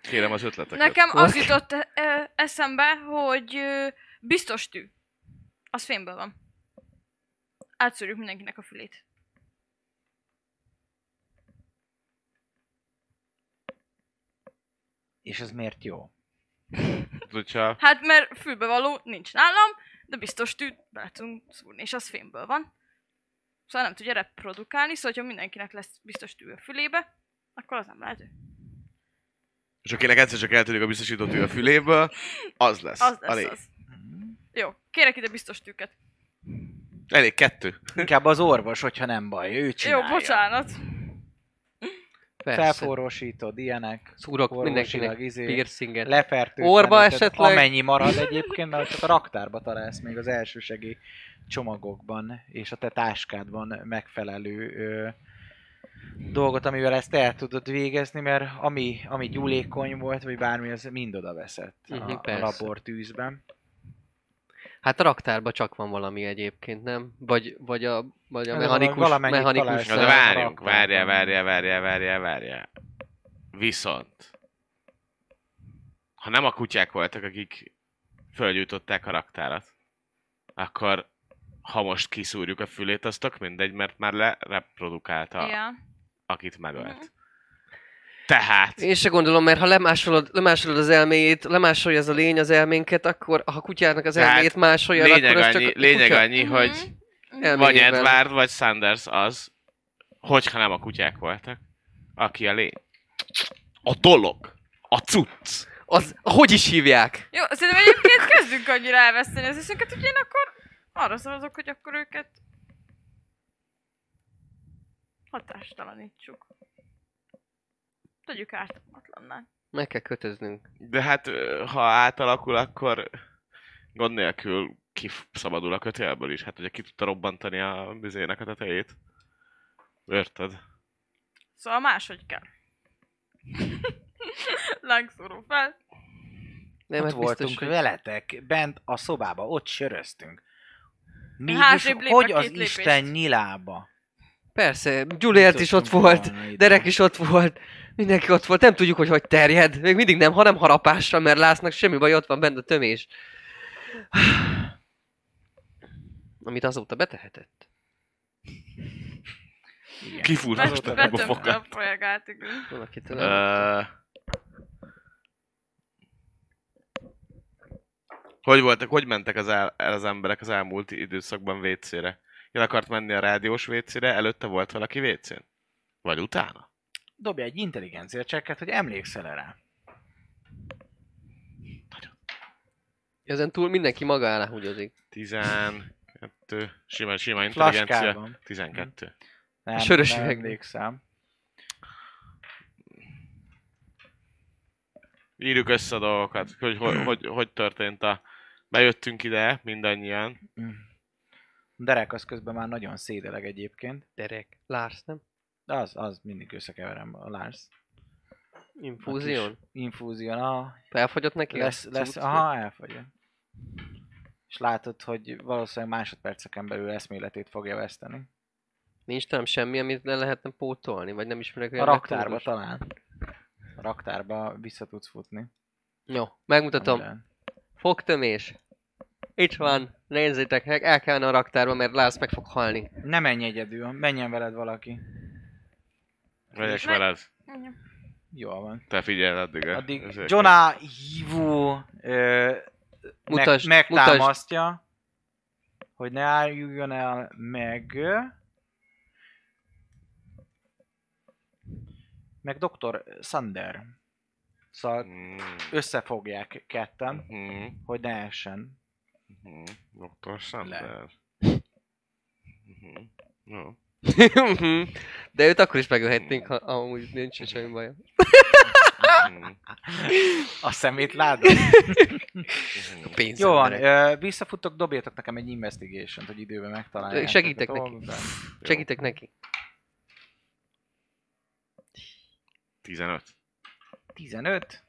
Speaker 3: Kérem az ötleteket.
Speaker 4: Nekem az jutott ö, eszembe, hogy ö, biztos tű. Az fémből van. Átszűrjük mindenkinek a fülét.
Speaker 2: És ez miért jó?
Speaker 3: Hogyha...
Speaker 4: Hát mert fülbe való nincs nálam, de biztos tűt be tudunk szúrni, és az fémből van. Szóval nem tudja reprodukálni, szóval ha mindenkinek lesz biztos tű a fülébe, akkor az nem lehet ő.
Speaker 3: És akinek egyszer csak eltűnik a biztosított ő a füléből, az lesz.
Speaker 4: Az lesz
Speaker 3: elég.
Speaker 4: az. Jó, kérek ide biztos tűket.
Speaker 3: Elég kettő.
Speaker 2: Inkább az orvos, hogyha nem baj, ő csinálja.
Speaker 4: Jó, bocsánat.
Speaker 5: Persze.
Speaker 2: Felforrósítod, ilyenek.
Speaker 5: Szúrok
Speaker 2: orvosilag
Speaker 5: mindenkinek
Speaker 2: izé-
Speaker 5: piercinget.
Speaker 2: lefertőtleníted,
Speaker 5: Orba esetleg?
Speaker 2: amennyi marad egyébként, mert csak a raktárba találsz még az elsősegély csomagokban, és a te táskádban megfelelő ö, dolgot, amivel ezt el tudod végezni, mert ami, ami gyúlékony volt, vagy bármi, az mind oda veszett a,
Speaker 5: Mhm,
Speaker 2: a
Speaker 5: persze.
Speaker 2: labortűzben.
Speaker 5: Hát a raktárban csak van valami egyébként, nem? Vagy, vagy a, vagy a
Speaker 2: Ez
Speaker 5: mechanikus,
Speaker 2: valamennyit
Speaker 5: mechanikus
Speaker 2: találsz.
Speaker 3: Na
Speaker 2: Persze,
Speaker 3: de
Speaker 5: szám.
Speaker 3: várjunk,
Speaker 2: rakva.
Speaker 3: várjál, várjál, várjál, várjál, várjál. Viszont, ha nem a kutyák voltak, akik fölgyújtották a raktárat, akkor ha most kiszúrjuk a fülét, az tök mindegy, mert már lereprodukálta, yeah.
Speaker 4: Igen.
Speaker 3: akit megölt.
Speaker 4: Mhm.
Speaker 3: Tehát,
Speaker 5: Én se gondolom, mert ha lemásolod, lemásolod az elméjét, lemásolja ez a lény az elménket, akkor ha a kutyának az
Speaker 3: Tehát
Speaker 5: elméjét másolja,
Speaker 3: lényeg
Speaker 5: akkor az
Speaker 3: annyi,
Speaker 5: csak
Speaker 3: lényeg
Speaker 5: kutya
Speaker 3: annyi, hogy
Speaker 4: Mhm.
Speaker 3: vagy hát
Speaker 5: elméjével.
Speaker 3: Edward, vagy Sanders az, hogyha nem a kutyák voltak, aki a lény. A dolog. A cucc.
Speaker 5: Az, hogy is hívják?
Speaker 4: Jó, szerintem egyébként kezdünk annyira elveszteni az eszünket, hogy én akkor arra szavazok, hogy akkor őket hatástalanítsuk. Tegyük ártalmatlanná.
Speaker 5: Meg kell kötöznünk.
Speaker 3: De hát, ö, ha átalakul, akkor gond nélkül kiszabadul a kötélből is. Hát ugye ki tudta robbantani a bizének a tetejét. Érted?
Speaker 4: Szóval máshogy kell. Lángszóró fel.
Speaker 5: Nem,
Speaker 2: ott
Speaker 5: hát
Speaker 2: voltunk
Speaker 5: biztos, hogy...
Speaker 2: veletek, bent a szobába, ott söröztünk. Mégis,
Speaker 4: Hátrébb lép a
Speaker 2: hogy
Speaker 4: két
Speaker 2: az
Speaker 4: lépést.
Speaker 2: Isten nyilába?
Speaker 5: Persze, Juliet is ott
Speaker 2: Jutottunk
Speaker 5: volt,
Speaker 2: volna ide.
Speaker 5: Derek is ott volt, mindenki ott volt, nem tudjuk, hogy hogy terjed. Még mindig nem, hanem harapással, mert Lásznak semmi baj, ott van bent a tömés. Amit azóta betehetett.
Speaker 2: Igen.
Speaker 3: Kifúrta
Speaker 2: Azóta
Speaker 3: a
Speaker 2: nem
Speaker 4: Betömte
Speaker 3: fogat.
Speaker 4: a folyagát, igen.
Speaker 5: Valaki talán...
Speaker 3: Ö, Hogy voltak, hogy mentek az, el, el az emberek az elmúlt időszakban WC-re? El akart menni a rádiós WC-re, előtte volt valaki WC-n? Vagy utána?
Speaker 2: Dobja egy intelligencia csekket, hogy emlékszel rá.
Speaker 5: Ezen túl mindenki maga alá húgyozik.
Speaker 3: 12, simán, sima intelligencia.
Speaker 2: Flaskában.
Speaker 3: 12.
Speaker 2: Nem,
Speaker 5: Sörös
Speaker 2: nem
Speaker 5: üvegben.
Speaker 2: emlékszem.
Speaker 3: írjuk össze a dolgokat, hogy hogy, hogy, hogy történt a... Bejöttünk ide mindannyian,
Speaker 2: Mm. Derek az közben már nagyon szédeleg egyébként.
Speaker 5: Derek. Lars, nem?
Speaker 2: Az, az mindig összekeverem a Lars.
Speaker 5: Infúzión?
Speaker 2: Infúzión, aha,
Speaker 5: Felfogyott neki? a
Speaker 2: lesz, lesz,
Speaker 5: cucc?
Speaker 2: aha, elfogy. És látod, hogy valószínűleg másodperceken belül eszméletét fogja veszteni.
Speaker 5: Nincs nem semmi, amit le lehetne pótolni, vagy nem ismerek
Speaker 2: A
Speaker 5: olyan
Speaker 2: raktárba
Speaker 5: metódust?
Speaker 2: talán. A raktárba vissza tudsz futni.
Speaker 5: Jó, megmutatom.
Speaker 2: Amiben-
Speaker 5: Fogtömés. Itt van, nézzétek, meg el kellene a raktárba, mert Lász meg fog halni.
Speaker 2: Ne menj egyedül, menjen veled valaki.
Speaker 3: Megyek
Speaker 4: Meg-
Speaker 3: veled.
Speaker 2: Jól van.
Speaker 3: Te figyelj addig. eh.
Speaker 2: Addig
Speaker 3: Ezért-
Speaker 2: Jonah hívó ö,
Speaker 5: Mutasd,
Speaker 2: meg,
Speaker 5: mutasd.
Speaker 2: megtámasztja, hogy ne álljon el meg. Meg Dr. Sander. Szóval
Speaker 3: Mm.
Speaker 2: összefogják ketten,
Speaker 3: Mhm.
Speaker 2: hogy ne essen.
Speaker 3: Mhm. Dr. Sander. Mhm. Jó.
Speaker 5: Mhm. De őt akkor is megölhetnénk, ha amúgy nincs semmi baj.
Speaker 3: Mhm.
Speaker 2: A szemét látod?
Speaker 3: Mhm.
Speaker 5: Pénz.
Speaker 2: Jó van, ö, visszafutok, dobjátok nekem egy investigation hogy időben megtalálják.
Speaker 5: Segítek neki. Segítek neki.
Speaker 3: 15.
Speaker 2: 15.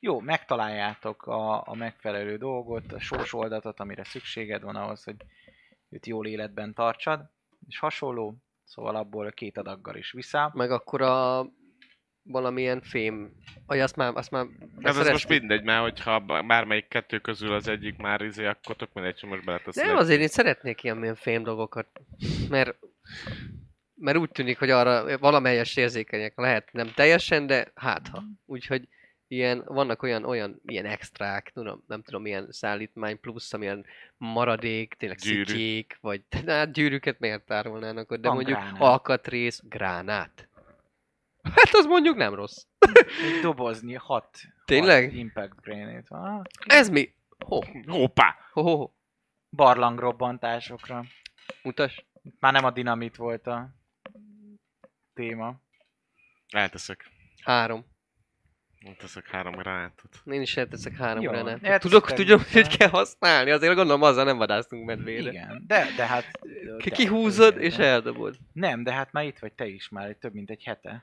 Speaker 2: Jó, megtaláljátok a, a megfelelő dolgot, a sósoldatot, amire szükséged van ahhoz, hogy őt jól életben tartsad, és hasonló, szóval abból két adaggal is vissza.
Speaker 5: Meg akkor a valamilyen fém. Aj, azt már, azt már
Speaker 3: Hát Ez az
Speaker 5: szereztük.
Speaker 3: most mindegy, mert hogyha b- bármelyik kettő közül az egyik már izé, akkor tök mindegy, hogy most beleteszed.
Speaker 5: Nem, azért én szeretnék ilyen milyen fém dolgokat, mert, mert úgy tűnik, hogy arra valamelyes érzékenyek lehet, nem teljesen, de hát ha. Úgyhogy ilyen, vannak olyan, olyan ilyen extrák, tudom, nem tudom, ilyen szállítmány plusz, amilyen maradék, tényleg
Speaker 3: Gyűrű.
Speaker 5: Gyűrű. szitjék, vagy na, hát gyűrűket miért tárolnának ott, de
Speaker 2: Van
Speaker 5: mondjuk
Speaker 2: gránát.
Speaker 5: alkatrész, gránát. Hát az mondjuk nem rossz.
Speaker 2: Egy dobozni, hat,
Speaker 5: Tényleg?
Speaker 2: hat impact grenade van. Ah,
Speaker 5: Ez mi? Ho,
Speaker 3: Hoppá!
Speaker 5: ho, ho, ho.
Speaker 2: Barlangrobbantásokra.
Speaker 5: Mutas.
Speaker 2: Itt Már nem a dinamit volt a téma.
Speaker 3: Elteszek.
Speaker 5: Három.
Speaker 3: Elteszek három gránátot.
Speaker 5: Én is elteszek három
Speaker 2: Jó,
Speaker 5: granát.
Speaker 2: elteszed
Speaker 5: Tudok, tudom,
Speaker 2: természetesen.
Speaker 5: hogy kell használni, azért gondolom azzal nem vadásztunk medvére.
Speaker 2: Igen, de, de hát...
Speaker 5: Ki-
Speaker 2: de-
Speaker 5: Kihúzod
Speaker 2: de-
Speaker 5: és eldobod.
Speaker 2: Nem, de hát már itt vagy te is már, egy több mint egy hete.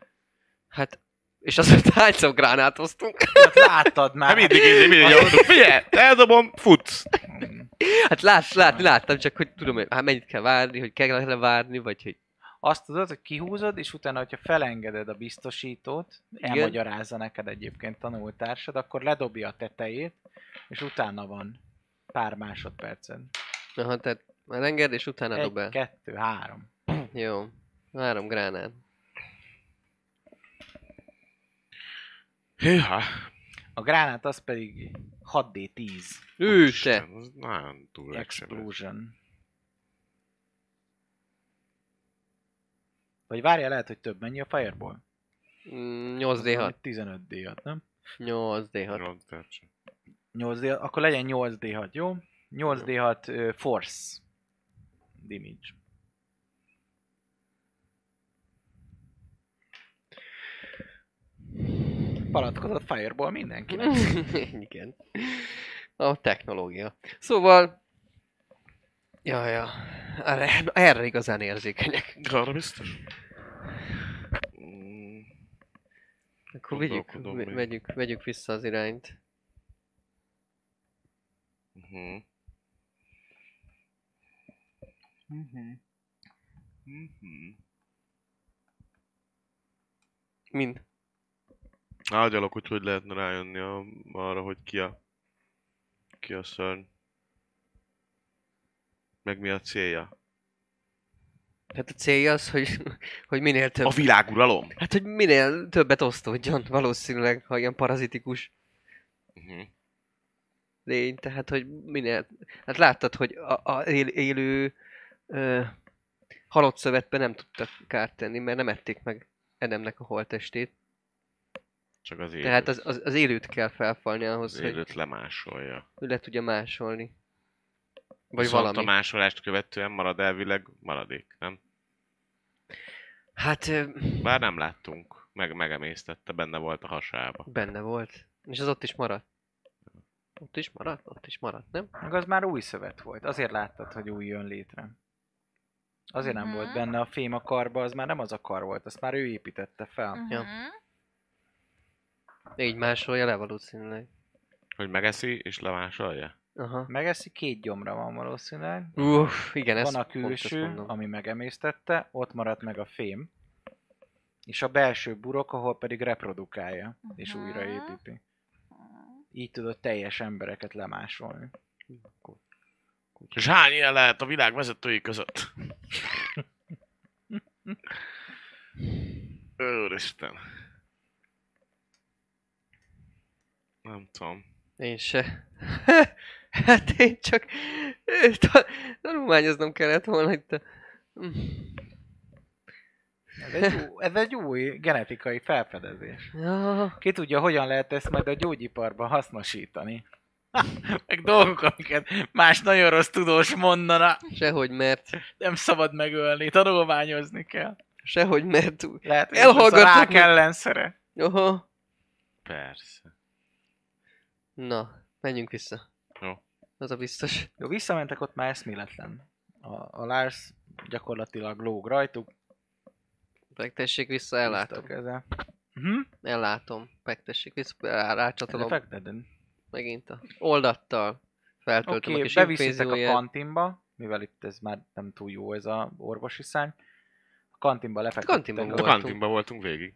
Speaker 5: Hát, és azért hányszor gránát hoztunk?
Speaker 2: Hát láttad már.
Speaker 3: Hát mindig így, mindig így mondtuk, figyelj, eldobom, futsz!
Speaker 5: Hát lát, látni láttam, csak hogy tudom, hogy hát mennyit kell várni, hogy kell várni, vagy hogy...
Speaker 2: Azt tudod, hogy kihúzod, és utána, hogyha felengeded a biztosítót,
Speaker 5: Igen.
Speaker 2: elmagyarázza neked egyébként tanultársad, akkor ledobja a tetejét, és utána van pár másodpercen.
Speaker 5: Aha, tehát már enged, és utána
Speaker 2: Egy,
Speaker 5: dob el.
Speaker 2: kettő, három.
Speaker 5: Jó. Három gránát.
Speaker 3: Hűha!
Speaker 2: A gránát az pedig 6D10
Speaker 5: Ő se!
Speaker 3: Isten, az Nagyon túl explód.
Speaker 2: Explosion. Vagy várja, lehet, hogy több mennyi a Fireball.
Speaker 5: Mm, 8D6.
Speaker 2: 15D6, nem?
Speaker 5: 8D6.
Speaker 3: Rontács.
Speaker 2: 8D, akkor legyen 8D6, jó? 8D6 ö, force damage. Palatkozott Fireball mindenkinek.
Speaker 5: Igen. A technológia. Szóval... Ja, ja. Erre, erre igazán érzékenyek.
Speaker 3: Arra biztos. Mm,
Speaker 5: Akkor vegyük,
Speaker 3: Gondolkodom
Speaker 5: ve-
Speaker 3: még.
Speaker 5: vegyük, vegyük vissza az irányt.
Speaker 3: mhm. Mhm. Mhm.
Speaker 5: Mind.
Speaker 3: Ágyalok, úgy, hogy lehetne rájönni a, arra, hogy ki a, ki a szörny. Meg mi a célja.
Speaker 5: Hát a célja az, hogy, hogy minél több.
Speaker 3: A világuralom!
Speaker 5: Hát, hogy minél többet osztódjon, valószínűleg, ha ilyen parazitikus
Speaker 3: Uh-huh.
Speaker 5: lény, tehát, hogy minél... Hát láttad, hogy a, a él, élő ö, halott szövetbe nem tudtak kárt tenni, mert nem ették meg Edemnek a holtestét.
Speaker 3: Csak az élőt.
Speaker 5: Tehát az, az, az élőt kell felfalni ahhoz,
Speaker 3: az
Speaker 5: hogy
Speaker 3: élőt lemásolja.
Speaker 5: ő le tudja másolni. Vagy
Speaker 3: Vagy Viszont
Speaker 5: valami.
Speaker 3: a másolást követően marad elvileg maradék, nem?
Speaker 5: Hát ö,
Speaker 3: Bár nem láttunk. Meg megemésztette, benne volt a hasába.
Speaker 5: benne volt. És az ott is maradt. Ott is maradt, ott is maradt, nem?
Speaker 2: Meg az már új szövet volt. Azért láttad, hogy új jön létre. Azért nem
Speaker 4: Mhm.
Speaker 2: volt benne a fém a karba, az már nem az a kar volt, azt már ő építette fel.
Speaker 4: Ja.
Speaker 5: Így másolja le valószínűleg.
Speaker 3: Hogy megeszi és lemásolja?
Speaker 5: Aha.
Speaker 2: Megeszi, két gyomra van valószínűleg.
Speaker 5: Uff, igen,
Speaker 2: Van
Speaker 5: ezt
Speaker 2: a
Speaker 5: pont ezt
Speaker 2: külső,
Speaker 5: mondom.
Speaker 2: ami megemésztette, ott maradt meg a fém. És a belső burok, ahol pedig reprodukálja, és
Speaker 4: Mhm.
Speaker 2: újraépíti. Így tudod teljes embereket lemásolni.
Speaker 3: És hány ilyen lehet a világ vezetői között? Őristen. Nem tudom.
Speaker 5: Én se. hát én csak ta- tanulmányoznom kellett volna itt. a- Mm.
Speaker 2: Ez egy, új, ez egy új genetikai felfedezés.
Speaker 5: Ja.
Speaker 2: Ki tudja, hogyan lehet ezt majd a gyógyiparban hasznosítani. meg dolgok, amiket más nagyon rossz tudós mondana.
Speaker 5: Sehogy mert,
Speaker 2: Nem szabad megölni, tanulmányozni kell.
Speaker 5: sehogy mert.
Speaker 2: Lehet, hogy ez
Speaker 5: Elhallgattak
Speaker 2: lesz a rák
Speaker 5: meg.
Speaker 2: ellenszere.
Speaker 5: Oho.
Speaker 3: Persze.
Speaker 5: Na, menjünk vissza.
Speaker 3: Jó.
Speaker 5: Az a biztos.
Speaker 2: Jó, visszamentek, ott már eszméletlen. A, a Lars gyakorlatilag lóg rajtuk.
Speaker 5: Fektessék vissza, ellátom.
Speaker 2: húzta a keze. Mhm.
Speaker 5: Ellátom. Fektessék vissza, rá- rácsatolom
Speaker 2: Fekteted.
Speaker 5: megint a oldattal. Feltöltöm
Speaker 2: Oké,
Speaker 5: a
Speaker 2: okay,
Speaker 5: kis
Speaker 2: beviszitek a
Speaker 5: infézióját.
Speaker 2: kantinba, mivel itt ez már nem túl jó ez a orvosi szány. A kantinba lefektettek.
Speaker 5: kantinban
Speaker 2: a-
Speaker 3: A
Speaker 5: Voltunk.
Speaker 3: kantinban voltunk végig.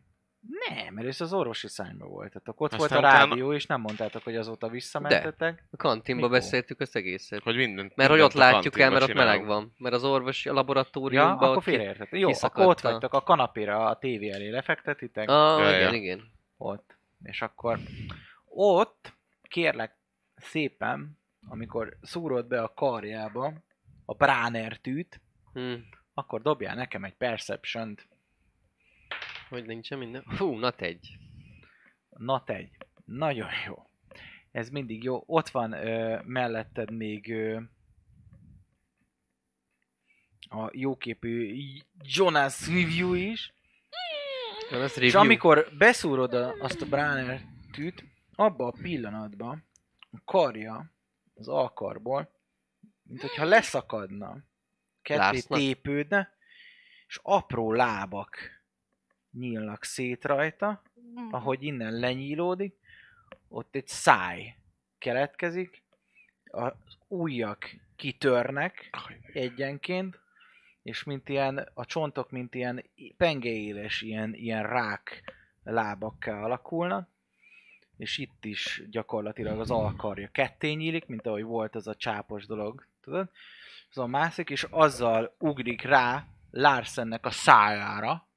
Speaker 2: Nem, először az orvosi szányba voltatok. Ott
Speaker 3: Aztán
Speaker 2: volt a
Speaker 3: utána-
Speaker 2: rádió, és nem mondtátok, hogy azóta visszamentetek.
Speaker 5: A kantinba
Speaker 2: Mikor?
Speaker 5: beszéltük az egészet.
Speaker 3: Hogy mindent.
Speaker 5: Mert hogy ott
Speaker 3: mindent a
Speaker 5: látjuk el,
Speaker 3: kantinban
Speaker 5: mert ott meleg
Speaker 3: csinálunk.
Speaker 5: van. Mert az orvosi a
Speaker 2: De. Ja,
Speaker 5: laboratóriumban...
Speaker 2: akkor
Speaker 5: ott ki-
Speaker 2: félreértettek. Jó, akkor
Speaker 5: kiszakadt
Speaker 2: ott
Speaker 5: a-
Speaker 2: vagytok a kanapéra, a tévé elé lefektetitek.
Speaker 5: Ah,
Speaker 3: Ja,
Speaker 5: igen,
Speaker 3: ja.
Speaker 5: igen.
Speaker 2: ott. És akkor ott, kérlek szépen, amikor szúrod be a karjába a Bráner tűt,
Speaker 5: Hm.
Speaker 2: akkor dobjál nekem egy perception
Speaker 5: Hogy nincsen minden? Fú, na egy.
Speaker 2: Nat egy. Nagyon jó. Ez mindig jó. Ott van ö, melletted még ö, a jóképű Jonas Review is.
Speaker 5: Van az
Speaker 2: És
Speaker 5: review.
Speaker 2: amikor beszúrod a, azt a Bráner tűt, abba a pillanatban a karja az alkarból, mint hogyha leszakadna, ketté
Speaker 5: Lásznak?
Speaker 2: tépődne, és apró lábak nyílnak szét rajta, ahogy innen lenyílódik, ott egy száj keletkezik, az ujjak kitörnek egyenként, és mint ilyen, a csontok mint ilyen pengeéles, ilyen, ilyen rák lábakká alakulnak, és itt is gyakorlatilag az alkarja ketté nyílik, mint ahogy volt az a csápos dolog, tudod? Azon mászik, és azzal ugrik rá Larsennek a szájára,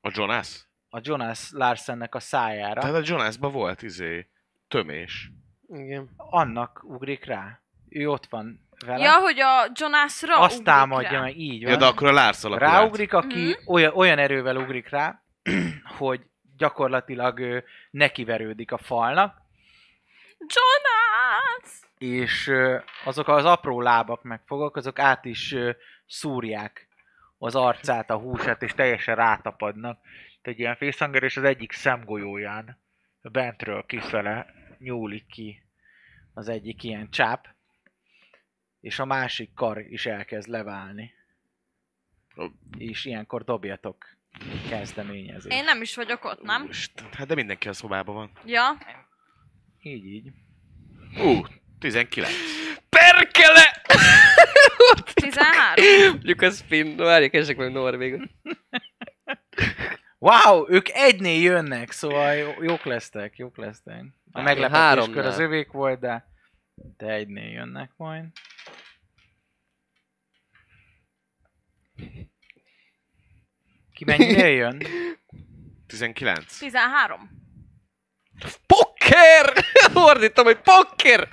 Speaker 3: A Jonas?
Speaker 2: a Jonas Larsennek a szájára.
Speaker 3: Tehát a Jonasban volt izé tömés.
Speaker 5: Igen.
Speaker 2: annak ugrik rá. Ő ott van vele.
Speaker 4: ja, hogy a Jonasra
Speaker 2: azt
Speaker 4: ugrik
Speaker 2: támadja
Speaker 4: rá.
Speaker 2: meg, így van.
Speaker 3: Ja, de akkor a Lars alakul át.
Speaker 2: Ráugrik, aki
Speaker 4: Mhm.
Speaker 2: olyan, olyan erővel ugrik rá, hogy gyakorlatilag ő nekiverődik a falnak,
Speaker 4: Jonas!
Speaker 2: és ö, azok az apró lábak megfogok, azok át is ö, szúrják az arcát, a húsát, és teljesen rátapadnak. Itt Egy ilyen fészhanger, és az egyik szemgolyóján bentről kifele nyúlik ki az egyik ilyen csáp, és a másik kar is elkezd leválni.
Speaker 3: Ó.
Speaker 2: És ilyenkor dobjatok kezdeményezést.
Speaker 4: Én nem is vagyok ott, nem?
Speaker 3: Úristen, hát de mindenki a szobában van.
Speaker 4: Ja.
Speaker 2: Így, így.
Speaker 3: Ú, 19.
Speaker 5: Perkele!
Speaker 4: 13.
Speaker 5: Mondjuk ez finn. No, várj, keresek meg Norvégot.
Speaker 2: Wow, ők egynél jönnek, szóval jó- jók lesztek, jók lesztek. A
Speaker 5: Én
Speaker 2: meglepetéskör
Speaker 5: háromnál.
Speaker 2: az övék volt, de, de egynél jönnek majd. Ki mennyire jön?
Speaker 3: 19.
Speaker 4: 13.
Speaker 5: Pokker! Fordítom, hogy pokker!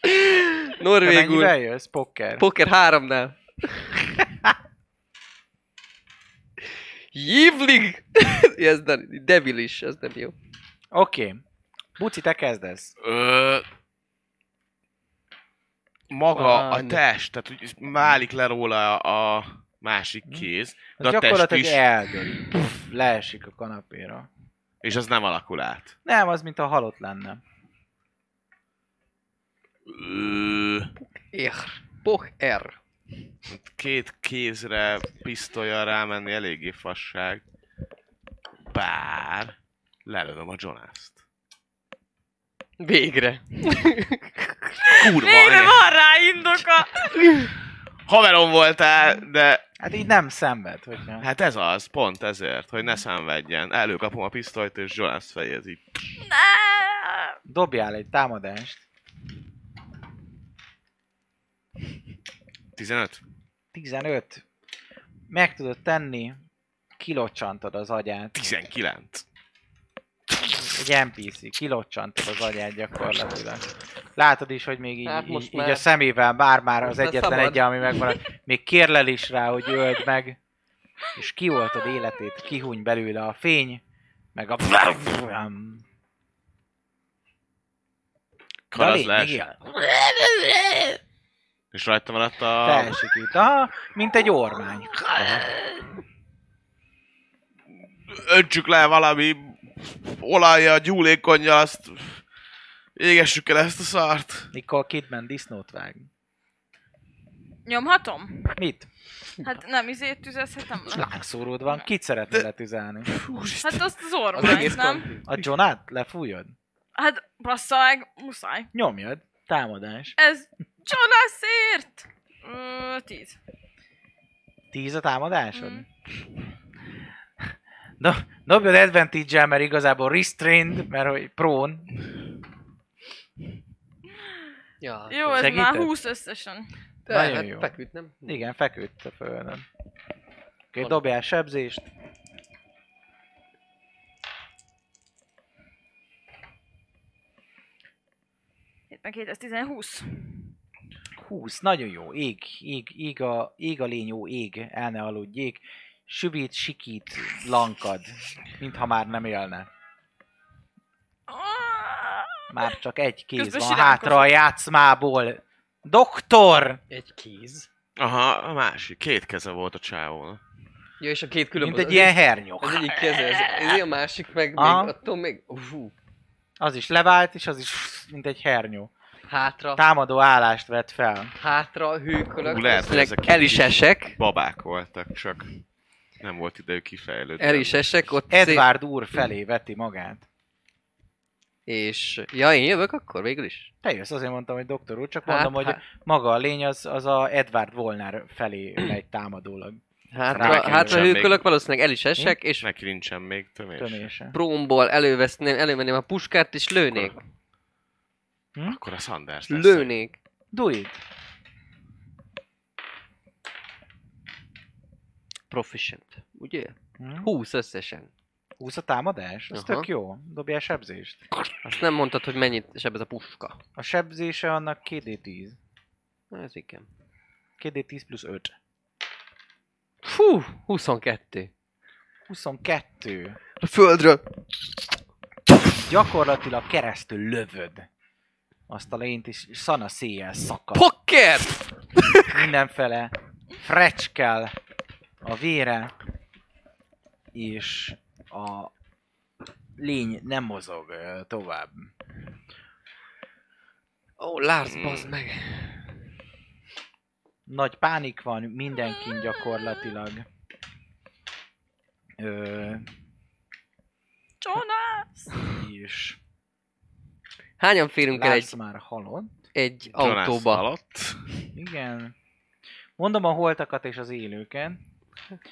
Speaker 2: Te mennyivel
Speaker 5: Norvégul.
Speaker 2: jössz? Pokker.
Speaker 5: Pokker háromnál. Jívlig! ez nem, debilis, ez nem jó.
Speaker 2: Oké. Okay. Buci, te kezdesz.
Speaker 3: Ö, maga a
Speaker 5: Fájna.
Speaker 3: test, tehát hogy válik le róla a másik kéz, de
Speaker 2: Az
Speaker 3: a
Speaker 2: Hát
Speaker 3: test
Speaker 2: gyakorlatilag
Speaker 3: is,
Speaker 2: eldől. Puff, Leesik a kanapéra.
Speaker 3: és az nem alakul át.
Speaker 2: Nem, az mint a halott lenne.
Speaker 3: Ö,
Speaker 5: Er. Poch er.
Speaker 3: Két kézre pisztolyjal rámenni eléggé fasság. Bár lelövöm a Jonászt.
Speaker 5: Végre.
Speaker 3: Kurva
Speaker 4: Végre
Speaker 3: anyja.
Speaker 4: van rá indoka!
Speaker 3: Haverom voltál, de
Speaker 2: Hát így nem szenved, hogyha... Hát
Speaker 3: Hát ez az, pont ezért, hogy ne szenvedjen. Előkapom a pisztolyt, és Jonas fejét így.
Speaker 4: Ne!
Speaker 2: dobjál egy támadást.
Speaker 3: 15?
Speaker 2: 15. Meg tudod tenni, kilocsantod az agyát.
Speaker 3: 19.
Speaker 2: Egy NPC, kilocsantod az agyát gyakorlatilag. Látod is, hogy még így,
Speaker 5: Hát most
Speaker 2: így,
Speaker 5: már-
Speaker 2: így a szemével bár már
Speaker 5: most
Speaker 2: az
Speaker 5: már
Speaker 2: egyetlen
Speaker 5: szabad.
Speaker 2: egy, ami megvan, még kérlel is rá, hogy öld meg, és kioltad életét, kihúny belőle a fény, meg a... De a
Speaker 3: Karaz
Speaker 2: lény
Speaker 3: leesik.
Speaker 2: él.
Speaker 3: És rajta maradt a...
Speaker 2: Felsikít, aha, mint egy ormány.
Speaker 3: Öntsük le valami olajjal, gyúlékonnyal, azt... Égessük el ezt a szart.
Speaker 2: Nicole Kidman disznót vág.
Speaker 4: Nyomhatom?
Speaker 2: Mit?
Speaker 4: Hát nem, izé tüzezhetem le.
Speaker 2: Lángszóród van, kit szeretnél letüzelni?
Speaker 4: Hát azt az
Speaker 5: Az
Speaker 4: ormányt,
Speaker 5: egész
Speaker 4: nem?
Speaker 5: konflikt.
Speaker 2: A Jonát? Lefújod?
Speaker 4: Hát bassza meg, muszáj.
Speaker 2: Nyomjad. Támadás.
Speaker 4: Ez Jonasért! Ö, tíz.
Speaker 2: Tíz a támadásod?
Speaker 4: Mm.
Speaker 2: Mm. Do, dobjad advantage mert igazából restrained, mert hogy prón.
Speaker 5: Ja.
Speaker 4: Jó, ez
Speaker 2: Segíted?
Speaker 4: már 20 összesen.
Speaker 5: De,
Speaker 2: nagyon
Speaker 5: hát
Speaker 2: jó.
Speaker 5: Feküdt, nem?
Speaker 2: Igen, feküdt a földön. Oké,
Speaker 5: Van.
Speaker 2: dobjál sebzést.
Speaker 4: Hét meg hét, ez 10, 20.
Speaker 2: 20, nagyon jó, ég, ég, ég a, ég a lény jó, ég, el ne aludjék. Süvít, sikít, lankad, mintha már nem élne. Már csak egy kéz
Speaker 4: Közben
Speaker 2: van
Speaker 4: siránkozom.
Speaker 2: hátra a játszmából. Doktor!
Speaker 5: Egy kéz.
Speaker 3: Aha, a másik. Két keze volt a csávónak.
Speaker 5: Ja, és a két
Speaker 2: Mint
Speaker 5: különböző.
Speaker 2: egy ilyen
Speaker 5: Az
Speaker 2: hernyók.
Speaker 5: egyik keze, ez, ez a másik, meg még,
Speaker 2: Aha.
Speaker 5: attól még, uhú,
Speaker 2: Az is levált, és az is mint egy hernyó.
Speaker 5: hátra,
Speaker 2: Támadó állást vett fel.
Speaker 5: hátra hűkölök,
Speaker 3: Ú, lehet, hogy
Speaker 5: valószínűleg
Speaker 3: ezek
Speaker 5: el is
Speaker 3: kis-
Speaker 5: esek,
Speaker 3: Babák voltak, csak nem volt idejük kifejlődni.
Speaker 5: el is esek, ott szép,
Speaker 2: Edward úr felé veti magát.
Speaker 5: és, ja, én jövök akkor végül is?
Speaker 2: Te jössz, azért mondtam, hogy doktor úr, csak
Speaker 5: Hát,
Speaker 2: mondom, hogy
Speaker 5: hát.
Speaker 2: maga a lény az, az a Edward Volner felé megy támadólag.
Speaker 5: Hátra,
Speaker 3: Rákerültem
Speaker 5: hátra
Speaker 3: még.
Speaker 5: hűkölök, hát valószínűleg el is esek, és
Speaker 3: Neki nincsen még tömés.
Speaker 2: Tömése.
Speaker 5: prómból előveszném, elővenném a puskát, és lőnék,
Speaker 3: Akkor a Sanders lesz.
Speaker 5: lőnék.
Speaker 2: Do it.
Speaker 5: Proficient, ugye?
Speaker 2: Hm?
Speaker 5: 20 összesen.
Speaker 2: Húsz a támadás? Ez
Speaker 5: Aha.
Speaker 2: tök jó. Dobjál sebzést.
Speaker 5: Azt nem mondtad, hogy mennyit seb ez a puska.
Speaker 2: A sebzése annak 2d10.
Speaker 5: Na, Ez igen.
Speaker 2: 2d10 plusz 5.
Speaker 5: Fú, 22.
Speaker 2: 22.
Speaker 5: A földről.
Speaker 2: Gyakorlatilag keresztül lövöd azt a lényt, és szana széjjel szakad.
Speaker 5: Pokker!
Speaker 2: mindenfele, frecskel a vére, és a lény nem mozog ö, tovább.
Speaker 5: Ó, oh,
Speaker 3: Hmm.
Speaker 5: Lars, bazd meg.
Speaker 2: Nagy pánik van mindenkin gyakorlatilag. Ö,
Speaker 4: Jonas!
Speaker 2: és
Speaker 5: Hányan férünk el egy,
Speaker 2: Lars már halott.
Speaker 5: egy
Speaker 3: Jonas
Speaker 5: autóba?
Speaker 3: Alatt.
Speaker 2: Igen. Mondom a holtakat és az élőket.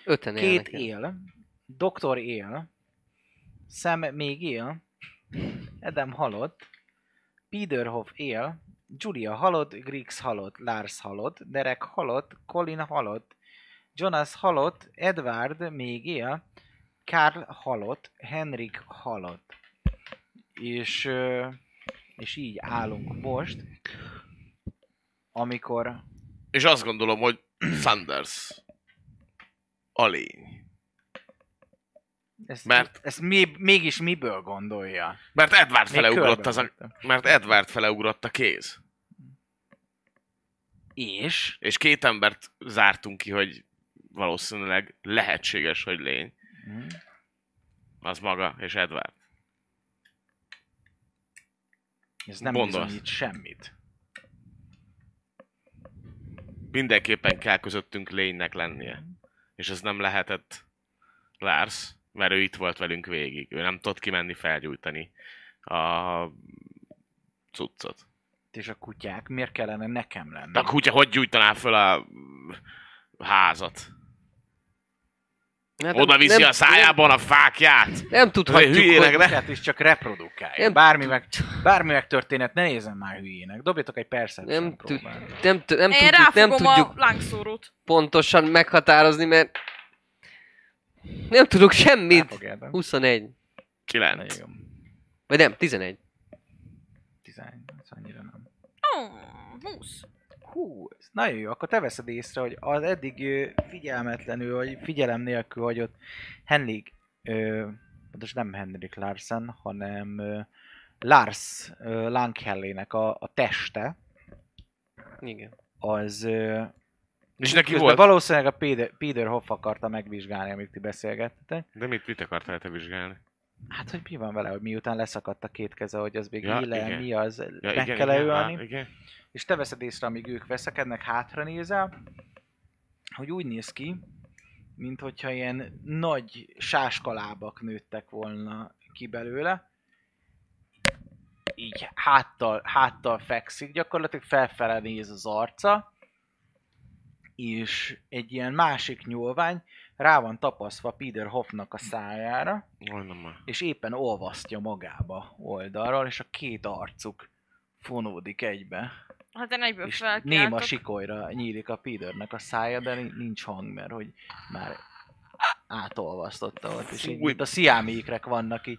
Speaker 5: Öten
Speaker 2: Két
Speaker 5: élnek.
Speaker 2: él. Doktor él. Sam még él. Adam halott. Peterhoff él. Julia halott. Griggs halott. Lars halott. Derek halott. Colin halott. Jonas halott. Edward még él. Karl halott. Henrik halott. És, ö, és így állunk most, amikor
Speaker 3: És azt gondolom, hogy Sanders a lény.
Speaker 2: ezt,
Speaker 3: Mert-
Speaker 2: ezt mi, mégis miből gondolja?
Speaker 3: Mert Edward
Speaker 2: Még
Speaker 3: fele ugrott
Speaker 2: körbe
Speaker 3: az a...
Speaker 2: mentem.
Speaker 3: Mert Edward fele ugrott a kéz.
Speaker 2: És?
Speaker 3: És két embert zártunk ki, hogy valószínűleg lehetséges, hogy lény.
Speaker 2: Mhm.
Speaker 3: Az maga és Edward.
Speaker 2: Ez nem
Speaker 3: Gondolsz.
Speaker 2: bizonyít semmit.
Speaker 3: mindenképpen kell közöttünk lénynek lennie. És ez nem lehetett Lars, mert ő itt volt velünk végig. Ő nem tudott kimenni felgyújtani a cuccot.
Speaker 2: És a kutyák, miért kellene nekem lenni?
Speaker 3: De a kutya hogy gyújtaná föl a házat?
Speaker 5: Hát
Speaker 3: Oda viszi
Speaker 5: nem,
Speaker 3: a szájában a fákját?
Speaker 5: Nem, nem tudhatjuk,
Speaker 3: Hülyének
Speaker 5: hogy...
Speaker 3: ne-
Speaker 2: kutyát is csak reprodukálja.
Speaker 5: Nem
Speaker 2: Bármi meg, bármi meg történet, ne nézem már hülyének. Dobjatok egy perception
Speaker 5: Nem, tud,
Speaker 2: próbát.
Speaker 5: nem, tud, nem,
Speaker 4: Én
Speaker 5: tudjuk, nem
Speaker 4: ráfogom
Speaker 5: tudjuk
Speaker 4: a lángszórót.
Speaker 5: pontosan meghatározni, mert nem tudok semmit.
Speaker 2: Elfogad, nem?
Speaker 5: 21.
Speaker 2: Nagyon
Speaker 3: Csinált.
Speaker 2: jó.
Speaker 5: Vagy nem, 11.
Speaker 2: 11, ez annyira nem.
Speaker 4: Ó, 20.
Speaker 2: Hú, ez nagyon jó. Akkor te veszed észre, hogy az eddig ö, figyelmetlenül, vagy figyelem nélkül, hogy ott Henrik, ö, pontosan nem Henrik Larsen, hanem ö, Lars ö, Langhellének a, a teste,
Speaker 5: Igen.
Speaker 2: az ö,
Speaker 3: És neki
Speaker 2: közben
Speaker 3: volt?
Speaker 2: valószínűleg a Peter, Peter Hoff akarta megvizsgálni, amit ti beszélgettetek.
Speaker 3: De mit, mit akartál te vizsgálni?
Speaker 2: Hát, hogy mi van vele, hogy miután leszakadt a két keze, hogy az még
Speaker 3: Ja,
Speaker 2: ja, éle,
Speaker 3: igen.
Speaker 2: mi az,
Speaker 3: Ja,
Speaker 2: meg
Speaker 3: igen,
Speaker 2: kell
Speaker 3: igen, á,
Speaker 2: ölni.
Speaker 3: igen.
Speaker 2: És te veszed észre, amíg ők veszekednek, hátra nézel, hogy úgy néz ki, mint hogyha ilyen nagy sáskalábak nőttek volna ki belőle. Így háttal, háttal fekszik, gyakorlatilag felfele néz az arca, és egy ilyen másik nyolvány rá van tapasztva Peter Hoffnak a szájára,
Speaker 3: Mondom már.
Speaker 2: és éppen olvasztja magába oldalról, és a két arcuk fonódik egybe.
Speaker 4: Hát én egyből
Speaker 2: És
Speaker 4: felkeltek.
Speaker 2: néma sikolyra nyílik a Peternek a szája, de ni- nincs hang, mert hogy már átolvasztotta ott, és így,
Speaker 3: Fúj.
Speaker 2: mint a sziámi ikrek vannak így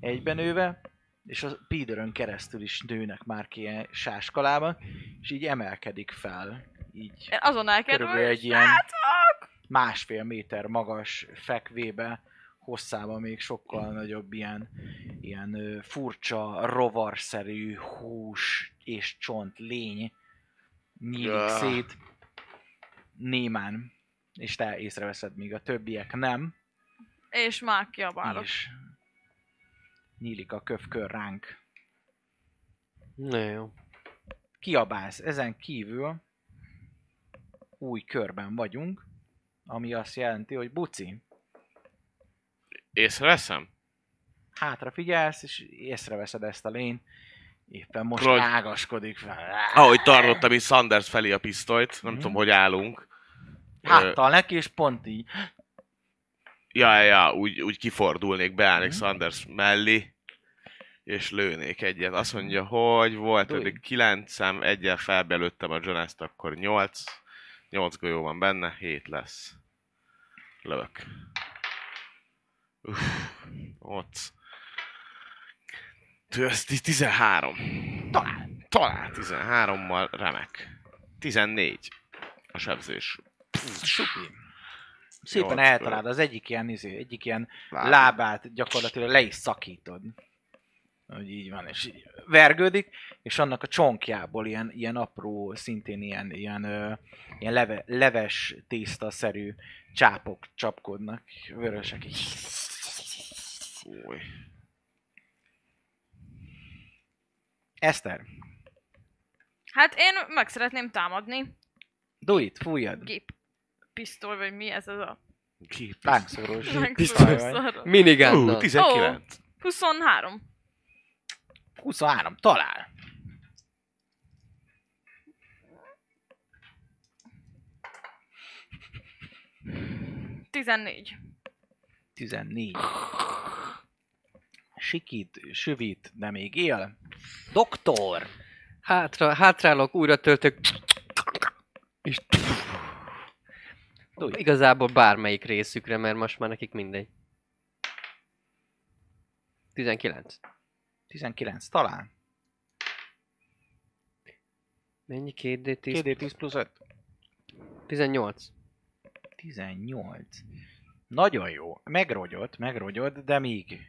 Speaker 2: egybenőve, és a Peterön keresztül is nőnek már ki ilyen sáskalában, és így emelkedik fel, így
Speaker 4: Én azon
Speaker 2: körülbelül
Speaker 4: elkerülök.
Speaker 2: egy ilyen
Speaker 4: Hát,
Speaker 2: másfél méter magas fekvébe, hosszában még sokkal nagyobb ilyen, ilyen ö, furcsa, rovarszerű hús és csont lény nyílik
Speaker 3: Ja.
Speaker 2: szét némán, és te észreveszed, míg a többiek nem,
Speaker 4: És már kiabálok.
Speaker 2: és nyílik a kövkör ránk.
Speaker 5: Na jó.
Speaker 2: kiabálsz. Ezen kívül új körben vagyunk, ami azt jelenti, hogy buci,
Speaker 3: Észreveszem?
Speaker 2: hátra figyelsz, és észreveszed ezt a lényt, éppen most
Speaker 3: Krog.
Speaker 2: Krog. ágaskodik fel.
Speaker 3: Ahogy tartottam így Sanders felé a pisztolyt, nem
Speaker 2: Mhm.
Speaker 3: tudom, hogy állunk.
Speaker 2: Háttal neki, és pont így.
Speaker 3: Ja, ja, úgy, úgy kifordulnék, beállnék
Speaker 2: Mhm.
Speaker 3: Sanders mellé, és lőnék egyet. Azt mondja, hogy volt
Speaker 2: Lőj.
Speaker 3: eddig 9 szám, egyel felbelőttem a Jonas-t, akkor 8. 8 golyó van benne, 7 lesz. Lövök. Uff, ott. Tő, ez 13. Talál. Talál 13-mal, remek. 14. A sebzés.
Speaker 2: Supi. Szépen
Speaker 3: Nyolc
Speaker 2: eltalálod
Speaker 3: körül.
Speaker 2: az egyik ilyen, izé, egyik ilyen
Speaker 3: Láb.
Speaker 2: lábát gyakorlatilag le is szakítod. Hogy így van, és így vergődik, és annak a csonkjából ilyen, ilyen apró, szintén ilyen, ilyen, ö, ilyen leve, leves, tésztaszerű csápok csapkodnak, vörösek így.
Speaker 3: Fúj.
Speaker 2: Eszter,
Speaker 4: Hát én meg szeretném támadni.
Speaker 2: do it, fújjad.
Speaker 4: Gép pisztoly, vagy mi ez az a
Speaker 3: Képes.
Speaker 2: Lángszórós.
Speaker 4: lángszóró
Speaker 2: Jaj, jaj.
Speaker 4: szarra.
Speaker 5: Minigánnal.
Speaker 3: Ú, 19.
Speaker 4: 23.
Speaker 2: 23, talál.
Speaker 4: Tizennégy.
Speaker 2: 14. Sikít, süvít, de még él. Doktor!
Speaker 5: Hátra, hátrálok, újra töltök. És
Speaker 2: Dúj.
Speaker 5: Igazából bármelyik részükre, mert most már nekik mindegy. 19.
Speaker 2: 19, talál.
Speaker 5: Mennyi? 2D10?
Speaker 2: 2D10 plusz 5.
Speaker 5: 18.
Speaker 2: 18. Nagyon jó. Megrogyott, megrogyott, de még,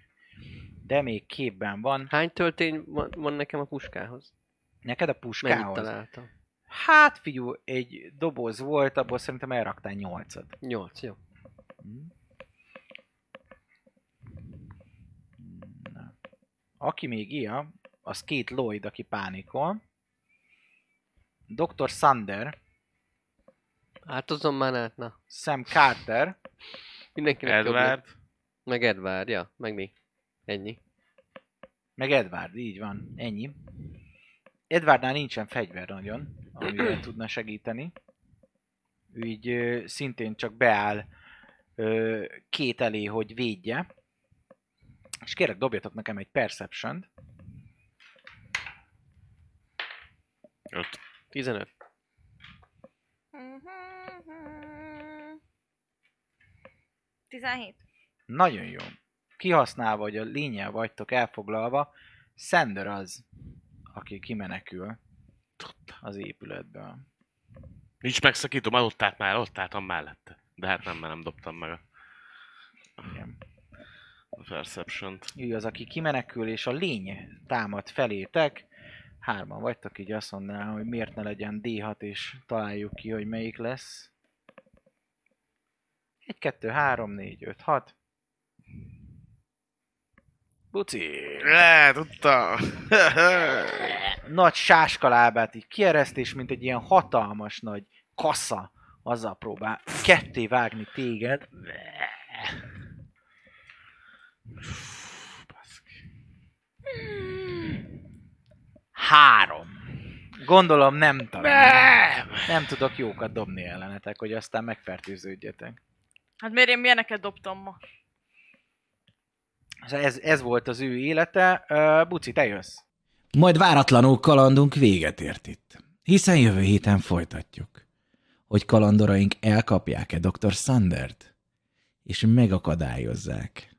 Speaker 2: de még képben van.
Speaker 5: Hány töltény van, van nekem a puskához?
Speaker 2: Neked a
Speaker 5: Mennyit
Speaker 2: puskához.
Speaker 5: találtam?
Speaker 2: Hát fiú, egy doboz volt, abból szerintem elraktál 8-at.
Speaker 5: 8, jó.
Speaker 2: Hm. Na. Aki még ilyen, az két Lloyd, aki pánikol. Dr. Sander,
Speaker 5: Hát azon már át, na.
Speaker 2: Sam Carter,
Speaker 5: Mindenkinek jobb lett.
Speaker 3: Edward.
Speaker 5: Meg Edvard, ja, meg mi. Ennyi.
Speaker 2: meg Edward, így van, ennyi. Edwardnál nincsen fegyver nagyon, amivel tudna segíteni. Ő így ö, szintén csak beáll ö, két elé, hogy védje. És kérlek, dobjatok nekem egy perception
Speaker 5: 15.
Speaker 4: Mhm. 17.
Speaker 2: Nagyon jó. Kihasználva, hogy a lényel vagytok elfoglalva, Sander az, aki kimenekül az épületből.
Speaker 3: Nincs megszakító, már ott állt már, ott álltam mellette. De hát nem, mert nem dobtam meg a,
Speaker 2: Igen.
Speaker 3: a perception-t.
Speaker 2: Ő az, aki kimenekül, és a lény támad felétek. Hárman vagytok, így azt mondanám, hogy miért ne legyen D6, és találjuk ki, hogy melyik lesz. 1, 2, 3, 4, 5, 6. Buci!
Speaker 3: Le, tudtam!
Speaker 2: nagy sáskalábát így kiereszt, és mint egy ilyen hatalmas nagy kassa azzal próbál ketté vágni téged. Három. Gondolom nem talán. Nem tudok jókat dobni ellenetek, hogy aztán megfertőződjetek.
Speaker 4: Hát miért én milyeneket dobtam ma?
Speaker 2: Szóval Ez, ez volt az ő élete. Ö, Buci, te jössz.
Speaker 1: Majd váratlanul kalandunk véget ért itt, hiszen jövő héten folytatjuk, hogy kalandoraink elkapják-e dr. Sandert, és megakadályozzák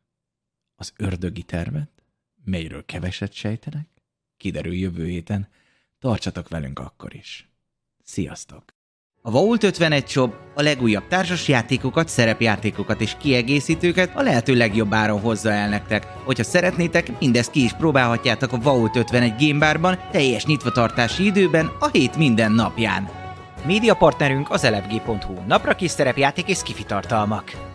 Speaker 1: az ördögi tervet, melyről keveset sejtenek, kiderül jövő héten, tartsatok velünk akkor is. Sziasztok! A Vault 51 Shop a legújabb társasjátékokat, szerepjátékokat és kiegészítőket a lehető legjobb áron hozza el nektek. Hogyha szeretnétek, mindezt ki is próbálhatjátok a Vault 51 Game Barban teljes nyitvatartási időben a hét minden napján. Média partnerünk az elefg.hu, napra kis szerepjáték és kifitartalmak.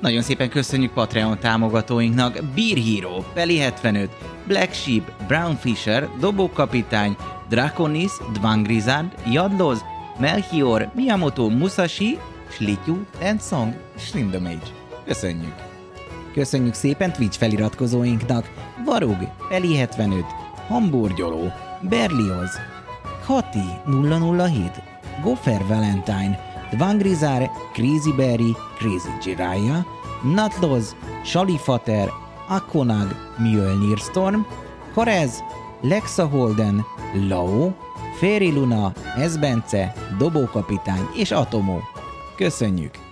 Speaker 1: Nagyon szépen köszönjük Patreon támogatóinknak Beer Hero, Peli 75, Black Sheep, Brown Fisher, Dobókapitány, Draconis, Dvangrizard, Jadloz, Melchior, Miyamoto Musashi, Slityu, Tensong, Slimdomage. Köszönjük! Köszönjük szépen Twitch feliratkozóinknak Varug, Peli 75, Hamburgyoló, Berlioz, Kati 007, Gofer Valentine, Dvangrizár, Crazy Berry, Crazy Jiraiya, Natloz, Salifater, Akonag, Mjölnir Storm, Korez, Lexa Holden, Lao, Féri Luna, Ezbence, Dobókapitány és Atomó. Köszönjük!